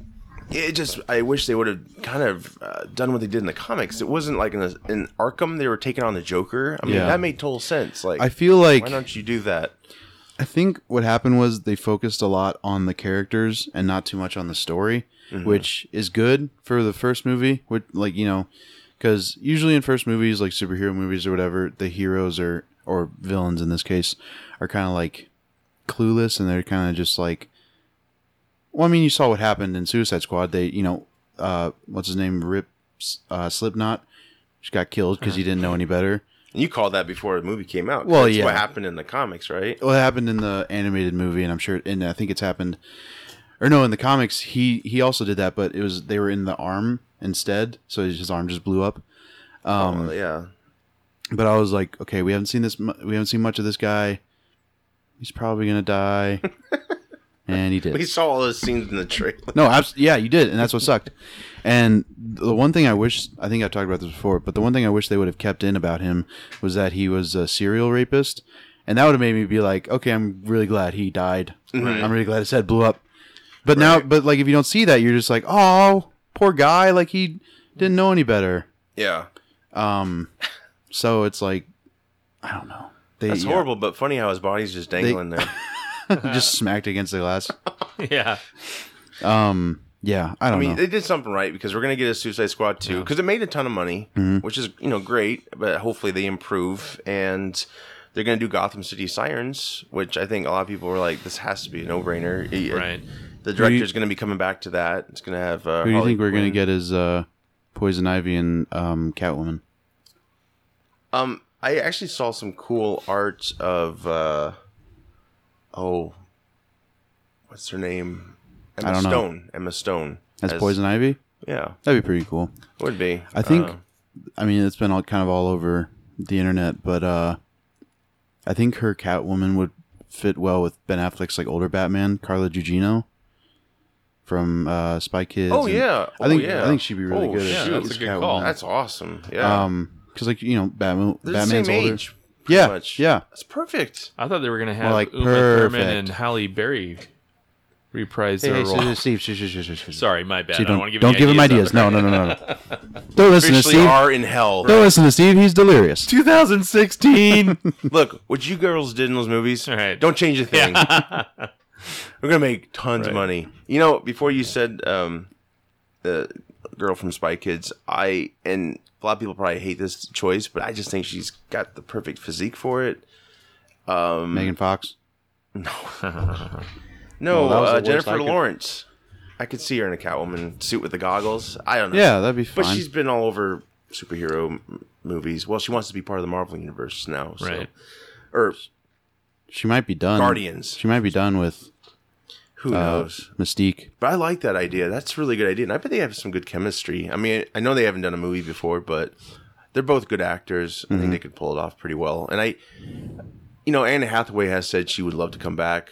it just I wish they would have kind of uh, done what they did in the comics. It wasn't like in, the, in Arkham they were taking on the Joker. I mean, Yeah. that made total sense. Like, I feel like why don't you do that? I think what happened was they focused a lot on the characters and not too much on the story, which is good for the first movie. Which, like you know, because usually in first movies like superhero movies or whatever the heroes are or villains in this case are kind of like clueless and they're kind of just like well i mean you saw what happened in suicide squad they you know uh what's his name rip uh slipknot just got killed because he didn't know any better And you called that before the movie came out. 'cause Well, that's yeah. what happened in the comics, right? well, it happened in the animated movie, and I'm sure, and I think it's happened, or no, in the comics, he he also did that, but it was they were in the arm instead, so his arm just blew up. Um, oh, yeah. But I was like, okay, we haven't seen this, mu- we haven't seen much of this guy. He's probably gonna die, and he did. We saw all those scenes in the trailer. No, abs- yeah, you did, and that's what sucked. And the one thing I wish I think I've talked about this before, but the one thing I wish they would have kept in about him was that he was a serial rapist, and that would have made me be like, okay, I'm really glad he died. Mm-hmm. I'm really glad his head blew up. But now, but like if you don't see that, you're just like, oh, poor guy, like he didn't know any better. Yeah. Um, so it's like, I don't know. They, That's horrible, but funny how his body's just dangling there. just smacked against the glass. yeah. Um, yeah, I don't I mean, know. they did something right because we're gonna get a Suicide Squad too because it made a ton of money, Mm-hmm. which is you know great, but hopefully they improve and they're gonna do Gotham City Sirens, which I think a lot of people were like, this has to be a no brainer. Right. The director's gonna be coming back to that. It's gonna have. Uh, Who do you Harley think we're gonna Quinn. get as uh, Poison Ivy and um, Catwoman? Um, I actually saw some cool art of. uh Oh, what's her name? Emma I don't know. Stone. Emma Stone As, Poison Ivy? Yeah, That'd be pretty cool. would be. I think. Uh, I mean, it's been all kind of all over the internet, but uh, I think her Catwoman would fit well with Ben Affleck's like older Batman, Carla Gugino from uh, Spy Kids. Oh and- yeah, I think oh, yeah. I think she'd be really Oh, good. yeah, as, that's a as good Catwoman. call. That's awesome. Yeah. Um, because like you know, Batman, They're Batman's the same older. age. pretty yeah, much. yeah. That's perfect. I thought they were gonna have like, Uma Thurman perfect. and Halle Berry reprise Hey, their hey, role. Steve, Steve, Steve, Steve, Steve, Steve. Sorry, my bad. So you I don't don't want to give don't any give him ideas ideas. out No, no, no, no, no. Don't listen to Officially Steve. are in hell. Don't listen to Steve. He's delirious. 2016. Look, what you girls did in those movies. All right. Don't change a thing. We're gonna make tons of Right. money. You know, before you said um, the girl from Spy Kids, I and a lot of people probably hate this choice, but I just think she's got the perfect physique for it. Megan Fox. No, Well, that was uh, the worst Jennifer I could- Lawrence. I could see her in a Catwoman suit with the goggles. I don't know. Yeah, that'd be fine. Um, But she's been all over superhero m- movies. Well, she wants to be part of the Marvel universe now, so. Right. Or she might be done. Guardians. She might be done with Who uh, knows? Mystique. But I like that idea. That's a really good idea, and I bet they have some good chemistry. I mean, I know they haven't done a movie before, but they're both good actors. I Mm-hmm. think they could pull it off pretty well. And I, you know, Anne Hathaway has said she would love to come back.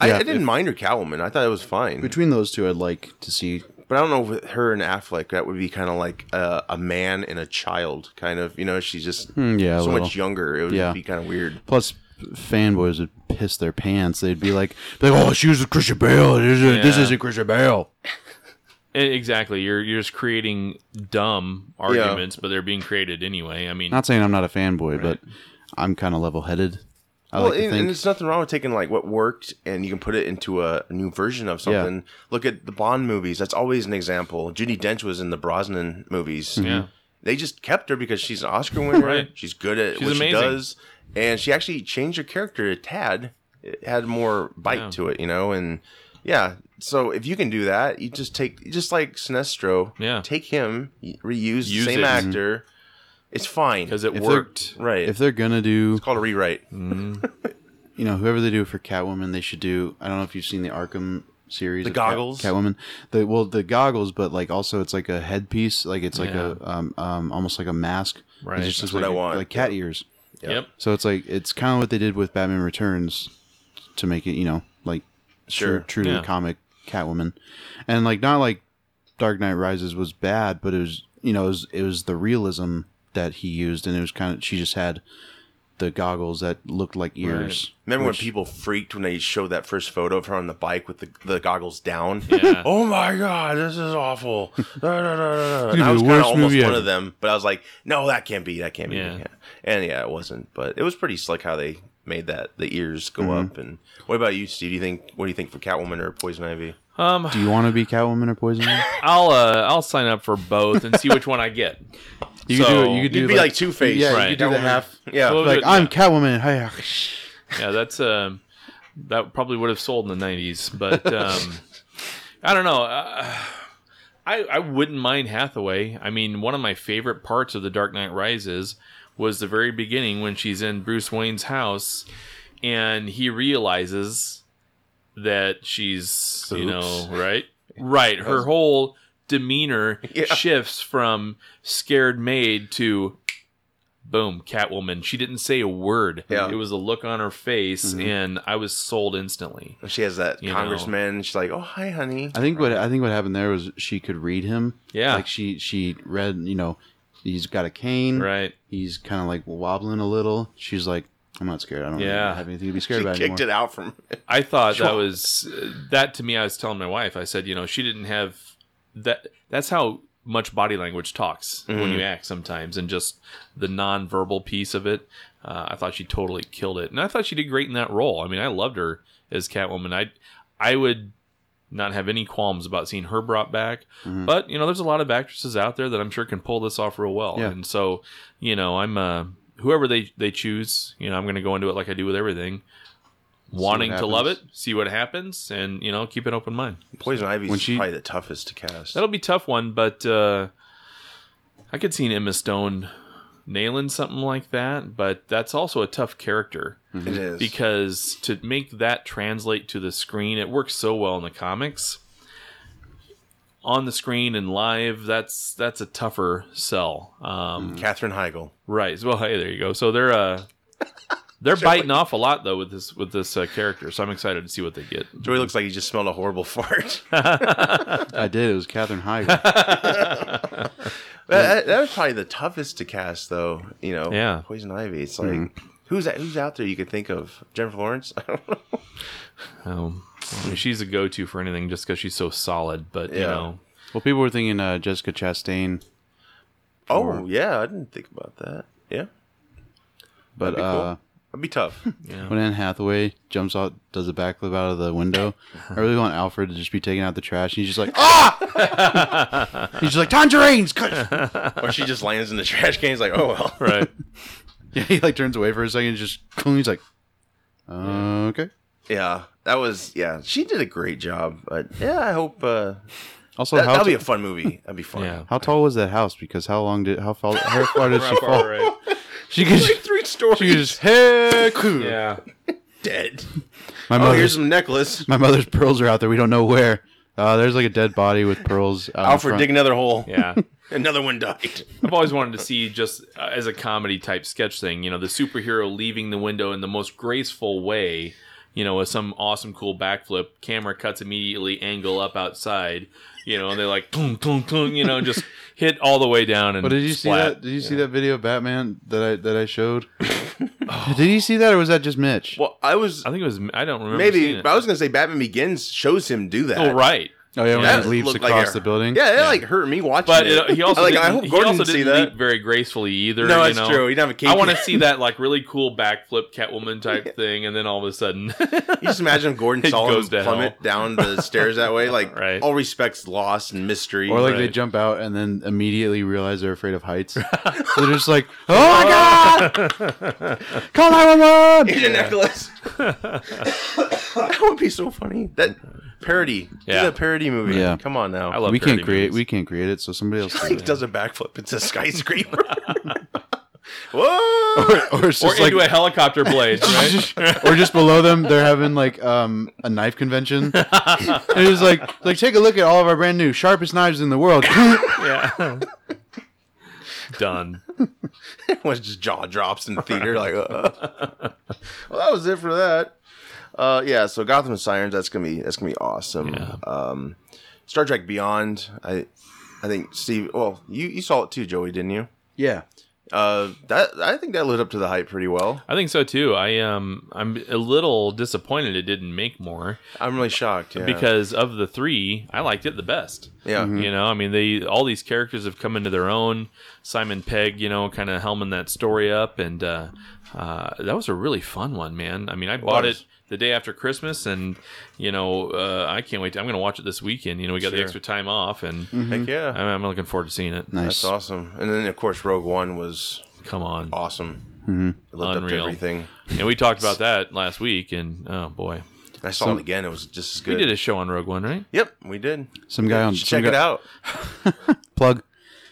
I, Yeah, I didn't if- mind her Catwoman. I thought it was fine. Between those two, I'd like to see. But I don't know with her and Affleck, that would be kind of like a, a man and a child, kind of. You know, she's just Hmm, yeah, a so little. much younger. It would Yeah. be kind of weird. Plus, fanboys would piss their pants. They'd be like, be like "Oh, she was with Christian Bale. This, is, this Yeah. isn't Christian Bale." E, exactly. You're you're just creating dumb arguments, but they're being created anyway. I mean, Not saying I'm not a fanboy, but I'm kind of level-headed. I well, like to and, and think. there's nothing wrong with taking like what worked and you can put it into a new version of something. Look at the Bond movies. That's always an example. Judy Dench was in the Brosnan movies. Mm-hmm. Yeah. They just kept her because she's an Oscar winner. Right. She's good at She's what she amazing. does. And she actually changed her character a tad. It had more bite Yeah. to it, you know? And yeah. So if you can do that, you just take, just like Sinestro, Yeah. take him, reuse the Use same it. Mhm. actor. It's fine. because it If they're- worked. right. If they're gonna do, it's called a rewrite. you know, whoever they do for Catwoman, they should do. I don't know if you've seen the Arkham series. The of Cat- goggles? Catwoman. The well, the goggles, but like also it's like a headpiece. Like it's like Yeah. a um, um almost like a mask. Right. It's just That's like, what I want. Like cat ears. Yep. So it's like it's kind of what they did with Batman Returns to make it, you know, like Sure. true, true to Yeah. the comic Catwoman, and like not like Dark Knight Rises was bad, but it was you know it was, it was the realism that he used, and it was kind of she just had the goggles that looked like ears. Remember which- when people freaked when they showed that first photo of her on the bike with the, the goggles down? Yeah. oh my god, this is awful. Da, da, da, da, da. be And I the was kind of worst almost movie one ever. of them, but I was like, no, that can't be. That can't be. Yeah. And yeah, it wasn't. But it was pretty slick how they made that the ears go Mhm. up. And what about you, Steve? Do you think what do you think for Catwoman or Poison Ivy? Um, Do you want to be Catwoman or Poison? Ivy? I'll uh, I'll sign up for both and see which one I get. You could So- do it. You could You'd do be like Two Face, Yeah, Right. you could do the Catwoman. half. Yeah, Well, Like Yeah. I'm Catwoman. Hi. yeah, that's um, that probably would have sold in the '90s, but um, I don't know. Uh, I I wouldn't mind Hathaway. I mean, one of my favorite parts of The Dark Knight Rises was the very beginning when she's in Bruce Wayne's house and he realizes that she's you know right right her whole demeanor Yeah. shifts from scared maid to boom catwoman she didn't say a word Yeah. it was a look on her face and i was sold instantly And she has that You know. congressman. She's like, "Oh, hi, honey." I think what I think what happened there was she could read him. Yeah. Like she she read. You know, he's got a cane. right He's kind of like wobbling a little. She's like, I'm not scared. I don't Yeah. have anything to be She scared about kicked anymore. it out from. i thought that was uh, that to me i was telling my wife i said you know she didn't have that that's how much body language talks when Mm-hmm. you act sometimes and just the nonverbal piece of it uh, i thought she totally killed it and i thought she did great in that role i mean i loved her as catwoman i i would not have any qualms about seeing her brought back. Mm-hmm. But you know, there's a lot of actresses out there that I'm sure can pull this off real well. Yeah. And so, you know, I'm uh, whoever they they choose. You know, I'm going to go into it like I do with everything, wanting to love it, happens. see what happens, and you know, keep an open mind. Poison Ivy When is she- probably the toughest to cast. That'll be a tough one, but uh, I could see Emma Stone nailing something like that. But that's also a tough character It is because to make that translate to the screen, it works so well in the comics. On the screen and live, that's that's a tougher sell. Um, Catherine Heigl. Right. Well, hey, there you go. So they're uh, they're biting off a lot though with this with this uh, character. So I'm excited to see what they get. Joey looks like he just smelled a horrible fart. that, I did. It was Catherine Heigl. that, that was probably the toughest to cast, though. You know, Yeah. Poison Ivy. It's Mm-hmm. like who's who's out there you could think of? Jennifer Lawrence. I don't know. Um, I mean, she's a go-to for anything just because she's so solid. But you Yeah. know, well, people were thinking uh, Jessica Chastain, Oh yeah, I didn't think about that. Yeah, That'd but be cool. uh, that'd be tough. when Anne Hathaway jumps out, does a backflip out of the window, I really want Alfred to just be taking out the trash. And he's just like, ah! he's just like tangerines. cut!" or she just lands in the trash can. He's like, oh well. right? yeah, he like turns away for a second. Just he's like, uh, okay. Yeah, that was yeah. She did a great job, but yeah, I hope uh, Also, that, how that'll t- be a fun movie. That'd be fun. Yeah. how tall was that house? Because how long did how far, how far did she fall? right. She could she Three stories. could just hey, cool. Yeah. dead. My Oh, mother's here's some necklace. my mother's pearls are out there. We don't know where. Uh, there's like a dead body with pearls. Out Alfred in front. dig another hole. Yeah. Another one died. I've always wanted to see just uh, as a comedy type sketch thing, you know, the superhero leaving the window in the most graceful way, you know, with some awesome cool backflip, camera cuts immediately, angle up outside, you know, and they like tung tung tung, you know, just hit all the way down and But did you see splat. that? Did you see that video of Batman that I that I showed? Did you see that, or was that just Mitch? Oh. Well, I was I think it was I don't remember seeing maybe, it. but I was gonna say Batman Begins shows him do that. oh right. oh yeah, when yeah, it leaps looked across like it- the building. Yeah, it like hurt me watching. But it. it, he also like didn't, I hope he Gordon also didn't see didn't that. leap very gracefully either. No, you that's know? true. He didn't have a cape. I want to see that like really cool backflip Catwoman type thing, and then all of a sudden, You just imagine if Gordon It saw him goes to hell. plummet down the stairs that way. Like Right. all respects lost and mystery. Or like they Right. jump out and then immediately realize they're afraid of heights. So they're just like, "Oh my god, call nine one one!" Here's a necklace. that would be so funny. That parody. Yeah. Yeah. a parody movie. Yeah. Come on now. I love. We can't parody create. movies. We can't create it. So somebody else. He Can. does a backflip. It's a skyscraper. Whoa! Or it's or just like, into a helicopter blade, right? or just below them, they're having like um, a knife convention. it was like, like take a look at all of our brand new sharpest knives in the world. Yeah. Done. Everyone's just jaw drops in the theater. Like, uh. well, that was it for that. Uh, yeah. So Gotham Sirens. That's gonna be that's gonna be awesome. Um, Star Trek Beyond. I I think Steve. Well, you you saw it too, Joey, didn't you? yeah, Uh, that I think that lived up to the hype pretty well. I think so too. I um I'm a little disappointed it didn't make more I'm really shocked yeah. because of the three, I liked it the best. yeah, You know, I mean, they all these characters have come into their own. Simon Pegg, you know, kind of helming that story up, and uh, uh, that was a really fun one, man. I mean, I bought was. it the day after Christmas, and you know, uh, I can't wait. To, I'm going to watch it this weekend. You know, we got the Sure. extra time off, and heck yeah, I'm, I'm looking forward to seeing it. Nice. that's awesome. And then of course Rogue One was Come on, awesome. Mm-hmm. It lived up to Unreal. everything. and we talked about that last week, and oh boy, I saw it again. It was just as we good. did a show on Rogue One, right? Yep, we did. Some guy on Should some check guy, it out. Plug.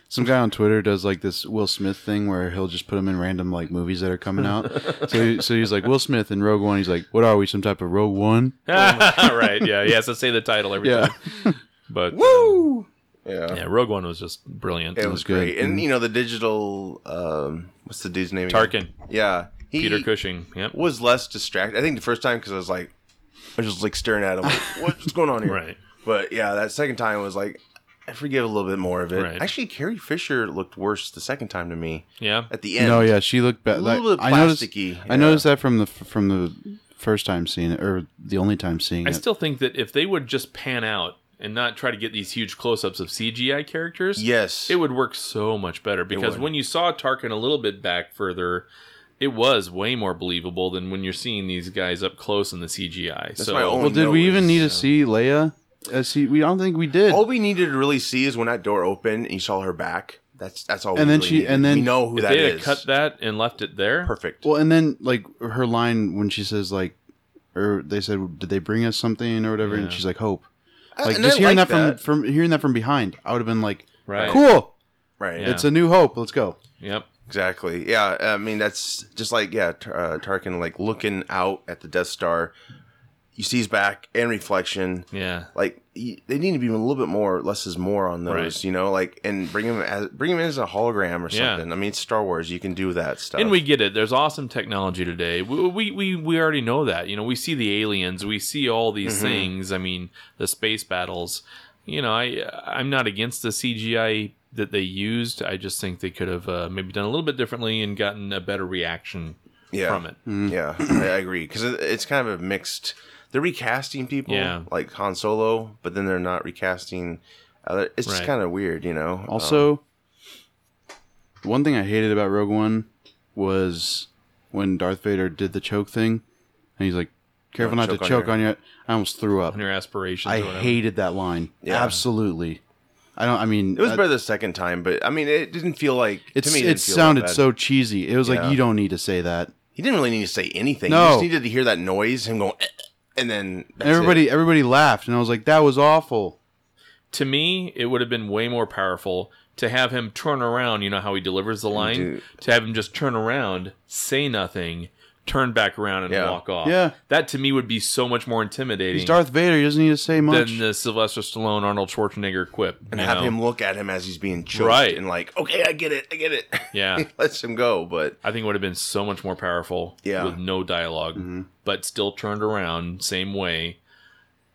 Some guy on Twitter does like this Will Smith thing where he'll just put him in random like movies that are coming out. so, he, so he's like Will Smith in Rogue One. He's like, what are we? Some type of Rogue One? right? Yeah, he has to say the title every Yeah. time. But uh, Woo! Yeah, yeah, Rogue One was just brilliant. it was, good. Mm-hmm. great. And you know the digital. Um, what's the dude's name? again? Tarkin, Yeah, he Peter Cushing, yep. was less distracted. I think the first time because I was like, I was just like staring at him. Like, what's going on here? Right. But yeah, that second time was like, I forgive a little bit more of it. Right. Actually, Carrie Fisher looked worse the second time to me Yeah. at the end. No, Oh, yeah, she looked bad. A little bit I noticed. plasticky, I yeah. noticed that from the from the first time seeing it, or the only time seeing I it. still think that if they would just pan out and not try to get these huge close ups of CGI characters, Yes. it would work so much better. Because would. when you saw Tarkin a little bit back further, it was way more believable than when you're seeing these guys up close in the CGI. so my only- well, did we noticed, even need to see Leia? Uh, see, we I don't think we did. all we needed to really see is when that door opened and you saw her back. That's that's all. we And then really she- needed. and then- we know who if that they had is. cut that and left it there, Perfect. Well, and then like her line when she says like, or they said, did they bring us something or whatever? And she's like, hope. Like and just I hearing Uh, like that, that. from from hearing that from behind, I would have been like, Right. cool. right. Yeah. It's a new hope. Let's go. yep. Exactly. Yeah. I mean, that's just like yeah, Tar- uh, Tarkin like looking out at the Death Star. You see his back and reflection. Yeah. like y- they need to be a little bit more less is more on those Right. you know like and bring him as bring him in as a hologram or Yeah. something i mean it's star wars you can do that stuff And we get it. There's awesome technology today. We, we we we already know that. You know, we see the aliens, we see all these Mm-hmm. things. I mean, the space battles. You know, I I'm not against the CGI that they used. I just think they could have uh, maybe done a little bit differently and gotten a better reaction yeah Mm. Mm-hmm. from it. yeah i I agree because it, it's kind of a mixed they're recasting people Yeah. like han solo but then they're not recasting other it's just Right. kind of weird you know Um, Also, one thing I hated about Rogue One was when Darth Vader did the choke thing, and he's like, "Careful Don't not to choke on choke your- on your." I almost threw up. On your aspirations. I or whatever. hated that line. Yeah. Absolutely. I don't. I mean, it was that- better the second time but i mean it didn't feel like uh, It's, to me it, it, didn't feel that sounded bad. so cheesy. It was Yeah. like you don't need to say that. he didn't really need to say anything No. you just needed to hear that noise him going "Eh, eh," and then that's it. everybody, everybody laughed, and I was like, "That was awful." to me, it would have been way more powerful to have him turn around. You know how he delivers the line? do- To have him just turn around, say nothing, turn back around, and Yeah. walk off. Yeah. That to me would be so much more intimidating He's Darth Vader. He doesn't need to say much. than the Sylvester Stallone, Arnold Schwarzenegger quip. and you have know? him look at him as he's being choked Right. and like, okay, I get it, I get it. Yeah. He lets him go, but I think it would have been so much more powerful Yeah. Mm-hmm. with no dialog but still turned around same way.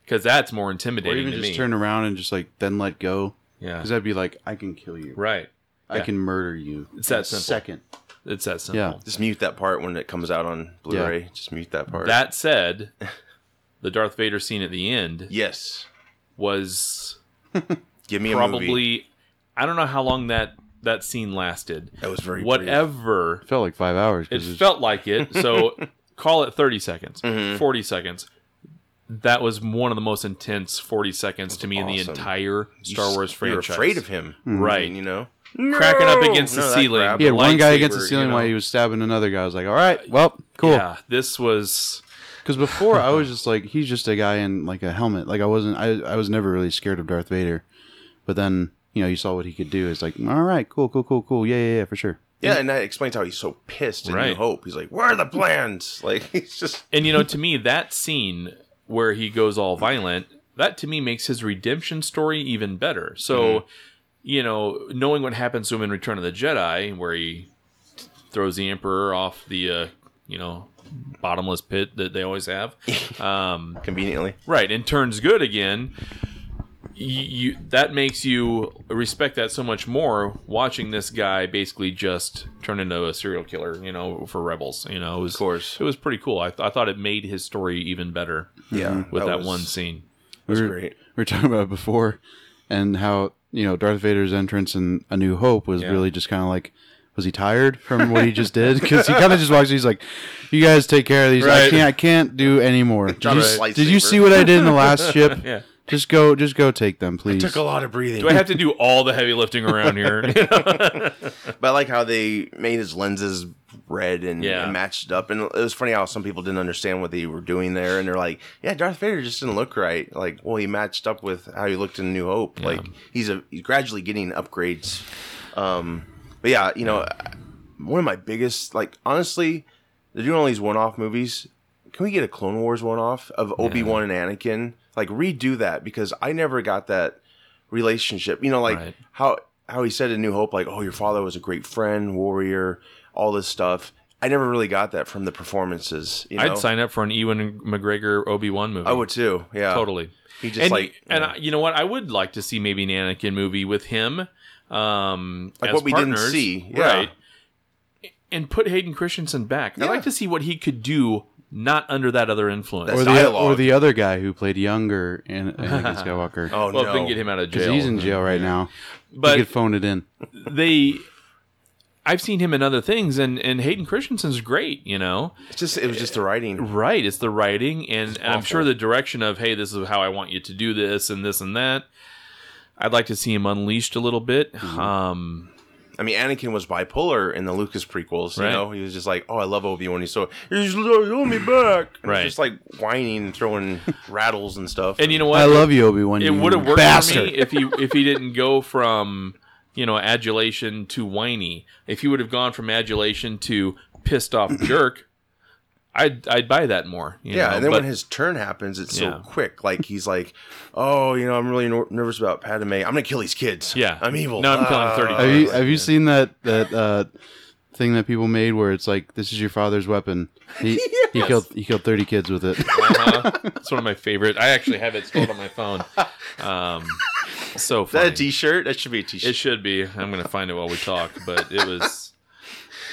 Because that's more or intimidating even to just me. turn around and just like then let go. yeah. Because that'd be like, I can kill you. right. I Yeah. can murder you. It's that in a simple. Second. It's that simple. Yeah. just mute that part when it comes out on Blu-ray. Just mute that part. That said, the Darth Vader scene at the end yes, was give me a movie. probably I don't know how long that that scene lasted. That was very whatever. It felt like five hours. It 'cause it's- felt like it. So call it 30 seconds, Mm-hmm. 40 seconds. That was one of the most intense 40 seconds to me in the awesome. entire You Star s- Wars You're franchise. afraid of him, Hmm. Right. You know, Cracking up against No, the that ceiling. grab- he had one guy against the lightsaber, ceiling you know? while he was stabbing another guy. I was like, "All right, well, cool." Yeah, this was. Because before I was just like, he's just a guy in like a helmet. Like I wasn't. I I was never really scared of Darth Vader. But then you know you saw what he could do. It's like, all right, cool, cool, cool, cool. Yeah, yeah, yeah, for sure. yeah, and that explains how he's so pissed. And Right. New Hope, he's like, "Where are the plans?" Like he's just And, you know, to me, that scene where he goes all violent, that to me makes his redemption story even better. So, you know, knowing what happens to him in Return of the Jedi, where he throws the Emperor off the, uh, you know, bottomless pit that they always have. Um, conveniently. Right, and turns good again. you that makes you respect that so much more watching this guy basically just turn into a serial killer you know for rebels you know it was, Of course. it was pretty cool I, th- I thought it made his story even better Yeah, with that, was- one scene we was were, great. We were talking about it before, and how you know Darth Vader's entrance in A New Hope was Yeah. really just kind of like, was he tired from what he just did? Because he kind of just walks. He's like, "You guys take care of these. I Right. can't. I can't do any more. Did, Drop you, a s- did you lightsaber. see what I did in the last ship? Yeah. Just go. Just go take them, please. Took a lot of breathing. do I have to do all the heavy lifting around here But I like how they made his lenses red and, Yeah. and matched up. And it was funny how some people didn't understand what they were doing there. And they're like, yeah, Darth Vader just didn't look right. Like, well, he matched up with how he looked in New Hope. Like, he's, a, he's gradually getting upgrades. Um, but yeah, you know, one of my biggest, like, honestly, they're doing all these one off movies. Can we get a Clone Wars one off of Obi Wan and Anakin? Like, redo that because I never got that relationship. You know, like Right. how how he said in New Hope, like, "Oh, your father was a great friend, warrior, all this stuff." I never really got that from the performances. You know, I'd sign up for an Ewan McGregor Obi Wan movie I would too. Yeah, totally He just and like you and know, I, you know what I would like to see maybe an Anakin movie with him um Like as what we didn't partners, see, yeah. right and put Hayden Christensen back I'd Yeah. like to see what he could do not under that other influence or That's- the dialogue. or the other guy who played younger and Anakin Skywalker. oh well no, then get him out of Because jail he's in jail right now. But he but could phone it in. they I've seen him in other things and and Hayden Christensen's great you know It's just it was just the writing. right it's the writing and, and I'm sure the direction of hey this is how I want you to do this and this and that I'd like to see him unleashed a little bit Mm-hmm. um I mean, Anakin was bipolar in the Lucas prequels. You Right. know, he was just like, "Oh, I love Obi Wan." He's so he's like, "Hold me back," And Right. Just like whining and throwing rattles and stuff. and you know what I love you, Obi Wan. it would have worked bastard. for me if he if he didn't go from you know adulation to whiny. If he would have gone from adulation to pissed off jerk, I'd I'd buy that more. you Yeah, know, and then but- when his turn happens, it's Yeah. so quick. Like he's like, "Oh, you know, I'm really nor- nervous about Padme. I'm gonna kill these kids. Yeah. I'm evil. No, I'm killing Ah." 30 Have Uh, you have you seen that that uh, thing that people made where it's like this is your father's weapon? He he killed he killed thirty kids with it. Uh-huh. it's one of my favorite. I actually have it stored on my phone. Um, so Is that funny. a T-shirt? That should be a it T-shirt. should be. I'm gonna find it while we talk, but it was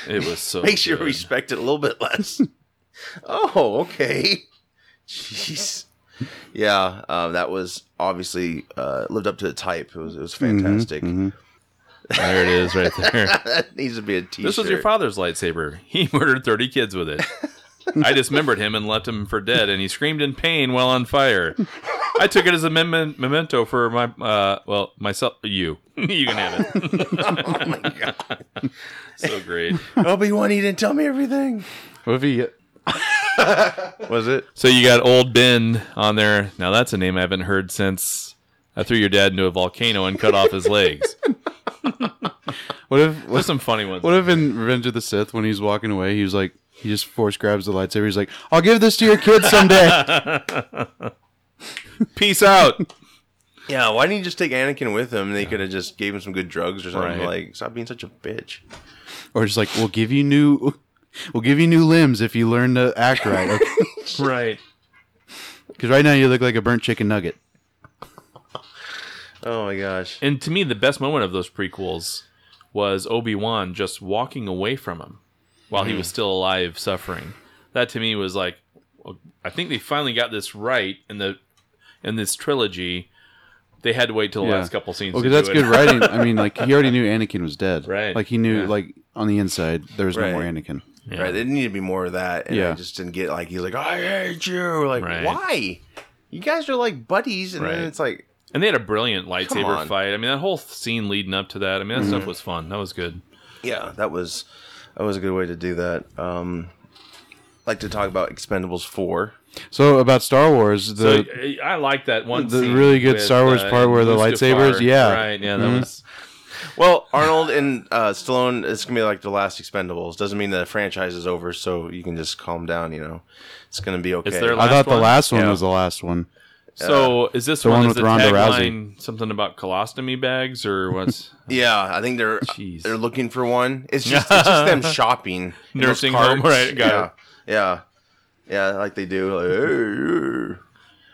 it was so. Make sure we good. respect it a little bit less. oh, okay. Jeez. Yeah, uh, that was obviously uh, lived up to the type. It was it was fantastic. there it is right there. that needs to be a T-shirt. This was your father's lightsaber. He murdered 30 kids with it. I dismembered him and left him for dead, and he screamed in pain while on fire. I took it as a mem- memento for my, uh, well, myself, you. you can have it. Oh my god, so great. Obi Wan, he didn't tell me everything. What if he? Was it? So you got old Ben on there. Now that's a name I haven't heard since I threw your dad into a volcano and cut off his legs. What if what, There's some funny ones. what if in Revenge of the Sith when he's walking away he was like he just force grabs the lightsaber he's like I'll give this to your kids someday. Peace out. Yeah, why didn't you just take Anakin with him? They could have just gave him some good drugs or something. Right. Like, stop being such a bitch. or just like we'll give you new we'll give you new limbs if you learn to act right. right. Because right now you look like a burnt chicken nugget. Oh my gosh. And to me, the best moment of those prequels was Obi Wan just walking away from him while he was Mm. still alive, suffering. That to me was like, well, I think they finally got this right in the in this trilogy. They had to wait till the Yeah. last couple scenes. Well, to 'cause that's do good it. writing. I mean, like he already knew Anakin was dead. Right. Like he knew, Yeah. like on the inside, there was Right. no more Anakin. Yeah. Right, there needed to be more of that. And Yeah. I just didn't get like he's like, I hate you. Like, Right. why? You guys are like buddies, and Right. then it's like And they had a brilliant lightsaber on. fight. I mean, that whole scene leading up to that. I mean, that Mm. stuff was fun. That was good. yeah, that was that was a good way to do that. Um like to talk about Expendables four. So about Star Wars, so the I- I like that one. the scene really good with, Star Wars uh, part where the Mustafar. lightsabers- yeah. Mm-hmm. Right. Yeah. That was. Well, Arnold and uh Stallone it's gonna be like the last Expendables. Doesn't mean the franchise is over, so you can just calm down, you know. It's gonna be okay. their I last thought the one? last one Yeah. was the last one. So is this Uh, the one, one is with the Ronda tagline something about colostomy bags or what's Yeah, I think they're Jeez. they're looking for one. It's just it's just them shopping, in those Nursing home, carts. right, got yeah, yeah, yeah, like they do. Like,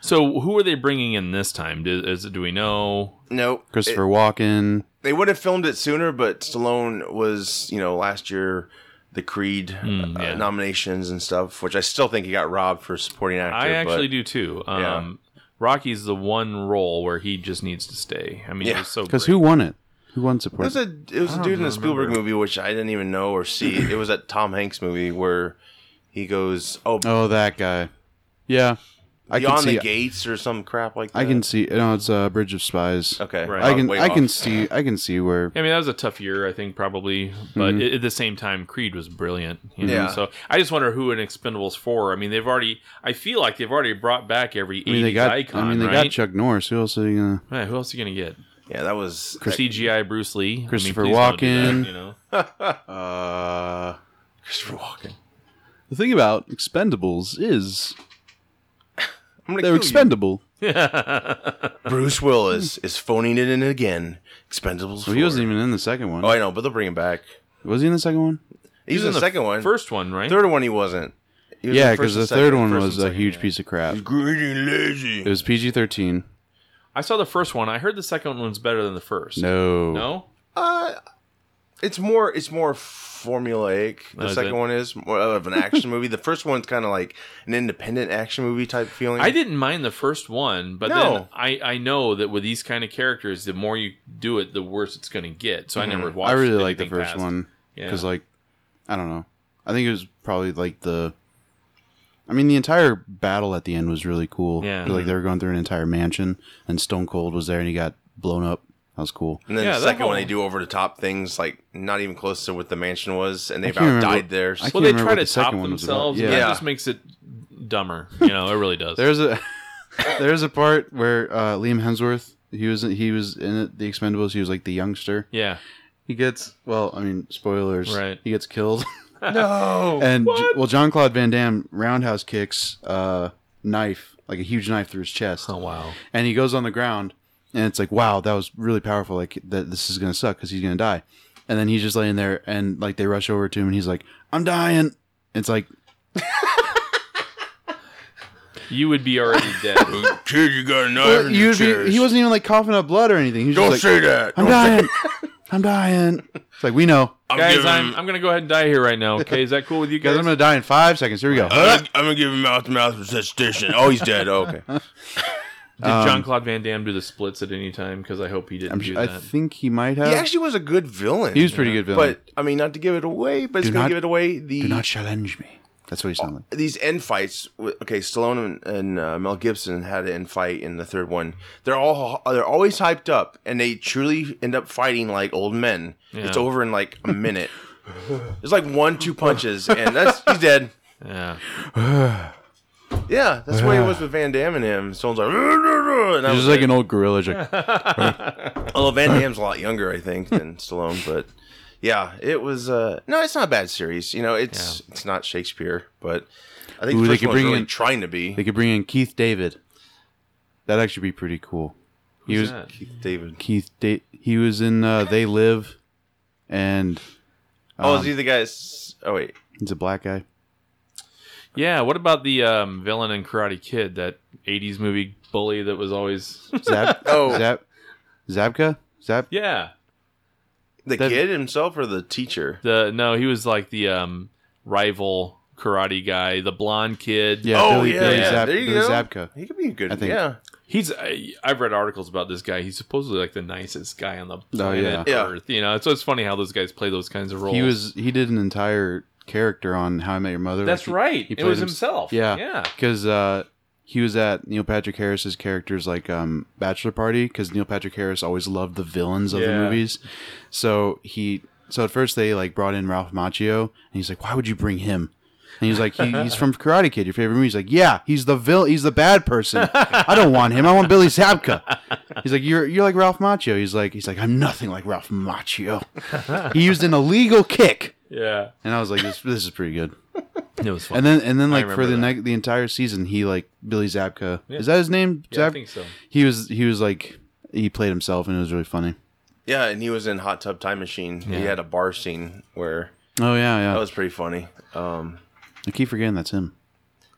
So who are they bringing in this time? Do, is, do we know? No, Christopher Walken. they would have filmed it sooner, but Stallone was, you know, last year the Creed uh, Hmm, yeah. nominations and stuff, which I still think he got robbed for supporting actor. I actually but do too. Yeah. Um, Rocky's the one role where he just needs to stay. I mean, Yeah. he's so Because great. who won it? Who won it support? was a it was a dude in a Spielberg remember. movie which I didn't even know or see. it was that Tom Hanks movie where he goes, "Oh, oh, that guy. Yeah, I can beyond see. the gates or some crap like that." I can see. No, it's uh, Bridge of Spies. Okay, Right. I can. Uh, way I can off. see. I can see where. I mean, that was a tough year, I think, probably. But Mm-hmm. i- at the same time, Creed was brilliant. You know? Yeah. So I just wonder who in Expendables 4. I mean, they've already, I feel like they've already brought back every 80s I mean, they got. icon. I mean, they right? got Chuck Norris. Who else are you gonna? Yeah, who else are you going to get? Yeah, that was CGI Bruce Lee. I mean, Christopher please don't do that, Walken. you know? Uh, Christopher Walken. the thing about Expendables is I'm gonna they're kill you. expendable. Bruce Willis is phoning it in again. Expendables. Well, he wasn't four. even in the second one. Oh, I know, but they'll bring him back. Was he in the second one? He's, in the, second one. First one, right? Third one he wasn't. He was yeah, in first because and the second, third one first was and a second, huge yeah. piece of crap. Greedy and lazy. It was PG thirteen. I saw the first one. I heard the second one's better than the first. No. No? Uh, it's more it's more formulaic. The Is it? second one is more of an action movie. The first one's kind of like an independent action movie type feeling. I didn't mind the first one, but then No. I, I know that with these kind of characters, the more you do it, the worse it's going to get. So I never watched Mm-hmm. I really like the anything first past. one Yeah. because, like, I don't know. I think it was probably like the. I mean, the entire battle at the end was really cool. Yeah. like they were going through an entire mansion, and Stone Cold was there, and he got blown up. That was cool. And then Yeah, the that second one whole- they do over the top things like not even close to what the mansion was, and they've can't remember outdied what- theirs. I Well, can't they remember try what to the second top one was about. themselves, and Yeah. that just makes it dumber. You know, it really does. There's a there's a part where uh, Liam Hemsworth he was he was in it, the Expendables. He was like the youngster. yeah, He gets well. I mean, spoilers. Right. He gets killed. no, And J- well, John Claude Van Damme roundhouse kicks uh, knife like a huge knife through his chest, Oh wow. and he goes on the ground, and it's like, wow, that was really powerful. Like that, this is gonna suck because he's gonna die. And then he's just laying there, and like they rush over to him, and he's like, I'm dying. It's like, You would be already dead. kid, you got a knife. well, in your you'd be- chest. he wasn't even like coughing up blood or anything. He was Don't just like, say that. I'm Don't say- dying. I'm dying. It's like we know, I'm guys, giving- I'm, I'm gonna go ahead and die here right now. Okay, is that cool with you guys. guys? I'm gonna die in five seconds. Here we go. I'm gonna- I'm gonna give him mouth to mouth resuscitation. Oh, he's dead. Oh, okay. Did John Claude Van Damme do the splits at any time? Because I hope he didn't um, I'm do sh- I that. think he might have. He actually was a good villain. He was pretty good villain. But I mean, not to give it away, but it's Do gonna not- give it away. The Do not challenge me. That's what he sounded like. these end fights. w- Okay, Stallone and, and uh, Mel Gibson had an end fight in the third one. They're all they're always hyped up, and they truly end up fighting like old men. It's Yeah. over in like a minute. it's like one two punches, and that's he's dead. yeah. Yeah, that's why it was with Van Damme and him. Stone's like, and I He's was just like an old gorilla. He's like, Although Van Damme's a lot younger, I think, than Stallone, but yeah, it was. Uh, no, it's not a bad series. You know, it's it's not Shakespeare, but I think Ooh, the they first could one's bring really in- trying to be They could bring in Keith David. That'd actually be pretty cool. he was that? David. Keith. Da- he was in uh, They Live, and oh, Um, is he the guy? that's- Oh wait, he's a black guy. Yeah. What about the um, villain in Karate Kid? That '80s movie bully that was always. Zab. Oh. Zab. Zabka. Zab. yeah. the That- kid himself or the teacher? The no, he was like the um, rival karate guy, the blonde kid. Yeah. oh Billy, yeah, Billy yeah. Zab- there you Billy go. Zabka. He could be a good. I think. Yeah, He's I, I've read articles about this guy. He's supposedly like the nicest guy on the planet yeah. Yeah. Earth. You know, so it's funny how those guys play those kinds of roles. Oh, He was. He did an entire character on How I Met Your Mother. That's Like, he- right. it played was him- himself. Yeah. Yeah. Because uh, he was at Neil Patrick Harris's character's like um, bachelor party because Neil Patrick Harris always loved the villains of the Yeah. movies. So he so at first they like brought in Ralph Macchio and he's like, why would you bring him? And he's like, he, he's from Karate Kid, your favorite movie. He's like, yeah, he's the villain, he's the bad person. I don't want him. I want Billy Zabka. He's like, you're you're like Ralph Macchio. He's like, he's like, I'm nothing like Ralph Macchio. He used an illegal kick, Yeah. and I was like, this, this is pretty good. It was fun. And then and then like for remember the that. next the entire season he like Billy Zabka is that his name? Yeah, I Zab- think so. He was he was like he played himself and it was really funny. yeah, and he was in Hot Tub Time Machine. He had a bar scene where Oh yeah yeah. that was pretty funny. Um, I keep forgetting that's him.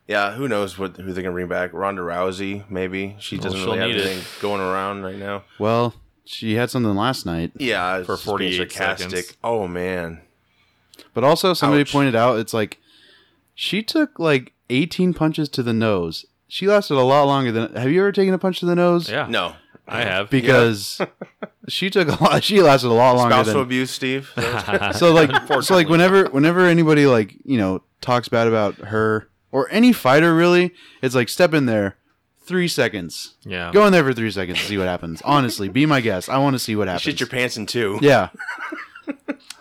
Yeah, who knows what who they're gonna bring back? Ronda Rousey, maybe she doesn't she'll really have need it. anything going around right now. Well, she had something last night, Yeah, it's For just being 48 seconds. sarcastic. Oh man, but also somebody Ouch. pointed out it's like she took like 18 punches to the nose. She lasted a lot longer than. Have you ever taken a punch to the nose? Yeah. no I have. Because she took a lot. She lasted a lot longer spousal than. abuse, Steve. so like so like whenever whenever anybody like you know talks bad about her or any fighter really it's like step in there three seconds Yeah. go in there for three seconds and see what happens honestly be my guest i want to see what happens Shit your pants in two. yeah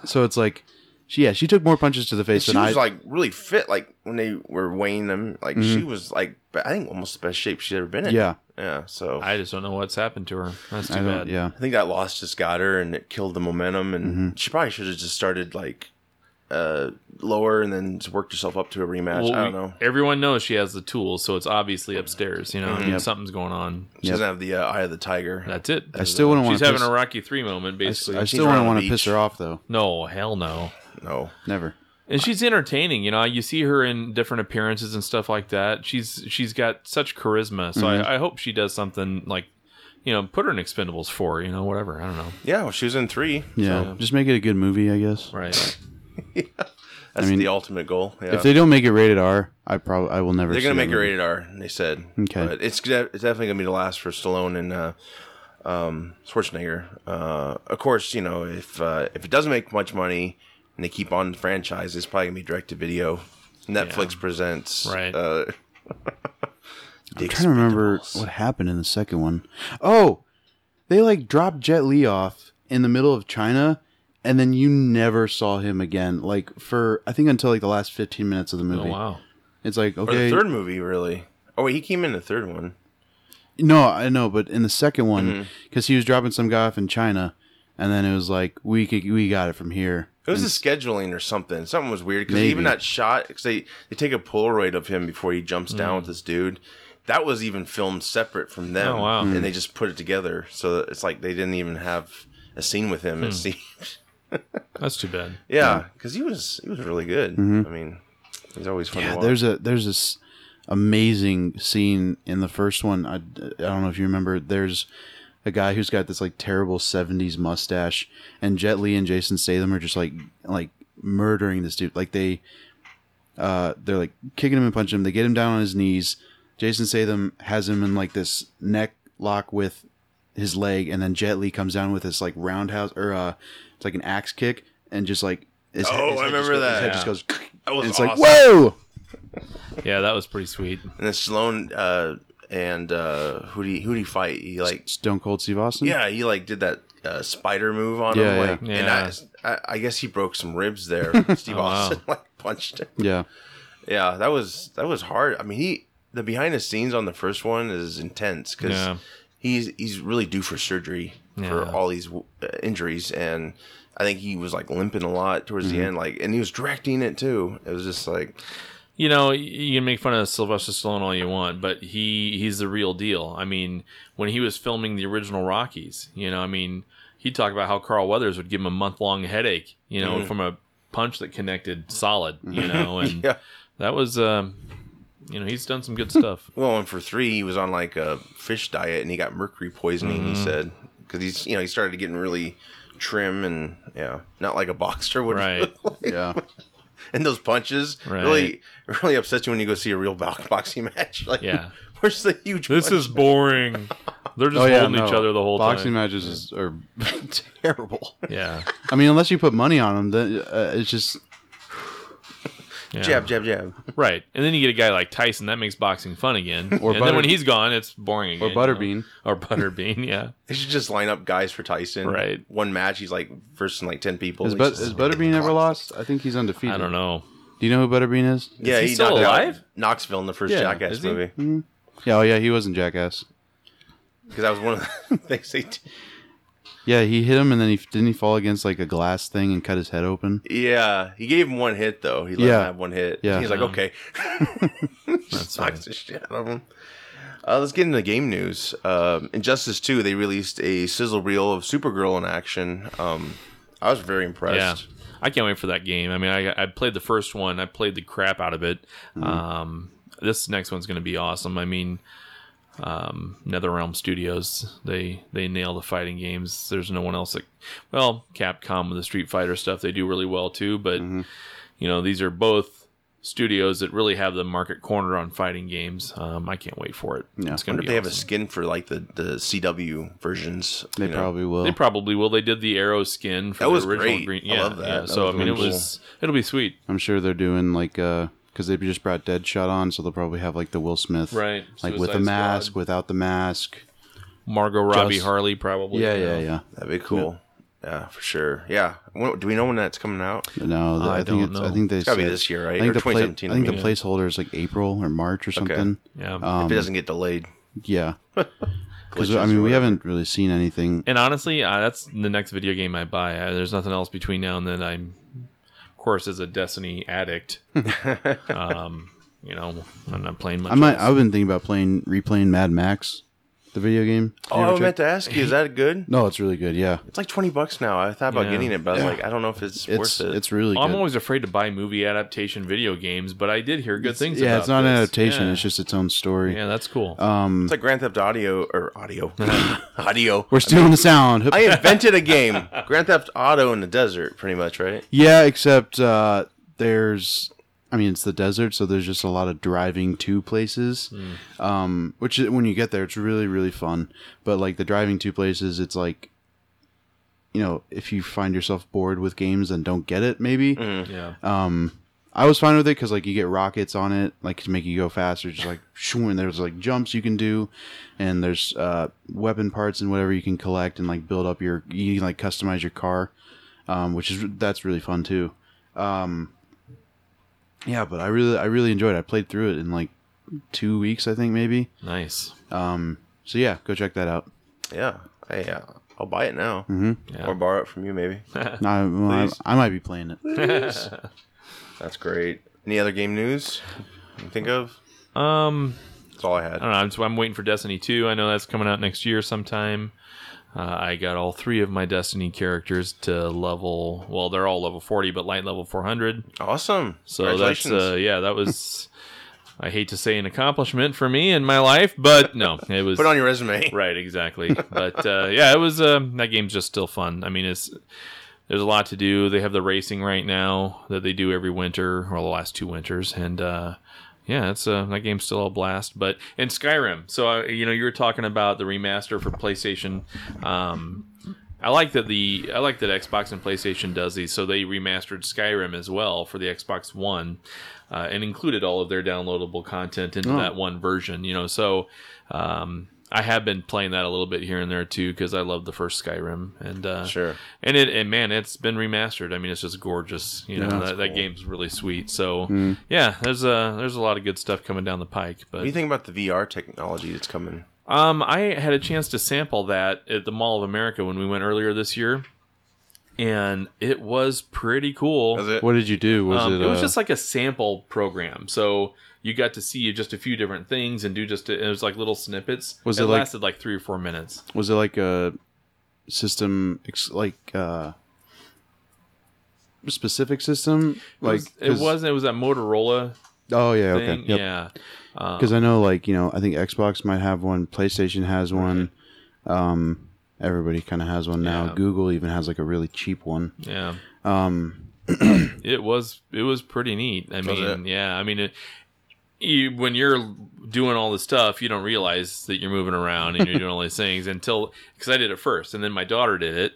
so it's like she yeah she took more punches to the face She than i was like really fit. Like when they were weighing them, like she was like be- I think almost the best shape she's ever been in. Mm-hmm. yeah yeah. So I, I just don't know what's happened to her. That's I too don't, bad. yeah think that loss just got her, and it killed the momentum. And Mm-hmm. she probably should have just started like uh lower, and then just worked herself up to a rematch. Well, I don't we- know. Everyone knows she has the tools, so it's obviously upstairs. You know, something's going on. She doesn't have the uh, eye of the tiger. That's it. i still wouldn't want She's to having piss, a Rocky Three moment, I, basically. I She's still wouldn't around the want to beach. piss her off though no, hell no. no. never And she's entertaining, you know. You see her in different appearances and stuff like that. She's she's got such charisma. So Mm-hmm. I, I hope she does something like, you know, put her in Expendables Four, you know, whatever. I don't know. Yeah, well, she was in three. yeah just make it a good movie i guess Right. That's mean, the ultimate goal. Yeah. if they don't make it rated r i probably i will never They're gonna make it see that movie. rated R. They said. Okay. But it's de- it's definitely gonna be the last for Stallone and uh, um, Schwarzenegger. Uh, of course, you know if uh, if it doesn't make much money and they keep on the franchise, it's probably gonna be direct to video. Netflix presents. Right. Uh, I'm trying to remember what happened in the second one. Oh, they like dropped Jet Li off in the middle of China, and then you never saw him again. Like for I think until like the last 15 minutes of the oh movie. wow. It's like or the okay, third movie, really. Oh wait, he came in the third one. no, I know, but in the second Mm-hmm. one, because he was dropping some guy off in China, and then it was like we could, we got it from here. It was the scheduling or something. Something was weird because Maybe. even that shot, because they, they take a Polaroid of him before he jumps Mm. down with this dude. That was even filmed separate from them. Oh, wow. And Mm. they just put it together. So it's like they didn't even have a scene with Hmm. him. It seems. That's too bad. Yeah, because he was he was really good. I mean, he's always fun to Mm-hmm. Yeah, watch. there's a there's this amazing scene in the first one. I, I don't know if you remember. There's a guy who's got this like terrible '70s mustache, and Jet Li and Jason Statham are just like like murdering this dude. Like they, uh, they're like kicking him and punching him. They get him down on his knees. Jason Statham has him in like this neck lock with his leg, and then Jet Li comes down with this like roundhouse or uh, it's like an axe kick, and just like his Oh, his I head just remember goes- that. His head just goes. That was And it's like awesome. whoa. Yeah, that was pretty sweet. And then Stallone uh, and uh, who do he, who do he fight? He like Stone Cold Steve Austin. yeah he like did that uh, spider move on Yeah, him. yeah. Like, Mm-hmm. Yeah. Oh, And I, I I guess he broke some ribs there. Steve Austin like punched him. yeah. Yeah, that was that was hard. I mean, he the behind the scenes on the first one is intense because Yeah. he's he's really due for surgery for Yeah. all these uh, injuries, and I think he was like limping a lot towards Mm-hmm. the end, like, and he was directing it too. It was just like, you know, you can make fun of Sylvester Stallone all you want, but he he's the real deal. I mean, when he was filming the original Rockies, you know, I mean, he talked about how Carl Weathers would give him a month long headache, you know, Mm-hmm. from a punch that connected solid, you know, and Yeah. that was, um, you know, he's done some good stuff. well, and for three, he was on like a fish diet, and he got mercury poisoning. He Mm-hmm. said because he's you know he started getting really trim and yeah, not like a boxer would Right. Yeah. and those punches Right. really really upset you when you go see a real box- boxing match. Like, Yeah. where's the huge? This punch? is boring. They're just holding each other the whole Oh, Boxing time. matches is, are terrible. Yeah. I mean, unless you put money on them, then uh, it's just yeah. jab jab jab. Right. And then you get a guy like Tyson, that makes boxing fun again. Or and Butter- then when he's gone, it's boring or again. you know? Butterbean. Or Butterbean, yeah. They should just line up guys for Tyson. Right. One match, he's like versus like ten people. Has, He's but- just- has Butterbean ever lost? I think he's undefeated. I don't know. Do you know who Butterbean is? yeah, he still knocked out alive? Knoxville in the first Yeah, Jackass is he? movie Yeah. Oh yeah, he wasn't Jackass. because that was one of the things they. did. Yeah, he hit him and then he didn't he fall against like a glass thing and cut his head open. Yeah, he gave him one hit though. He let Yeah. him have one hit. Yeah. he's like, Yeah. okay, just funny. knocks the shit out of him. Uh, let's get into game news. Um, Injustice Two, they released a sizzle reel of Supergirl in action. Um, I was very Yeah, impressed. Mm-hmm. I can't wait for that game. I mean, I, I played the first one. I played the crap out of it. Um, this next one's going to be awesome. I mean, um, NetherRealm Studios they they nail the fighting games. There's no one else that well, Capcom with the Street Fighter stuff they do really well too. But Mm-hmm. you know these are both studios that really have the market cornered on fighting games. Um, I can't wait for it. Yeah. It's I going wonder if to be. they have a awesome. skin for like the, the CW versions. They you know? probably will. They probably will. They did the arrow skin for That was the original great. green. I Yeah, love that. yeah. That so was I mean, it really was it'll be sweet, I'm sure they're doing like uh because they just brought Deadshot on, so they'll probably have like the Will Smith, Right, Like with a Suicide mask, Squad. without the mask. Margot Robbie, Just- Harley, probably. Yeah, you know. yeah, yeah. That'd be cool. Yeah, for sure. Yeah. When, do we know when that's coming out? No, Oh, th- I I, don't think it's, know. I think they It's gotta be said- this year, right? I think Or the pla- 2017, I think I the mean. placeholder is like April or March or something. Yeah. Um, if it doesn't get delayed. Yeah, because glitches I or mean we whatever. haven't really seen anything. and honestly, uh, that's the next video game I buy. Uh, there's nothing else between now and then. I'm, of course, as a Destiny addict, um, you know, I'm not playing much. I might. else. I've been thinking about playing replaying Mad Max, the video game. Oh, I meant to ask you, is that good? No, it's really good. Yeah, It's like 20 bucks now. I thought about Yeah. getting it, but I was like, I don't know if it's, it's worth it. it's really. I'm good. always afraid to buy movie adaptation video games, but I did hear good things. yeah, about it's not an this. adaptation. Yeah. It's just its own story. yeah, that's cool. Um, It's like Grand Theft Audio or audio. audio. We're stealing the sound. Hup- I invented a game. Grand Theft Auto in the desert, pretty much, right? Yeah, except uh, there's, I mean, it's the desert, so there's just a lot of driving to places. Um, which is, when you get there, it's really really fun. But like the driving to places, it's like, you know, if you find yourself bored with games and don't get it, maybe. Um, yeah, I was fine with it because like you get rockets on it, like to make you go faster, just like shoo, and there's like jumps you can do, and there's uh, weapon parts and whatever you can collect and like build up your you can like customize your car, um, which is that's really fun too. Um, yeah, but I really I really enjoyed. it. I played through it in like two weeks, I think maybe. nice. So yeah, go check that out. Yeah. Hey, uh, I'll buy it now. Mm-hmm. Yeah. Or borrow it from you, maybe. I, well, I, I might be playing it. That's great. Any other game news you think of? Um, That's all I had. I don't know. I'm, just, I'm waiting for Destiny 2. I know that's coming out next year sometime. Uh, I got all three of my Destiny characters to level. Well, they're all level 40, but light level 400. Awesome. So that's Congratulations. uh, yeah, that was. I hate to say an accomplishment for me in my life, but no, it was Put it on your resume. right exactly. But uh, yeah, it was. Uh, that game's just still fun. I mean, it's there's a lot to do. They have the racing right now that they do every winter or the last two winters, and uh, yeah, it's uh, that game's still a blast. But and Skyrim, so uh, you know you were talking about the remaster for PlayStation. Um, I like that the I like that Xbox and PlayStation does these. So they remastered Skyrim as well for the Xbox One, uh, and included all of their downloadable content into that one version. You know, so um, I have been playing that a little bit here and there too because I love the first Skyrim and uh, Sure. and it and man, it's been remastered. I mean, it's just gorgeous. You know, that, that game's really sweet. So yeah, there's a there's a lot of good stuff coming down the pike. But What do you think about the VR technology that's coming? um, I had a chance to sample that at the Mall of America when we went earlier this year, and it was pretty cool. Is it? What did you do? Was Um, it? it, was uh, just like a sample program, so you got to see just a few different things and do just a, it was like little snippets. Was it, it like- lasted like three or four minutes? was it like a system ex- like uh specific system it like was, it 'cause- wasn't. It was that Motorola oh yeah thing. okay yep Yeah, because i know like you know i think xbox might have one playstation has one um everybody kind of has one now Yeah. google even has like a really cheap one Yeah. Um, it was it was pretty neat. I mean, yeah. I mean, it, you, when you're doing all this stuff, you don't realize that you're moving around and you're doing all these things until because I did it first, and then my daughter did it.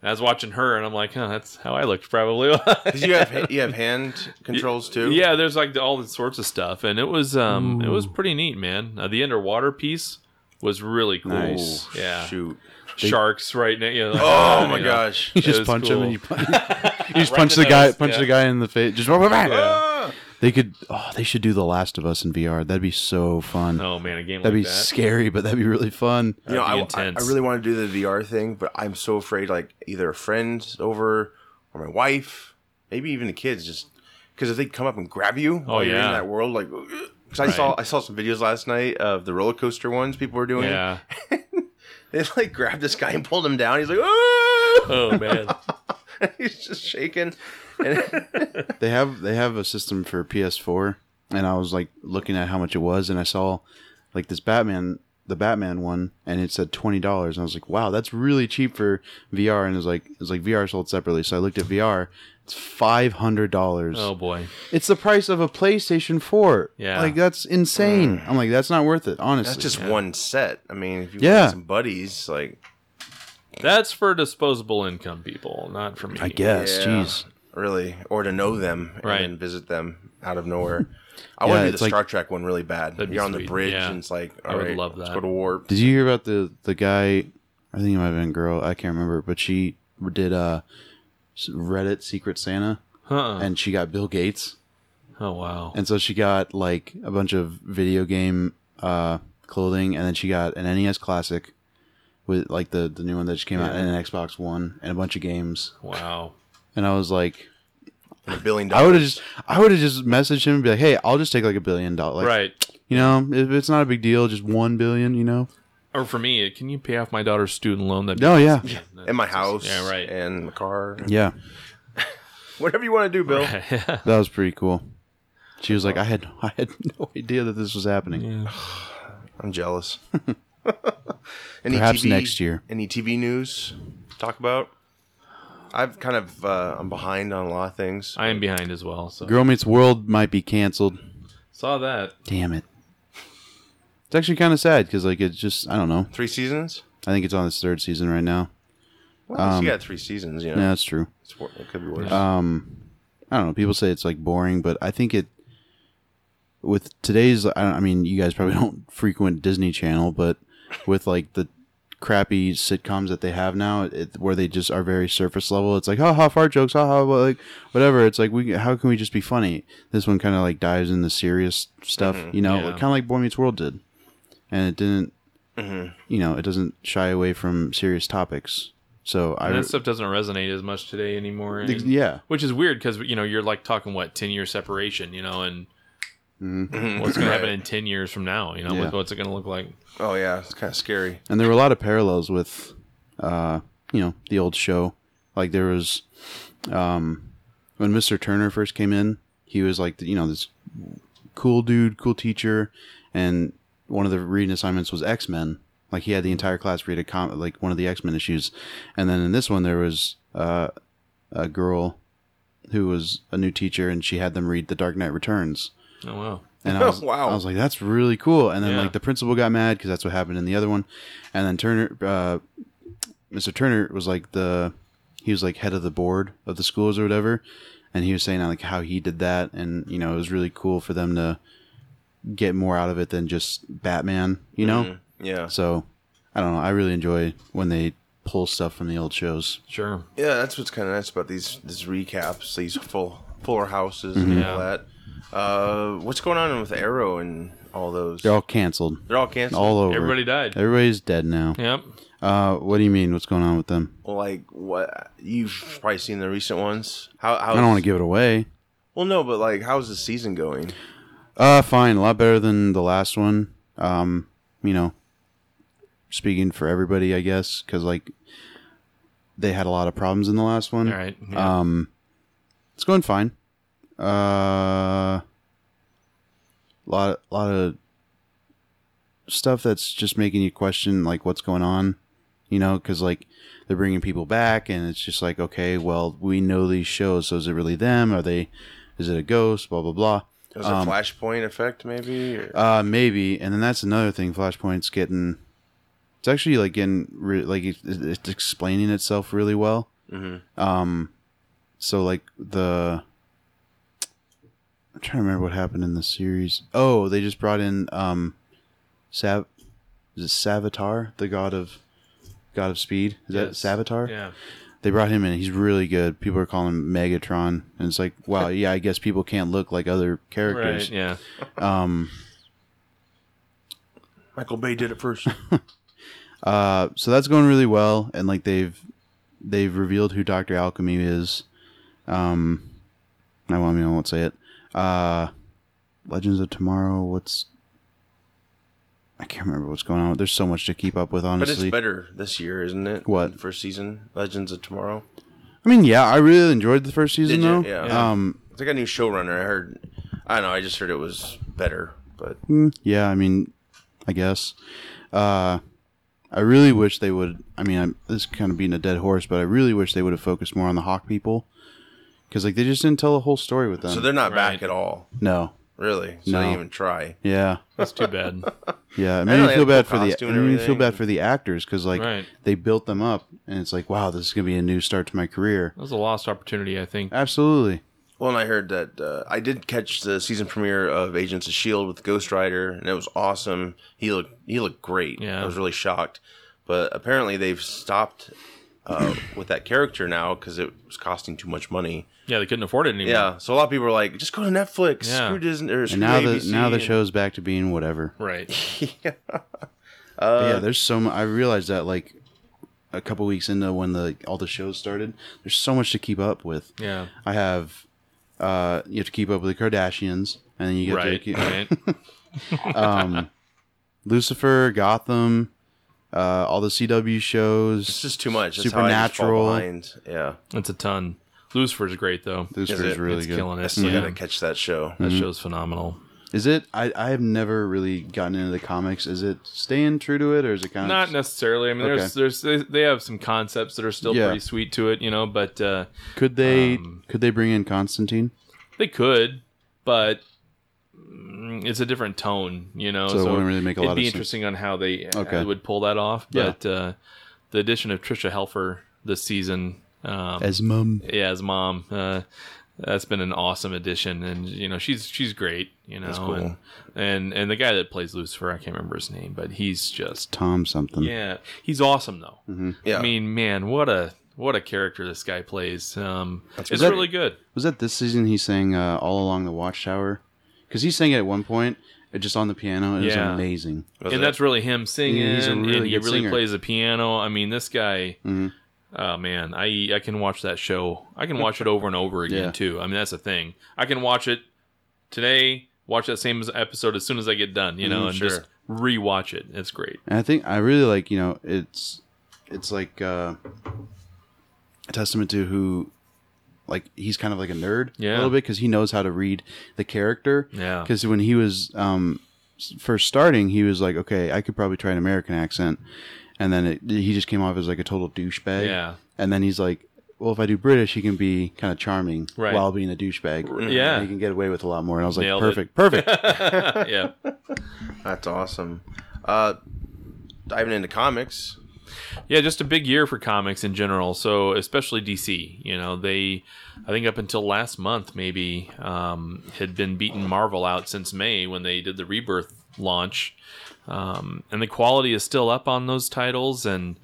And I was watching her, and I'm like, huh, that's how I looked probably. Because you have you have hand controls too. yeah, there's like all the sorts of stuff, and it was um it was pretty neat, man. Uh, the underwater piece was really cool. Nice. Yeah, Shoot. sharks right now. You know, like, Oh you my know. gosh. you It just was punch him cool. and you, pun- you just Right punch to the guy those, punch yeah. the guy in the face just Yeah. they could oh they should do the last of us in vr that'd be so fun Oh man, a game that'd like be that. scary but that'd be really fun You know, That'd I, be I, I intense. really want to do the VR thing, but I'm so afraid like either a friend over or my wife, maybe even the kids, just because if they come up and grab you, Oh, while you're yeah. in that world, like. Cause I saw I saw some videos last night of the roller coaster ones people were doing. yeah. They like grabbed this guy and pulled him down. He's like, "Ooh!" Oh man. he's just shaking. And They have they have a system for PS4 and I was like looking at how much it was, and I saw like this Batman, the Batman one, and it said twenty dollars, and I was like, wow, that's really cheap for VR, and it was like it was like VR sold separately, so I looked at VR, it's five hundred dollars. Oh boy. It's the price of a PlayStation Four. Yeah. like that's insane. I'm like, that's not worth it, honestly. Mm. That's just one set. I mean, if you Yeah. want some buddies, like That's for disposable income people, not for me. I guess. Yeah. Jeez. really, or to know them Right. and then visit them out of nowhere. I Yeah, want to do it's the like- Star Trek one really bad. You're That'd be on the sweet, bridge, yeah. and it's like, I all would right, love let's that. go to warp. Did you hear about the the guy? I think it might have been a girl. I can't remember, but she did uh Reddit Secret Santa, Huh. and she got Bill Gates, oh wow. and so she got like a bunch of video game uh clothing, and then she got an NES Classic with like the the new one that just came out, and an Xbox One, and a bunch of games. wow. And I was like, A billion I dollars. would have just, I would have just messaged him and be like, hey, I'll just take like a billion dollars, right. You know, if it's not a big deal, just one billion. You know? Or for me, can you pay off my daughter's student loan? That No, yeah, in my house, Yeah, right. and my car, yeah. whatever you want to do, Bill. That was pretty cool. She was like, I had I had no idea that this was happening. I'm jealous. any Perhaps next year. Any TV news to talk about? I've kind of uh, I'm behind on a lot of things. I am behind as well. So Girl Meets World might be canceled. saw that. Damn it. It's actually kind of sad because like it's just I don't know. Three seasons. I think it's on its third season right now. Well, at least you got three seasons. You know, Um, Yeah, that's true. it's, wor- it could be worse. Um, I don't know. People say it's like boring, but I think it. With today's, I, don't, I mean, you guys probably don't frequent Disney Channel, but with like the crappy sitcoms that they have now, it, where they just are very surface level, it's like ha ha fart jokes, ha ha, like whatever. It's like we, how can we just be funny? This one kind of like dives into serious stuff, you know, Mm-hmm. yeah. kind of like Boy Meets World did, and it didn't. Mm-hmm. You know, it doesn't shy away from serious topics. So I, And that stuff doesn't resonate as much today anymore. and- yeah, Which is weird because you know you're like talking what ten year separation, you know, and what's going to happen in ten years from now, you know, Mm-hmm. Yeah. what's it going to look like? oh yeah, it's kind of scary. and there were a lot of parallels with uh you know the old show like there was um when mr turner first came in he was like you know this cool dude cool teacher and one of the reading assignments was x-men like he had the entire class read a com- like one of the x-men issues and then in this one there was uh a girl who was a new teacher and she had them read the dark knight returns Oh wow, and I was, Wow. I was like, that's really cool. And then Yeah. like the principal got mad because that's what happened in the other one. And then Turner, uh, Mr. Turner was like the, he was like head of the board of the schools or whatever. And he was saying like how he did that. And, you know, it was really cool for them to get more out of it than just Batman, you know? Mm, Mm-hmm. Yeah, So I don't know. I really enjoy when they pull stuff from the old shows. sure, yeah, that's what's kind of nice about these these recaps, these full fuller houses Mm-hmm. and all Yeah. that. Uh, what's going on with Arrow and all those? They're all canceled. They're all canceled. All over. everybody died. Everybody's dead now. Yep. Uh, what do you mean? What's going on with them? like what you've probably seen the recent ones. How? how Oh, I don't want to give it away. Well, no, but like, how's the season going? Uh, fine. A lot better than the last one. Um, you know, speaking for everybody, I guess, because like they had a lot of problems in the last one. All right. Yeah. Um, it's going fine. Uh, lot lot of stuff that's just making you question like what's going on, you know? Because like they're bringing people back, and it's just like okay, well we know these shows, so is it really them? Are they? Is it a ghost? Blah blah blah. There's Um, a flashpoint effect, maybe. Or, Uh, maybe, and then that's another thing. Flashpoint's getting. It's actually like getting re- like it, it- it's explaining itself really well. Mm-hmm. Um, so like the. I'm trying to remember what happened in the series. Oh, they just brought in um, Sav, is it Savitar, the god of, god of speed? Is Yes. that Savitar? yeah. They brought him in. He's really good. People are calling him Megatron, and it's like, wow, yeah, I guess people can't look like other characters. Right. Yeah. Um. Michael Bay did it first. Uh, so that's going really well, and like they've they've revealed who Doctor Alchemy is. Um, I won't. I mean, I won't say it. Uh, Legends of Tomorrow. What's I can't remember what's going on. There's so much to keep up with, but it's honestly. better this year, isn't it? What? The first season, Legends of Tomorrow. I mean, yeah, I really enjoyed the first season Did you? though. Yeah. Um, It's like a new showrunner. I heard. I don't know. I just heard it was better, but hmm, Yeah, I mean, I guess. Uh, I really wish they would. I mean, I'm, this is kind of beating a dead horse, but I really wish they would have focused more on the Hawk people because like they just didn't tell a whole story with them. so they're not back Right. at all, no, really. So No. they didn't even try. yeah, That's too bad. yeah. It know made me they feel had bad cool for the. It costume and made me feel everything. bad for the actors because like Right. they built them up, and it's like, wow, this is gonna be a new start to my career. That was a lost opportunity, I think. Absolutely. Well, and I heard that uh, I did catch the season premiere of Agents of Shield E with Ghost Rider, and it was awesome. He looked he looked great. Yeah. I was really shocked, but apparently they've stopped uh, with that character now because it was costing too much money. Yeah, they couldn't afford it anymore. Yeah, so a lot of people are like, just go to Netflix. Yeah. Screw Disney. Or And screw now ABC the now the and- show's back to being whatever. Right. But Uh, yeah, there's so much. I realized that like a couple weeks into when the all the shows started, there's so much to keep up with. Yeah. I have uh you have to keep up with the Kardashians and then you get to Right. keep, Right. Lucifer, Gotham, uh all the CW It's shows. just too much. That's Supernatural. How I just fall Supernatural. behind. Yeah, That's a ton. Lucifer's great though. Lucifer's Is it- really it's good. Mm-hmm. killing it. I still yeah. gotta catch that show. That show's phenomenal. Is it I I have never really gotten into the comics. Is it staying true to it or is it kind Not of necessarily. I mean, there's, there's, they, they have some concepts that are still Yeah. pretty sweet to it, you know. But uh, could they Um, could they bring in Constantine? they could, but mm, it's a different tone, you know. So it wouldn't really make a it'd lot be of sense. interesting on how they uh, Okay. would pull that off. Yeah. But uh, the addition of Trisha Helfer this season, um, As mum. yeah, as mom. Uh, that's been an awesome addition, and you know she's she's great. You know, cool. and, and and the guy that plays Lucifer, I can't remember his name, but he's just Tom something. yeah, he's awesome though. Mm-hmm. Yeah, I mean, man, what a what a character this guy plays. Um, it's great. really good. Was that this season he sang uh, All Along the Watchtower? Because he sang it at one point, uh, just on the piano. It Yeah. was amazing. Was and it? that's really him singing. He's a and really he good really singer. Mm-hmm. plays the piano. I mean, this guy. Oh man, I I can watch that show. I can watch it over and over again Yeah. too. I mean, that's the thing. I can watch it today. Watch that same episode as soon as I get done. You Mm-hmm, know, Mhm, and sure. just rewatch it. It's great. And I think I really like you know it's it's like uh, a testament to who like he's kind of like a nerd Yeah. a little bit because he knows how to read the character. Yeah. Because when he was um, s- first starting, he was like, okay, I could probably try an American accent, and then it, he just came off as like a total douchebag. Yeah. And then he's like, well, if I do British, he can be kind of charming Right. while being a douchebag. Yeah. And he can get away with a lot more. And I was like, Nailed it. perfect, perfect. yeah. that's awesome. Uh, diving into comics. Yeah, just a big year for comics in general. So especially DC, you know, they, I think up until last month maybe, um, had been beating Marvel out since May when they did the Rebirth launch, um, and the quality is still up on those titles, and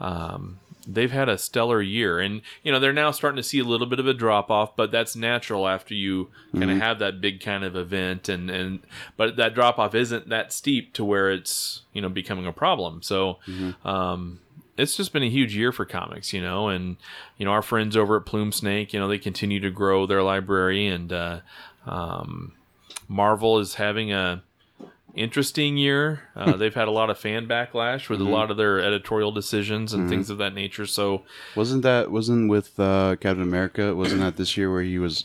um, they've had a stellar year. And you know, they're now starting to see a little bit of a drop off, but that's natural after you kind of have that big kind of event, and and but that drop off isn't that steep to where it's you know becoming a problem. So. Um, it's just been a huge year for comics, you know, and you know our friends over at Plume Snake, you know, they continue to grow their library, and uh, um, Marvel is having a interesting year. Uh, they've had a lot of fan backlash with a lot of their editorial decisions and things of that nature. So Wasn't that wasn't with uh, Captain America? Wasn't that this year where he was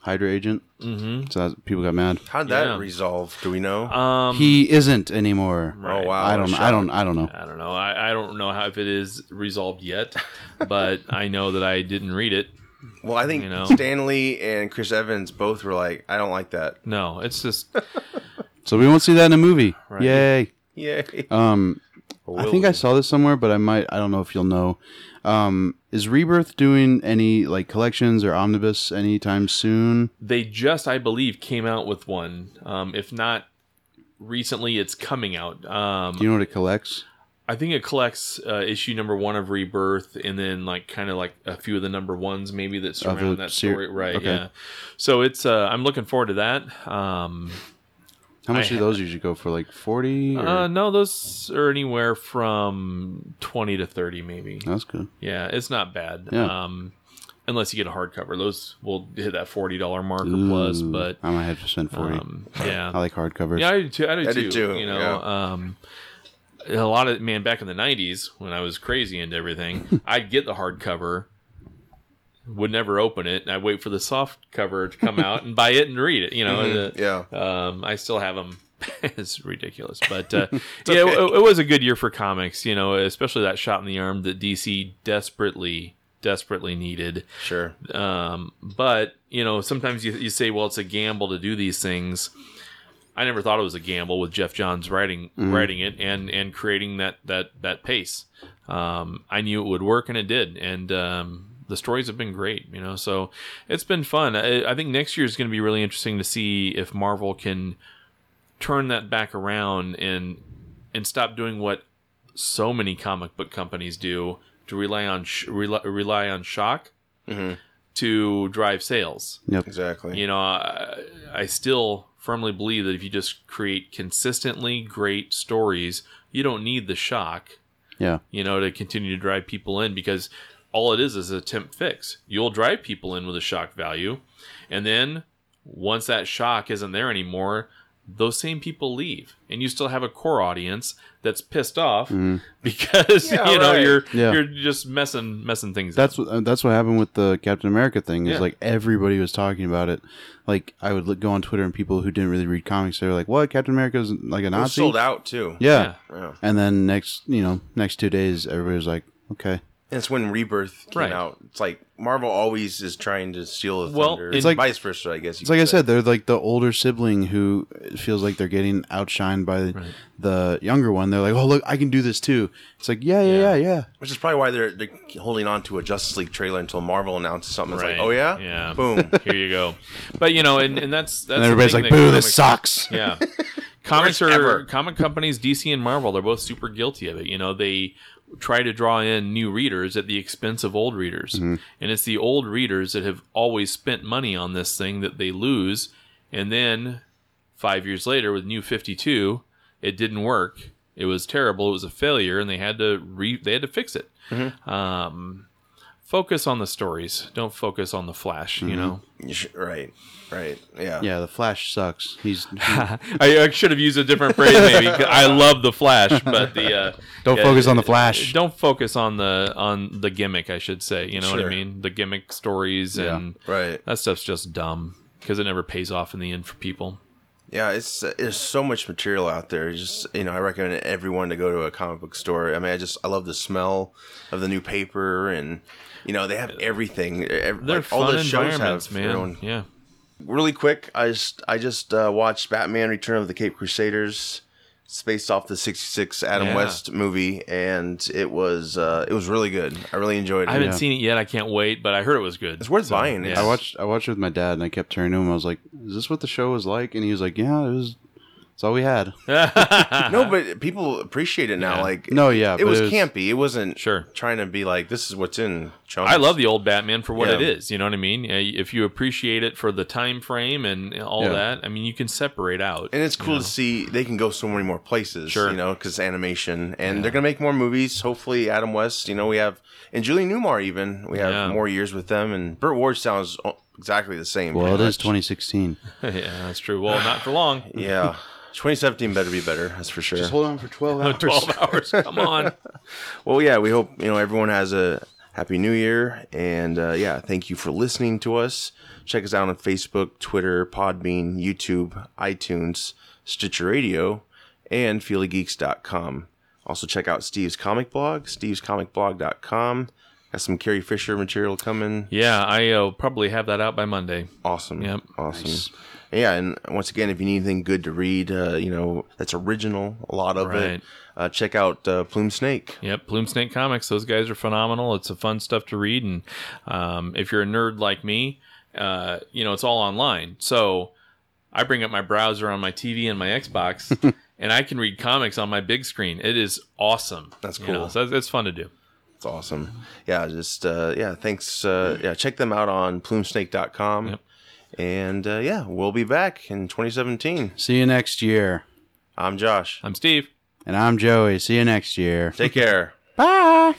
Hydra agent? Mm-hmm. So that, people got mad. How did that Yeah. resolve? Do we know? um, he isn't anymore. Oh wow! I don't. I don't. I don't know. I don't know. I, I don't know how if it is resolved yet, but I know that I didn't read it. Well, I think You know? Stanley and Chris Evans both were like, "I don't like that." No, it's just So we won't see that in a movie. Right. Yay! Yeah, Um, I think I saw this somewhere, but I might. I don't know if you'll know. Um, is Rebirth doing any like collections or omnibus anytime soon? they just i believe came out with one um, if not recently it's coming out um, Do you know what it collects? i think it collects uh, issue number one of rebirth and then like kind of like a few of the number ones maybe that Of surround the that ser- story right okay. yeah so it's uh, i'm looking forward to that um, How much do ha- those usually go for? Like forty? Or... uh, no those are anywhere from 20 to 30 maybe That's good. yeah it's not bad Uh. Yeah. um, unless you get a hardcover those will hit that $40 marker Ooh, plus but I might have to spend forty. um, yeah I like hardcovers. Yeah, I do too. I do, I do too, too, You know, um, a lot of man back in the '90s when I was crazy into everything, I'd get the hardcover, would never open it. And I wait for the soft cover to come out and buy it and read it. You know, and, uh, Mm-hmm. yeah. um, I still have them. it's ridiculous, but uh, yeah, it, it was a good year for comics. You know, especially that shot in the arm that DC desperately, desperately needed. Sure. Um, but you know, sometimes you, you say, well, it's a gamble to do these things. I never thought it was a gamble with Jeff Johns writing writing it and and creating that that that pace. Um, I knew it would work, and it did. And um, the stories have been great, you know. So it's been fun. I, I think next year is going to be really interesting to see if Marvel can turn that back around and and stop doing what so many comic book companies do to rely on sh- rely, rely on shock to drive sales. Exactly. You know, I, I still firmly believe that if you just create consistently great stories, you don't need the shock, Yeah. you know, to continue to drive people in because all it is is a temp fix. You'll drive people in with a shock value. And then once that shock isn't there anymore, those same people leave and you still have a core audience that's pissed off because Yeah, you know right. you're Mm-hmm. Yeah. you're just messing messing things up. That's what uh, that's what happened with the Captain America thing. Is Yeah. like everybody was talking about it. Like I would look, go on Twitter and people who didn't really read comics, they were like, "What? Captain America's like a It was Nazi?" sold out too. Yeah. Yeah. Yeah. And then next, you know, next two days, everybody was like, "Okay." And it's when Rebirth came Right. out. It's like Marvel always is trying to steal the Well, thunder. it's It's like- like vice versa, I guess. you It's like I could say. said, they're like the older sibling who feels like they're getting outshined by the younger one. They're like, "Oh, look, I can do this too." It's like, "Yeah, yeah, yeah, yeah." which is probably why they're, they're holding on to a Justice League trailer until Marvel announces something. It's Right. like, oh yeah, Yeah. boom. Here you go. But you know, and, and that's that's And the everybody's thing like, that "Boo, this comics- sucks." Yeah. comics are Worst ever. comic companies, DC and Marvel, they're both super guilty of it. You know, they try to draw in new readers at the expense of old readers. And it's the old readers that have always spent money on this thing that they lose and then five years later with new 52 it didn't work it was terrible it was a failure and they had to re they had to fix it um, focus on the stories don't focus on the flash you know You should- right, right, yeah. Yeah, the Flash sucks. He's I, I should have used a different phrase maybe 'cause i love the flash but the uh, Don't yeah, focus on the Flash. don't focus on the on the gimmick i should say you know what i Sure. mean the gimmick stories Yeah. and Right, that stuff's just dumb because it never pays off in the end for people yeah. It's uh, there's so much material out there. It's Just you know, I recommend everyone to go to a comic book store. I mean, I just I love the smell of the new paper, and you know they have everything. E, Ev- they're like, fun all the shows environments have man their own yeah really quick, I just I just uh, watched Batman: Return of the Cape Crusaders, It's based off the '66 Adam Yeah. West movie, and it was uh, it was really good. I really enjoyed it. I haven't seen it yet. I can't wait, but I heard it was good. it's worth buying. yeah. It's, I watched I watched it with my dad and I kept turning to him. I was like, "Is this what the show was like?" And he was like, "Yeah, it was. That's all we had." no, but people appreciate it now. Yeah. Like No, yeah, it, but was it was- campy. It wasn't Sure. trying to be like this is what's in. Chunks. I love the old Batman for what Yeah. it is. You know what I mean? Uh, If you appreciate it for the time frame and all Yeah. that, I mean, you can separate out. And it's cool to see they can go so many more places, Sure. you know, because animation, and they're gonna make more movies. Hopefully, Adam West, you know, we have and Julie Newmar, even we have Yeah. more years with them. And Burt Ward sounds o- exactly the same. Well, it pretty is much. 2016. yeah, that's true. Well, not for long. Yeah, 2017 better be better. That's for sure. hold on for 12 hours. Twelve hours. Come on. Well, yeah, we hope you know everyone has a happy new year, and uh, yeah, thank you for listening to us. Check us out on Facebook, Twitter, Podbean, YouTube, iTunes, Stitcher Radio, and FeelyGeeks.com. Also, check out Steve's comic blog, stevescomicblog.com. Got some Carrie Fisher material coming. Yeah, I uh, probably have that out by Monday. Awesome. Yep. Awesome. Yeah, and once again, if you need anything good to read, uh, you know that's original, a lot of Right. it. Uh, check out uh, Plume Snake. Yep, Plume Snake Comics. Those guys are phenomenal. It's a fun stuff to read, and um, if you're a nerd like me, uh, you know it's all online. So I bring up my browser on my TV and my Xbox, and I can read comics on my big screen. It is awesome. That's You cool. know, so it's- it's fun to do. It's awesome. Yeah, just uh, yeah, thanks. Uh, yeah, check them out on plumesnake.com. Yep. And uh, yeah, we'll be back in 2017. See you next year. I'm Josh. I'm Steve. And I'm Joey. See you next year. Take care. Bye.